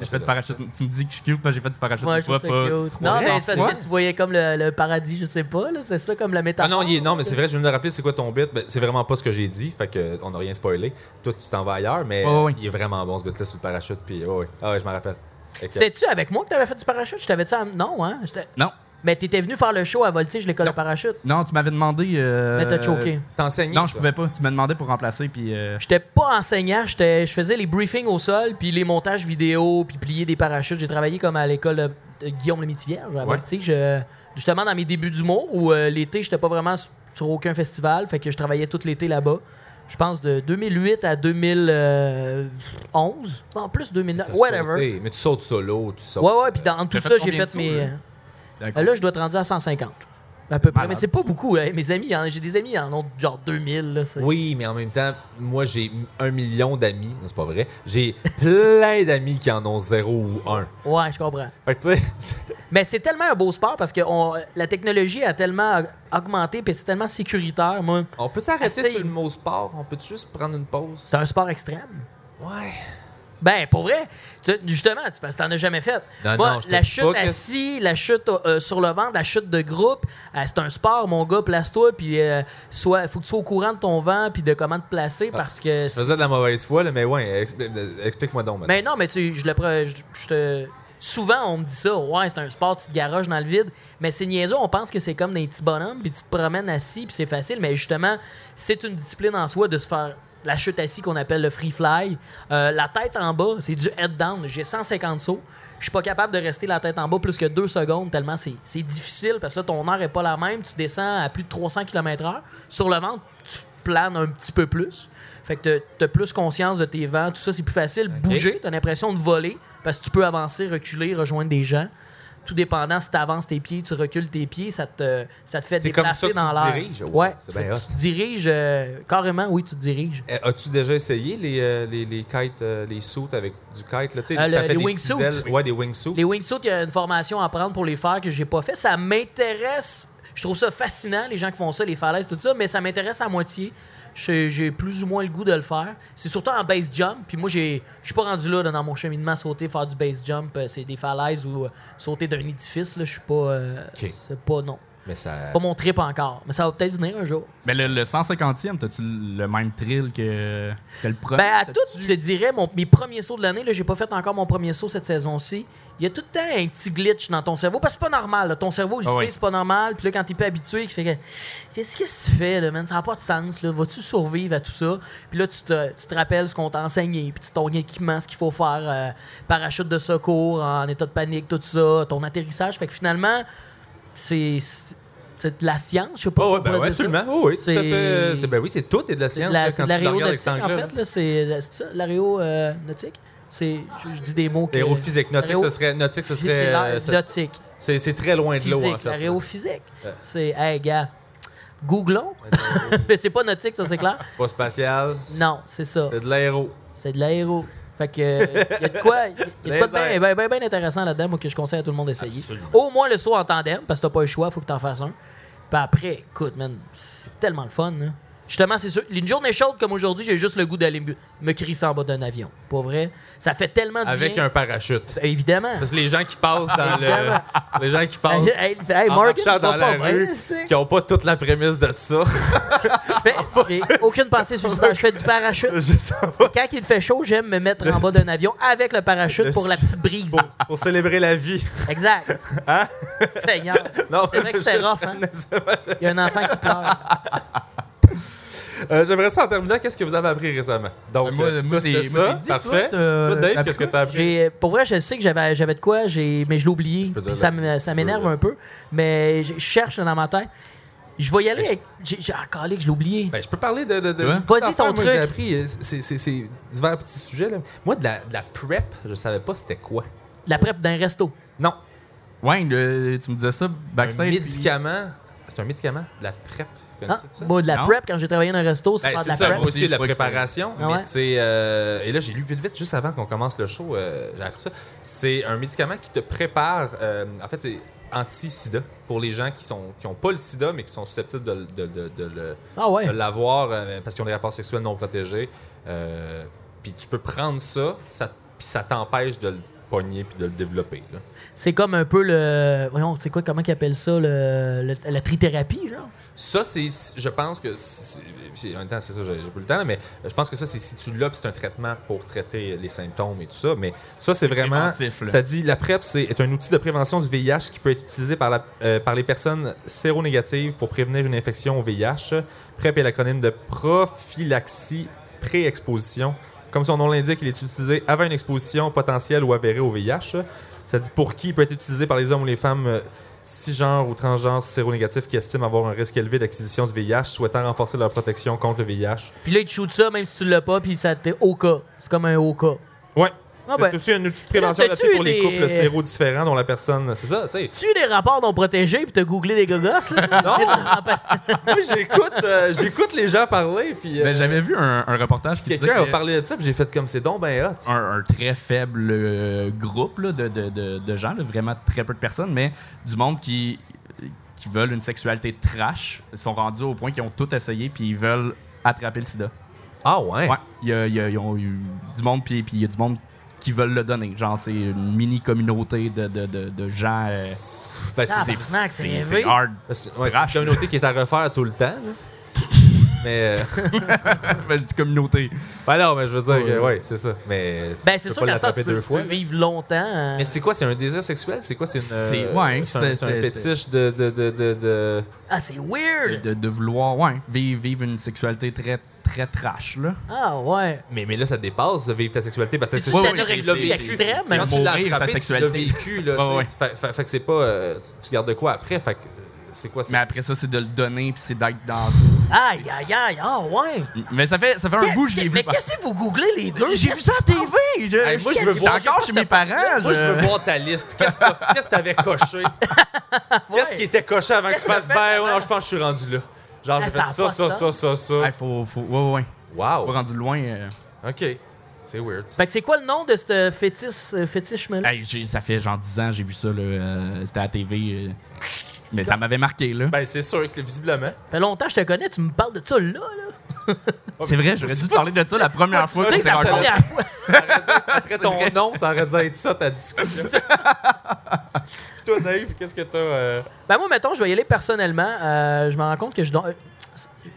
[SPEAKER 2] j'ai fait du parachute. Tu me dis que je suis cute parce que j'ai fait du parachute
[SPEAKER 3] Moi,
[SPEAKER 2] une
[SPEAKER 3] je trouve
[SPEAKER 2] fois,
[SPEAKER 3] ça
[SPEAKER 2] pas
[SPEAKER 3] cute.
[SPEAKER 2] trois
[SPEAKER 3] Non,
[SPEAKER 2] fois.
[SPEAKER 3] mais c'est parce que tu voyais comme le, le paradis, je sais pas. là, C'est ça comme la
[SPEAKER 1] Ah
[SPEAKER 3] métaphore.
[SPEAKER 1] non, il est- non, mais c'est vrai, je viens de me rappeler c'est quoi ton bit. Ben, c'est vraiment pas ce que j'ai dit, fait que euh, on n'a rien spoilé. Toi, tu t'en vas ailleurs, mais
[SPEAKER 2] Ouais, ouais, ouais.
[SPEAKER 1] il est vraiment bon ce bit-là sur le parachute. Puis, ouais, ouais. Ah ouais, je m'en rappelle. Excellent.
[SPEAKER 3] C'était-tu avec moi que t'avais fait du parachute? Je t'avais-tu... am- Non, hein? J'étais-
[SPEAKER 2] Non.
[SPEAKER 3] Mais t'étais venu faire le show à Voltige, l'école de parachute.
[SPEAKER 2] Non, tu m'avais demandé. euh,
[SPEAKER 3] Mais t'as choqué.
[SPEAKER 1] T'enseignes.
[SPEAKER 2] Non, je
[SPEAKER 1] toi.
[SPEAKER 2] pouvais pas. Tu m'as demandé pour remplacer, puis. euh,
[SPEAKER 3] J'étais pas enseignant, j'étais, je faisais les briefings au sol, puis les montages vidéo, puis plier des parachutes. J'ai travaillé comme à l'école de de Guillaume Lemaitre-Vierge, à Voltige, euh, justement dans mes débuts d'humour, où euh, l'été, j'étais pas vraiment s- sur aucun festival, fait que je travaillais tout l'été là-bas. Je pense de 2008 à 2011, en plus 2009,
[SPEAKER 1] T'as
[SPEAKER 3] whatever.
[SPEAKER 1] sauté, Mais tu sautes solo, tu sautes.
[SPEAKER 3] Ouais, ouais, puis dans tout
[SPEAKER 2] T'as fait
[SPEAKER 3] ça, j'ai
[SPEAKER 2] combien de
[SPEAKER 3] fait
[SPEAKER 2] sauts,
[SPEAKER 3] mes.
[SPEAKER 2] là?
[SPEAKER 3] Euh,
[SPEAKER 2] d'accord.
[SPEAKER 3] Là, je dois être rendu à 150. À peu près.
[SPEAKER 2] Malade.
[SPEAKER 3] Mais c'est pas beaucoup. hein. Mes amis, hein, j'ai des amis, ils en ont genre 2000. Là, c'est-
[SPEAKER 1] Oui, mais en même temps, moi j'ai un million d'amis. Non, c'est pas vrai. J'ai plein d'amis qui en ont zéro ou un.
[SPEAKER 3] Ouais, je comprends.
[SPEAKER 1] Fait que tu sais,
[SPEAKER 3] Mais c'est tellement un beau sport parce que on- la technologie a tellement augmenté puis c'est tellement sécuritaire. Moi,
[SPEAKER 1] on peut s'arrêter
[SPEAKER 3] Essaye.
[SPEAKER 1] sur le mot sport? On peut juste prendre une pause?
[SPEAKER 3] c'est un sport extrême.
[SPEAKER 1] Ouais.
[SPEAKER 3] Ben, pour vrai, tu- justement, tu, parce que t'en as jamais fait.
[SPEAKER 1] Non,
[SPEAKER 3] Moi,
[SPEAKER 1] non, je te
[SPEAKER 3] la
[SPEAKER 1] dis pas
[SPEAKER 3] chute
[SPEAKER 1] que-
[SPEAKER 3] assis, la chute euh, sur le ventre, la chute de groupe, euh, c'est un sport, mon gars, place-toi, puis euh, sois- faut que tu sois au courant de ton vent, puis de comment te placer,
[SPEAKER 1] Ah,
[SPEAKER 3] parce que...
[SPEAKER 1] Je faisais de la mauvaise foi, là, mais ouais, expli- explique-moi donc. maintenant.
[SPEAKER 3] Mais Ben non, mais tu sais, je le pre- je, je te- Souvent, on me dit ça, ouais, c'est un sport, tu te garages dans le vide, mais c'est niaiseux, on pense que c'est comme des petits bonhommes, puis tu te promènes assis, puis c'est facile, mais justement, c'est une discipline en soi de se faire la chute assis qu'on appelle le free fly. Euh, la tête en bas, c'est du head down, j'ai 150 sauts, je suis pas capable de rester la tête en bas plus que deux secondes, tellement c'est c'est difficile, parce que là, ton heure est pas la même, tu descends à plus de 300 km/h, sur le ventre, tu planes un petit peu plus. Fait que t'as- t'as plus conscience de tes vents, tout ça, c'est plus facile. Bouger, t'as l'impression de voler parce que tu peux avancer, reculer, rejoindre des gens. Tout dépendant si t'avances tes pieds, tu recules tes pieds, ça te, ça te fait
[SPEAKER 1] C'est comme
[SPEAKER 3] déplacer
[SPEAKER 1] ça que tu
[SPEAKER 3] dans
[SPEAKER 1] te
[SPEAKER 3] l'air.
[SPEAKER 1] diriges? Wow,
[SPEAKER 3] Ouais,
[SPEAKER 1] c'est
[SPEAKER 3] Fait
[SPEAKER 1] bien
[SPEAKER 3] que
[SPEAKER 1] hot.
[SPEAKER 3] tu te diriges euh, carrément, oui, tu te diriges.
[SPEAKER 1] Euh, As-tu déjà essayé les, euh, les, les kites, euh, les sauts avec du kite? Là, tu sais, ça
[SPEAKER 3] Euh, le-
[SPEAKER 1] fait
[SPEAKER 3] les
[SPEAKER 1] des
[SPEAKER 3] wingsuits.
[SPEAKER 1] petits ailes. Ouais, des wingsuits.
[SPEAKER 3] Les wingsuits, il y a une formation à prendre pour les faire que j'ai pas fait. Ça m'intéresse. Je trouve ça fascinant, les gens qui font ça, les falaises, tout ça, mais ça m'intéresse à moitié. J'ai j'ai plus ou moins le goût de le faire. C'est surtout en base jump. Puis moi, j'ai- je suis pas rendu là, là, dans mon cheminement, sauter, faire du base jump. euh, C'est des falaises ou euh, sauter d'un édifice. là, Je suis pas. euh,
[SPEAKER 1] Ok.
[SPEAKER 3] C'est pas non.
[SPEAKER 1] Mais ça.
[SPEAKER 3] C'est Pas mon trip encore. Mais ça va peut-être venir un jour.
[SPEAKER 2] Mais le, le 150e, t'as-tu le même thrill que, que le premier?
[SPEAKER 3] Ben, à
[SPEAKER 2] T'as-
[SPEAKER 3] tout, je te dirais, mon, mes premiers sauts de l'année, là, j'ai pas fait encore mon premier saut cette saison-ci. Il y a tout le temps un petit glitch dans ton cerveau, parce que c'est pas normal. là. Ton cerveau, il
[SPEAKER 2] Ah
[SPEAKER 3] sait,
[SPEAKER 2] oui.
[SPEAKER 3] c'est pas normal. Puis là, quand t'es plus habitué, il fait que. Qu'est-ce que tu fais, là, man? Ça n'a pas de sens, là. Vas-tu survivre à tout ça? Puis là, tu te, tu te rappelles ce qu'on t'a enseigné, puis tu- ton équipement, ce qu'il faut faire, euh, parachute de secours, en état de panique, tout ça, ton atterrissage. Fait que finalement, c'est. c'est- C'est de la science, je sais pas si
[SPEAKER 1] Oh,
[SPEAKER 3] on
[SPEAKER 1] ouais, ben
[SPEAKER 3] pourrait
[SPEAKER 1] ouais,
[SPEAKER 3] dire ça.
[SPEAKER 1] absolument. Oh, oui, tout à
[SPEAKER 3] C'est-
[SPEAKER 1] fait. euh, c'est- Ben oui, c'est tout et de la
[SPEAKER 3] C'est
[SPEAKER 1] science.
[SPEAKER 3] de la,
[SPEAKER 1] là,
[SPEAKER 3] c'est
[SPEAKER 1] quand
[SPEAKER 3] de la
[SPEAKER 1] tu le regardes avec
[SPEAKER 3] rhéonautique,
[SPEAKER 1] cet
[SPEAKER 3] en
[SPEAKER 1] angle-là.
[SPEAKER 3] fait. Là. C'est, c'est ça, l'aéronautique? C'est, je, je dis des mots que...
[SPEAKER 1] Aérophysique. Nautique,
[SPEAKER 3] Aéro-
[SPEAKER 1] ce serait. Nautique, ce
[SPEAKER 3] C'est
[SPEAKER 1] serait. euh, ça-
[SPEAKER 3] l'aéronautique,
[SPEAKER 1] C'est c'est très loin de l'eau, en
[SPEAKER 3] physique,
[SPEAKER 1] fait. là.
[SPEAKER 3] l'aérophysique.
[SPEAKER 1] Euh.
[SPEAKER 3] C'est, hey, gars, googlons. Mais c'est pas nautique, ça, c'est clair.
[SPEAKER 1] C'est pas spatial.
[SPEAKER 3] Non, c'est ça.
[SPEAKER 1] C'est de l'aéro.
[SPEAKER 3] C'est de l'aéro. Fait que, il y a de quoi, y a de quoi de
[SPEAKER 1] Les
[SPEAKER 3] bien
[SPEAKER 1] airs.
[SPEAKER 3] ben, ben, ben intéressant là-dedans, moi, que je conseille à tout le monde d'essayer. Au moins le saut en tandem, parce que t'as pas le choix, faut que t'en fasses un. Puis après, écoute, man, c'est tellement le fun, hein. Justement, c'est sûr, une journée chaude comme aujourd'hui, j'ai juste le goût d'aller me, me crisser en bas d'un avion. Pas vrai? Ça fait tellement du
[SPEAKER 1] Avec
[SPEAKER 3] bien. Euh,
[SPEAKER 1] un parachute.
[SPEAKER 3] Évidemment.
[SPEAKER 1] Parce que les gens qui passent dans
[SPEAKER 3] Ah, Évidemment.
[SPEAKER 1] le. Les gens qui passent.
[SPEAKER 3] Hey, hey, hey,
[SPEAKER 1] en
[SPEAKER 3] Morgan,
[SPEAKER 1] marchant
[SPEAKER 3] tu vas
[SPEAKER 1] dans la
[SPEAKER 3] pas bien,
[SPEAKER 1] rue,
[SPEAKER 3] c'est-
[SPEAKER 1] qui ont pas toute la prémisse de ça.
[SPEAKER 3] Je fais- J'ai aucune pensée suicidaire. Je fais du parachute.
[SPEAKER 1] Je sais pas.
[SPEAKER 3] Quand il fait chaud, j'aime me mettre en bas d'un avion avec le parachute
[SPEAKER 1] Le-
[SPEAKER 3] pour la petite brise.
[SPEAKER 1] Pour, Hein? pour célébrer la vie.
[SPEAKER 3] Exact. Seigneur.
[SPEAKER 1] Non,
[SPEAKER 3] C'est vrai que c'était rough, hein? Il y a un enfant qui pleure.
[SPEAKER 1] Euh, J'aimerais ça en terminant. Qu'est-ce que vous avez appris récemment? Donc,
[SPEAKER 2] Ben, moi,
[SPEAKER 1] euh,
[SPEAKER 2] moi,
[SPEAKER 1] toi, c'était
[SPEAKER 2] c'est- moi,
[SPEAKER 1] ça.
[SPEAKER 2] c'est dit,
[SPEAKER 1] parfait. Toi,
[SPEAKER 2] toi, t'as-
[SPEAKER 1] Dave,
[SPEAKER 2] t'as
[SPEAKER 1] qu'est-ce que
[SPEAKER 2] appris
[SPEAKER 1] t'as appris?
[SPEAKER 3] J'ai- euh, Pour vrai, je sais que j'avais, j'avais de quoi, j'ai, mais je l'ai oublié.
[SPEAKER 1] Je peux dire
[SPEAKER 3] Puis
[SPEAKER 1] la
[SPEAKER 3] ça,
[SPEAKER 1] vérité,
[SPEAKER 3] me-
[SPEAKER 1] si
[SPEAKER 3] ça
[SPEAKER 1] tu
[SPEAKER 3] m'énerve
[SPEAKER 1] veux.
[SPEAKER 3] un peu, mais je je cherche dans ma tête. Je vais y aller avec. J'ai, j'ai- ah, calé que je l'ai oublié.
[SPEAKER 1] Ben, je peux parler de. de, de
[SPEAKER 2] Ouais.
[SPEAKER 1] de plein
[SPEAKER 3] Vas-y,
[SPEAKER 1] d'affaires,
[SPEAKER 3] ton
[SPEAKER 1] moi,
[SPEAKER 3] truc.
[SPEAKER 1] J'ai appris. euh, C'est c'est- c'est divers petits sujets. Là. Moi, de la, de la prep, je savais pas c'était quoi.
[SPEAKER 3] La prep d'un resto.
[SPEAKER 1] Non.
[SPEAKER 2] Ouais, le- tu me disais ça
[SPEAKER 1] Un
[SPEAKER 2] backstage. puis-
[SPEAKER 1] médicament. Ben, C'est un médicament, de la PrEP.
[SPEAKER 3] Ah,
[SPEAKER 1] connaissez ça?
[SPEAKER 3] bon, de la
[SPEAKER 2] Non.
[SPEAKER 3] prep, quand j'ai travaillé dans un resto, c'est
[SPEAKER 1] Ben,
[SPEAKER 3] faire de
[SPEAKER 1] c'est
[SPEAKER 3] la
[SPEAKER 1] ça,
[SPEAKER 3] prep.
[SPEAKER 1] moi aussi,
[SPEAKER 2] C'est
[SPEAKER 1] de la
[SPEAKER 2] pas que je connais.
[SPEAKER 1] préparation.
[SPEAKER 3] Ah
[SPEAKER 1] mais
[SPEAKER 3] ouais?
[SPEAKER 1] c'est, euh, et là, j'ai lu vite, vite, juste avant qu'on commence le show, euh, j'ai appris ça. C'est un médicament qui te prépare. euh, en fait, c'est anti-sida pour les gens qui sont qui ont pas le sida, mais qui sont susceptibles de, le- de- de- de le-
[SPEAKER 3] Ah ouais.
[SPEAKER 1] de l'avoir euh, parce qu'ils ont des rapports sexuels non protégés. Euh, puis tu peux prendre ça, ça puis ça t'empêche de le pogner puis de le développer. là.
[SPEAKER 3] C'est comme un peu le. Voyons, c'est quoi, comment qu'ils appellent ça, le, le- la trithérapie, genre?
[SPEAKER 1] Ça, c'est. Je pense que. c'est- c'est- En même temps, c'est ça, j'ai j'ai pas le temps, là, mais je pense que ça, c'est si tu l'as, puis c'est un traitement pour traiter les symptômes et tout ça. Mais ça, c'est vraiment.
[SPEAKER 2] préventif, là.
[SPEAKER 1] Ça dit, la PrEP, c'est est un outil de prévention du VIH qui peut être utilisé par, la- euh, par les personnes séronégatives pour prévenir une infection au VIH. PrEP est l'acronyme de prophylaxie pré-exposition. Comme son nom l'indique, il est utilisé avant une exposition potentielle ou avérée au VIH. Ça dit pour qui il peut être utilisé par les hommes ou les femmes euh, cisgenres ou transgenres séronégatifs qui estiment avoir un risque élevé d'acquisition du VIH, souhaitant renforcer leur protection contre le VIH.
[SPEAKER 3] Puis là, ils te shootent ça, même si tu l'as pas, puis ça t'est au cas. C'est comme un au cas.
[SPEAKER 1] Ouais.
[SPEAKER 3] Ah
[SPEAKER 1] c'est
[SPEAKER 3] ben.
[SPEAKER 1] aussi un outil de prévention
[SPEAKER 3] Là,
[SPEAKER 1] adapté
[SPEAKER 3] t'as-tu
[SPEAKER 1] pour les
[SPEAKER 3] des-
[SPEAKER 1] couples séro-différents dont la personne. C'est ça, tu sais.
[SPEAKER 3] Tu as eu des rapports non protégés, puis t'as googlé des gogos, là? non!
[SPEAKER 1] Moi, j'écoute, euh, j'écoute les gens parler, puis euh,
[SPEAKER 2] Ben, J'avais vu un, un reportage qui disait
[SPEAKER 1] quelqu'un a
[SPEAKER 2] que
[SPEAKER 1] parlé de ça, puis j'ai fait comme c'est donc ben hot.
[SPEAKER 2] un, un très faible euh, groupe là, de, de- de- de gens, là, vraiment très peu de personnes, mais du monde qui, qui veulent une sexualité trash, sont rendus au point qu'ils ont tout essayé puis ils veulent attraper le sida.
[SPEAKER 1] Ah ouais.
[SPEAKER 2] Ouais, il y a, il y a- ils ont eu du monde puis puis il y a du monde qui veulent le donner. Genre, c'est une mini communauté de, de- de- de gens. euh,
[SPEAKER 1] Ben, c'est,
[SPEAKER 3] Ah,
[SPEAKER 1] c'est-
[SPEAKER 3] ben, Tabarnak, c'est
[SPEAKER 2] c'est-
[SPEAKER 3] élevé.
[SPEAKER 2] c'est hard.
[SPEAKER 1] c'est- ouais, c'est
[SPEAKER 2] Trash.
[SPEAKER 1] une communauté qui est à refaire tout le temps. là. mais euh,
[SPEAKER 2] Ben, du communauté.
[SPEAKER 1] ben non, mais je veux dire que ouais, c'est ça. Mais tu
[SPEAKER 3] Ben,
[SPEAKER 1] peux
[SPEAKER 3] c'est
[SPEAKER 1] pas
[SPEAKER 3] sûr qu'à ce temps,
[SPEAKER 1] l'attraper
[SPEAKER 3] tu peux,
[SPEAKER 1] deux fois.
[SPEAKER 3] tu peux vivre longtemps. euh,
[SPEAKER 1] Mais c'est quoi, c'est un désir sexuel, c'est quoi, c'est une
[SPEAKER 2] C'est-
[SPEAKER 1] euh,
[SPEAKER 2] ouais,
[SPEAKER 1] c'est un,
[SPEAKER 2] c'est-
[SPEAKER 1] c'est un
[SPEAKER 2] c'est-
[SPEAKER 1] fétiche de de de de, de-
[SPEAKER 3] Ah, c'est
[SPEAKER 2] De,
[SPEAKER 3] weird!
[SPEAKER 2] de- de vouloir ouais, vivre, vivre une sexualité très, très trash. Là.
[SPEAKER 3] Ah, ouais.
[SPEAKER 1] Mais mais là ça dépasse de vivre ta sexualité parce que
[SPEAKER 3] C'est
[SPEAKER 1] c'est-
[SPEAKER 3] une
[SPEAKER 1] c'est-
[SPEAKER 3] anorexie
[SPEAKER 1] c'est- c'est-
[SPEAKER 3] extrême.
[SPEAKER 1] c'est- c'est- Quand tu l'as
[SPEAKER 2] Mourir sa
[SPEAKER 1] attrapé, tu l'as
[SPEAKER 2] sexualité.
[SPEAKER 1] vécu là.
[SPEAKER 2] Ouais,
[SPEAKER 1] tu sais. Fait- fait- Fait que c'est pas, euh, tu- tu gardes de quoi après. Fait que euh, c'est quoi, c'est
[SPEAKER 2] Mais après ça, c'est de le donner puis c'est d'être dans.
[SPEAKER 3] Aïe, aïe, aïe, ah, ouais!
[SPEAKER 2] Mais ça fait, ça fait un bout, je l'ai
[SPEAKER 3] Mais
[SPEAKER 2] vu.
[SPEAKER 3] qu'est-ce que vous googlez les deux?
[SPEAKER 2] J'ai vu ça à TV. Je,
[SPEAKER 1] Hey, moi, je veux
[SPEAKER 2] t'es
[SPEAKER 1] voir-
[SPEAKER 2] encore chez mes parents.
[SPEAKER 1] Moi, je
[SPEAKER 2] je-
[SPEAKER 3] Euh.
[SPEAKER 1] veux voir ta liste. Qu'est-ce que t'as- qu'est-ce que t'avais coché? Qu'est-ce qui était coché avant que tu
[SPEAKER 3] Qu'est-ce que
[SPEAKER 1] fasses
[SPEAKER 3] t'as
[SPEAKER 1] ben?
[SPEAKER 3] fait
[SPEAKER 1] ouais, non, je pense que je suis rendu là. Genre,
[SPEAKER 3] Ah,
[SPEAKER 1] j'ai
[SPEAKER 3] ça
[SPEAKER 1] fait
[SPEAKER 3] a
[SPEAKER 1] ça,
[SPEAKER 3] pas
[SPEAKER 1] ça,
[SPEAKER 3] de
[SPEAKER 1] ça, ça, ça.
[SPEAKER 2] Ouais, faut, faut, ouais, ouais, ouais. Faut
[SPEAKER 1] Wow.
[SPEAKER 2] rendu loin. euh.
[SPEAKER 1] OK. C'est weird. ça.
[SPEAKER 3] Fait que c'est quoi le nom de ce fétiche, euh, fétiche-là?
[SPEAKER 2] Hey, j'ai- ça fait genre 10 ans, j'ai vu ça. là, euh, C'était à la TV. euh. Mais ça m'avait marqué, là.
[SPEAKER 1] Ben, c'est sûr que visiblement.
[SPEAKER 3] fait longtemps que je te connais, tu me parles de ça, là, là.
[SPEAKER 2] c'est vrai, j'aurais dû te parler de ça la première fois
[SPEAKER 1] tu
[SPEAKER 2] que
[SPEAKER 1] sais,
[SPEAKER 2] c'est
[SPEAKER 3] C'est la
[SPEAKER 1] raconte.
[SPEAKER 2] rencontré.
[SPEAKER 3] première fois.
[SPEAKER 1] Après ton nom, ça aurait dû être ça, ta discussion. Puis Toi, Dave, qu'est-ce que t'as. euh,
[SPEAKER 3] Ben moi, mettons, je vais y aller personnellement. Euh, je me rends compte que je, don- euh,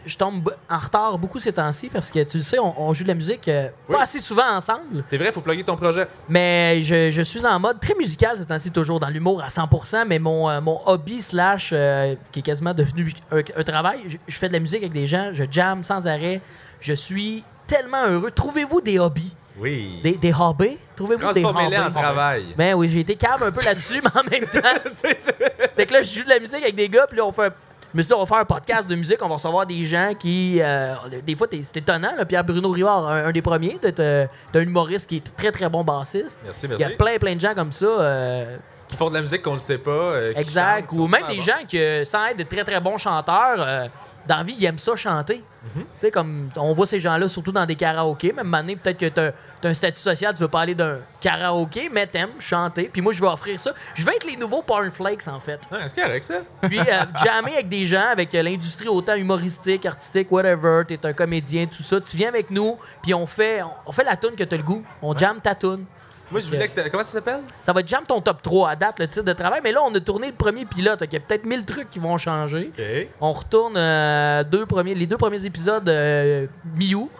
[SPEAKER 3] je tombe b- en retard beaucoup ces temps-ci parce que, tu le sais, on, on joue de la musique euh,
[SPEAKER 1] Oui.
[SPEAKER 3] pas assez souvent ensemble.
[SPEAKER 1] C'est vrai, faut plugger ton projet.
[SPEAKER 3] Mais je, je suis en mode très musical ces temps-ci, toujours dans l'humour à 100%. Mais mon, euh, mon hobby slash, euh, qui est quasiment devenu un, un travail, je, je fais de la musique avec des gens, je jam sans arrêt. Je suis tellement heureux. Trouvez-vous des hobbies,
[SPEAKER 1] Oui.
[SPEAKER 3] des, des hobbies. Trouvez-vous des hobbies.
[SPEAKER 1] Transformez-les en travail.
[SPEAKER 3] Ben oui, j'ai été calme un peu là-dessus, mais en même temps. c'est que là, je joue de la musique avec des gars, puis là, on fait. un- Je me suis dit, on va faire un podcast de musique, on va recevoir des gens qui. euh, des fois, t'es- c'est étonnant. là. Pierre-Bruno Rivard, un, un des premiers, t'es euh, t'es un humoriste qui est très, très bon bassiste.
[SPEAKER 1] Merci,
[SPEAKER 3] Il y
[SPEAKER 1] merci.
[SPEAKER 3] a plein, plein de gens comme ça. euh,
[SPEAKER 1] Qui font de la musique qu'on ne sait pas. euh, qui chantent,
[SPEAKER 3] exact.
[SPEAKER 1] qui
[SPEAKER 3] Ou
[SPEAKER 1] sont
[SPEAKER 3] même
[SPEAKER 1] super
[SPEAKER 3] des
[SPEAKER 1] bons.
[SPEAKER 3] gens qui, euh, sans être de très, très bons chanteurs, euh, dans la vie, ils aiment ça chanter.
[SPEAKER 1] Mhm.
[SPEAKER 3] Tu sais, comme on voit ces gens-là, surtout dans des karaokés. Même année, peut-être que t'as t'as un statut social, tu veux pas aller d'un karaoké, mais t'aimes chanter. Puis moi, je vais offrir ça. Je vais être les nouveaux Pornflakes, en fait.
[SPEAKER 1] Ah, Est-ce correct, ça?
[SPEAKER 3] Puis euh, jammer avec des gens, avec euh, l'industrie autant humoristique, artistique, whatever, t'es un comédien, tout ça. Tu viens avec nous, puis on fait, on fait la tune que t'as le goût. On jamme ta tune.
[SPEAKER 1] Moi, je voulais que. t'a- Comment ça s'appelle?
[SPEAKER 3] Ça va être Jam ton top 3 à date, le titre de travail. Mais là, on a tourné le premier pilote. Il y a peut-être 1000 trucs qui vont changer.
[SPEAKER 1] OK.
[SPEAKER 3] On retourne euh, deux premiers, les deux premiers épisodes euh, mi-août.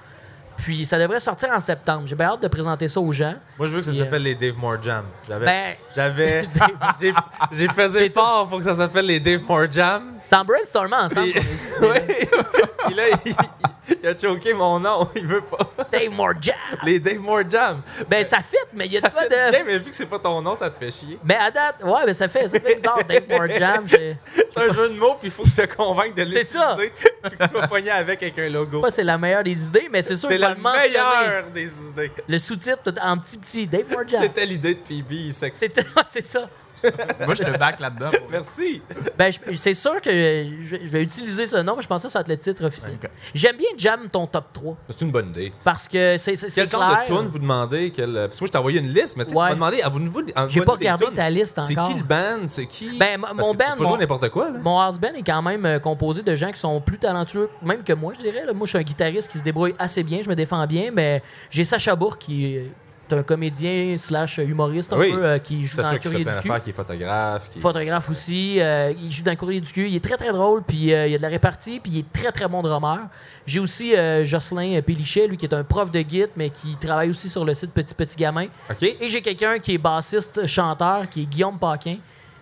[SPEAKER 3] Puis ça devrait sortir en septembre. J'ai bien hâte de présenter ça aux gens.
[SPEAKER 1] Moi, je veux que ça
[SPEAKER 3] Puis, euh,
[SPEAKER 1] s'appelle les Dave Moore Jam. J'avais.
[SPEAKER 3] Ben,
[SPEAKER 1] J'avais. j'ai- J'ai pesé fort pour que ça s'appelle les Dave Moore Jam.
[SPEAKER 3] c'est en brainstormant ensemble.
[SPEAKER 1] Puis,
[SPEAKER 3] qu'on a eu cette
[SPEAKER 1] oui,
[SPEAKER 3] idée-là.
[SPEAKER 1] Puis là, il, il a choqué mon nom. Il veut pas.
[SPEAKER 3] Dave Moore Jam.
[SPEAKER 1] Les Dave Moore Jam.
[SPEAKER 3] Ben, ça fit, mais il y a
[SPEAKER 1] Ça
[SPEAKER 3] de quoi
[SPEAKER 1] fait
[SPEAKER 3] de.
[SPEAKER 1] bien, mais vu que c'est pas ton nom, ça te fait chier.
[SPEAKER 3] Mais à date, ouais, mais ça fait, ça fait bizarre, Dave Moore Jam. j'ai-
[SPEAKER 1] C'est un jeu de mots, puis il faut que je te convainque de l'utiliser.
[SPEAKER 3] C'est ça.
[SPEAKER 1] Puis que tu vas pogner avec avec un
[SPEAKER 3] Je sais
[SPEAKER 1] logo.
[SPEAKER 3] pas si c'est la meilleure des idées, mais c'est sûr
[SPEAKER 1] C'est
[SPEAKER 3] je vais
[SPEAKER 1] la
[SPEAKER 3] le mentionner.
[SPEAKER 1] meilleure des idées.
[SPEAKER 3] Le sous-titre tout en petit petit, Dave Moore Jam.
[SPEAKER 1] C'était l'idée de PB, il s'excite.
[SPEAKER 3] C'était- C'est ça.
[SPEAKER 2] Moi, je te back là-dedans.
[SPEAKER 1] Merci.
[SPEAKER 3] Ben, je- c'est sûr que je, je vais utiliser ce nom, mais je pensais que ça va être le titre officiel. J'aime bien Jam ton top 3
[SPEAKER 1] C'est une bonne idée.
[SPEAKER 3] parce que c'est c'est- c'est
[SPEAKER 1] Quel genre
[SPEAKER 3] clair.
[SPEAKER 1] de tune vous demandez quel... Parce que moi, je t'ai envoyé une liste, mais tu sais,
[SPEAKER 3] Ouais.
[SPEAKER 1] tu m'as demandé avez-vous avez
[SPEAKER 3] J'ai pas regardé ta liste encore.
[SPEAKER 1] C'est qui le band C'est qui
[SPEAKER 3] Ben, m-
[SPEAKER 1] Parce
[SPEAKER 3] mon
[SPEAKER 1] que tu peux
[SPEAKER 3] band,
[SPEAKER 1] pas
[SPEAKER 3] mon-
[SPEAKER 1] jouer n'importe quoi, là.
[SPEAKER 3] Mon house band est quand même euh, composé de gens qui sont plus talentueux, même que moi, je dirais. là. Moi, je suis un guitariste qui se débrouille assez bien, je me défends bien, mais j'ai Sacha Bourque qui est un comédien slash humoriste un
[SPEAKER 1] Oui.
[SPEAKER 3] peu euh, qui joue dans
[SPEAKER 1] Sacha
[SPEAKER 3] le
[SPEAKER 1] qui fait
[SPEAKER 3] Curier
[SPEAKER 1] plein
[SPEAKER 3] du cul.
[SPEAKER 1] d'affaires, qui est photographe. Qui...
[SPEAKER 3] Photographe aussi, euh, il joue dans le courrier du cul, il est très très drôle, puis euh, il y a de la répartie, puis il est très très bon drummer. J'ai aussi euh, Jocelyn Pélichet, lui qui est un prof de guide, mais qui travaille aussi sur le site Petit Petit Gamin.
[SPEAKER 1] OK.
[SPEAKER 3] Et j'ai quelqu'un qui est bassiste, chanteur, qui est Guillaume Paquin,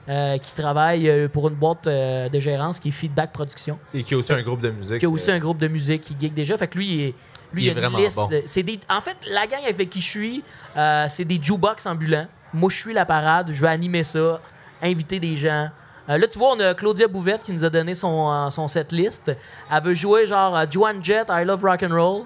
[SPEAKER 3] euh, qui travaille euh, pour une boîte euh, de gérance qui est Feedback Production,
[SPEAKER 1] Et qui a aussi un groupe de musique.
[SPEAKER 3] qui a aussi
[SPEAKER 1] euh,
[SPEAKER 3] un groupe de musique qui geek déjà. Fait que lui, il est,
[SPEAKER 1] Il
[SPEAKER 3] lui, il a
[SPEAKER 1] est
[SPEAKER 3] une
[SPEAKER 1] vraiment
[SPEAKER 3] liste
[SPEAKER 1] bon.
[SPEAKER 3] de- c'est des, en fait, la gang avec qui je suis, euh, c'est des jukebox ambulants. Moi, je suis la parade, je vais animer ça, inviter des gens. Euh, là, tu vois, on a Claudia Bouvette qui nous a donné son, euh, son setlist. Elle veut jouer genre euh, Joan Jett, I Love Rock and Roll,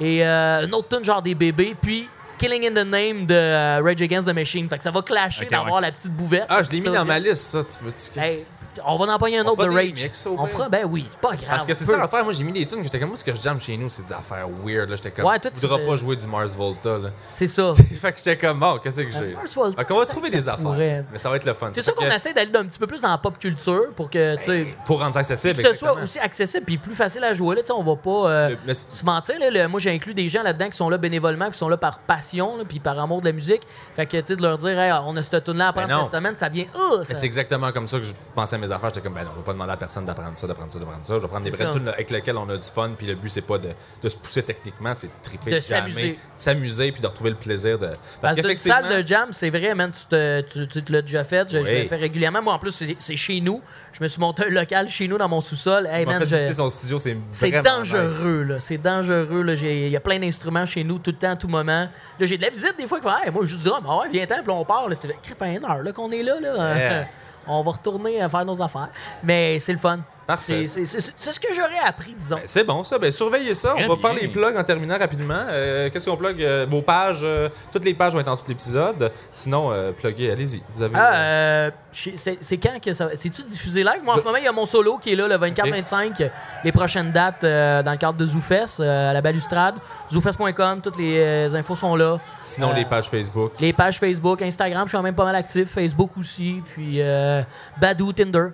[SPEAKER 3] et euh, une autre tune genre des bébés, puis Killing in the Name de euh, Rage Against the Machine. Fait que ça va clasher
[SPEAKER 2] Ok,
[SPEAKER 3] d'avoir
[SPEAKER 2] ouais.
[SPEAKER 3] la petite Bouvette.
[SPEAKER 1] Ah, je l'ai mis dans ma
[SPEAKER 3] liste.
[SPEAKER 1] liste, ça. Tu veux -tu...
[SPEAKER 3] on va en pogner un
[SPEAKER 1] On
[SPEAKER 3] autre de
[SPEAKER 1] fera des
[SPEAKER 3] Rage.
[SPEAKER 1] mix, au
[SPEAKER 3] on
[SPEAKER 1] pire.
[SPEAKER 3] fera, ben oui, c'est pas grave.
[SPEAKER 1] Parce que c'est
[SPEAKER 3] on
[SPEAKER 1] ça
[SPEAKER 3] peut.
[SPEAKER 1] l'affaire. Moi, j'ai mis des tunes que j'étais comme moi, ce que je jamme chez nous, c'est des affaires weird. Là, j'étais comme,
[SPEAKER 3] Ouais,
[SPEAKER 1] tu
[SPEAKER 3] toi, tu
[SPEAKER 1] voudras
[SPEAKER 3] te-
[SPEAKER 1] pas jouer du Mars Volta. Là.
[SPEAKER 3] C'est ça.
[SPEAKER 1] fait que j'étais comme, oh, qu'est-ce que j'ai?
[SPEAKER 3] Ben, Mars Volta,
[SPEAKER 1] Ok, on va
[SPEAKER 3] peut-être
[SPEAKER 1] trouver
[SPEAKER 3] que ça
[SPEAKER 1] des affaires.
[SPEAKER 3] pourrait.
[SPEAKER 1] Mais ça va être le fun.
[SPEAKER 3] C'est
[SPEAKER 1] Ça
[SPEAKER 3] sûr
[SPEAKER 1] fait
[SPEAKER 3] qu'on
[SPEAKER 1] que-
[SPEAKER 3] essaie d'aller un petit peu plus dans la pop culture pour que, tu sais,
[SPEAKER 1] Pour rendre ça accessible.
[SPEAKER 3] que ce soit
[SPEAKER 1] exactement.
[SPEAKER 3] aussi accessible puis plus facile à jouer. Là, tu sais, on va pas euh,
[SPEAKER 1] Le- mais c'est-
[SPEAKER 3] se mentir. Là, le- moi, j'ai inclus des gens là-dedans qui sont là bénévolement, qui sont là par passion là, puis par amour de la musique. Fait que, tu sais, de leur dire, Hey, on a cette tune là à
[SPEAKER 1] Ben
[SPEAKER 3] prendre
[SPEAKER 1] non.
[SPEAKER 3] cette semaine, ça vient. Ah,
[SPEAKER 1] Mais
[SPEAKER 3] ça-
[SPEAKER 1] c'est exactement comme ça que je pensais à mes affaires. J'étais comme, ben non, on va pas demander à personne d'apprendre ça, d'apprendre ça, d'apprendre ça. Je vais prendre des
[SPEAKER 3] C'est
[SPEAKER 1] vraies
[SPEAKER 3] ça.
[SPEAKER 1] tunes avec lesquelles on a du fun. Puis le but, c'est pas de, de se pousser techniquement, c'est de triper,
[SPEAKER 3] De
[SPEAKER 1] jammer,
[SPEAKER 3] s'amuser.
[SPEAKER 1] de s'amuser, puis de retrouver le plaisir de.
[SPEAKER 3] Parce que une salle
[SPEAKER 1] qu'effectivement-
[SPEAKER 3] de jam, c'est vrai, man, tu, te, tu, tu te l'as déjà fait. Je, je
[SPEAKER 1] Oui.
[SPEAKER 3] le fais régulièrement. Moi, en plus, c'est- c'est chez nous. Je me suis monté un local chez nous dans mon sous-sol. Hey,
[SPEAKER 1] Il m'a
[SPEAKER 3] man,
[SPEAKER 1] fait
[SPEAKER 3] je-
[SPEAKER 1] visiter son studio, c'est
[SPEAKER 3] C'est
[SPEAKER 1] vraiment nice.
[SPEAKER 3] dangereux, là. C'est dangereux, là. J'ai- Il y a plein d'instruments chez nous, tout le temps, à tout moment. Là, j'ai de la visite des fois qui font Hey, moi, je dis, ah, ben ouais, viens-t'en, puis on part. Là, tu fais, Crap, à une heure, là, qu'on est là, là. Euh, on va retourner à faire nos affaires. Mais c'est le fun.
[SPEAKER 1] Parfait.
[SPEAKER 3] C'est- C'est c'est- c'est ce que j'aurais appris, disons.
[SPEAKER 1] Ben, c'est bon ça, ben surveillez ça,
[SPEAKER 2] Très
[SPEAKER 1] on va
[SPEAKER 2] bien.
[SPEAKER 1] faire les plugs en terminant rapidement. Euh, Qu'est-ce qu'on plug Euh, Vos pages, euh, toutes les pages vont être en dessous de l'épisode. Sinon, euh, pluguez, allez-y. Vous avez.
[SPEAKER 3] Ah, euh, je- c'est c'est quand que ça. C'est-tu diffusé live? Moi, en
[SPEAKER 1] Je-
[SPEAKER 3] ce moment, il y a mon solo qui est là le 24-25. Les prochaines dates euh, dans le cadre de ZooFest euh, à la balustrade. ZooFest.com, toutes les euh, infos sont là.
[SPEAKER 1] Sinon,
[SPEAKER 3] euh,
[SPEAKER 1] les pages Facebook.
[SPEAKER 3] Les pages Facebook, Instagram, je suis quand même pas mal actif. Facebook aussi. Puis euh, Badou, Tinder.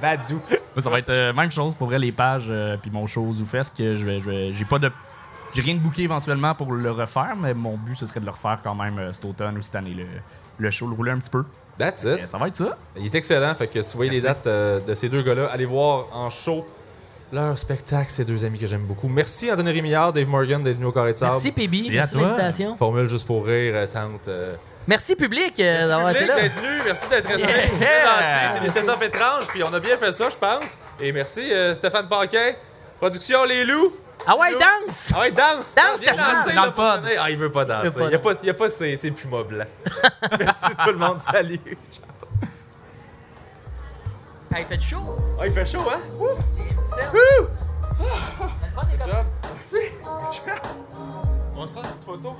[SPEAKER 1] Badou.
[SPEAKER 2] Moi, ça va être euh, même chose pour vrai, les pages euh, puis mon show Zoufest que je vais, je vais- j'ai pas de j'ai rien de booké éventuellement pour le refaire, mais mon but ce serait de le refaire quand même euh, cet automne ou cette année le, le show le rouler un petit peu.
[SPEAKER 1] That's it.
[SPEAKER 2] Euh, ça va être ça.
[SPEAKER 1] Ben, Il est excellent, fait que si vous voyez les
[SPEAKER 2] Merci.
[SPEAKER 1] dates euh, de ces deux gars-là, allez voir en show leur spectacle, ces deux amis que j'aime beaucoup. Merci Anthony Rémillard, Dave Morgan d'être venu au Carré de Sable.
[SPEAKER 3] Merci, PB.
[SPEAKER 2] C'est à
[SPEAKER 3] Merci de
[SPEAKER 2] toi.
[SPEAKER 3] l'invitation.
[SPEAKER 1] Formule juste pour rire, euh, tante. euh,
[SPEAKER 3] Merci, public, euh,
[SPEAKER 1] Merci
[SPEAKER 3] d'avoir été
[SPEAKER 1] public
[SPEAKER 3] là.
[SPEAKER 1] d'être venu, merci d'être resté.
[SPEAKER 3] Yeah.
[SPEAKER 1] Vous êtes gentils, C'est des setups étranges, puis on a bien fait ça, je pense. Et merci euh, Stéphane Paquin, production Les Loups.
[SPEAKER 3] Ah ouais, danse!
[SPEAKER 1] Ah ouais, danse!
[SPEAKER 3] Danse,
[SPEAKER 1] viens
[SPEAKER 3] Stéphane.
[SPEAKER 1] danser,
[SPEAKER 2] Dans
[SPEAKER 1] là,
[SPEAKER 2] le
[SPEAKER 1] pour
[SPEAKER 2] pod.
[SPEAKER 1] donner. Ah, il veut pas danser.
[SPEAKER 3] Il veut pas
[SPEAKER 1] Il n'y a, pas- il y a pas ses, ses pumas blancs. merci tout le monde, salut. Ciao.
[SPEAKER 3] Hey, fait chaud.
[SPEAKER 1] Ah, il fait chaud, hein? Ouh.
[SPEAKER 3] Wouh!
[SPEAKER 1] Job. Merci. On se prend une petite photo.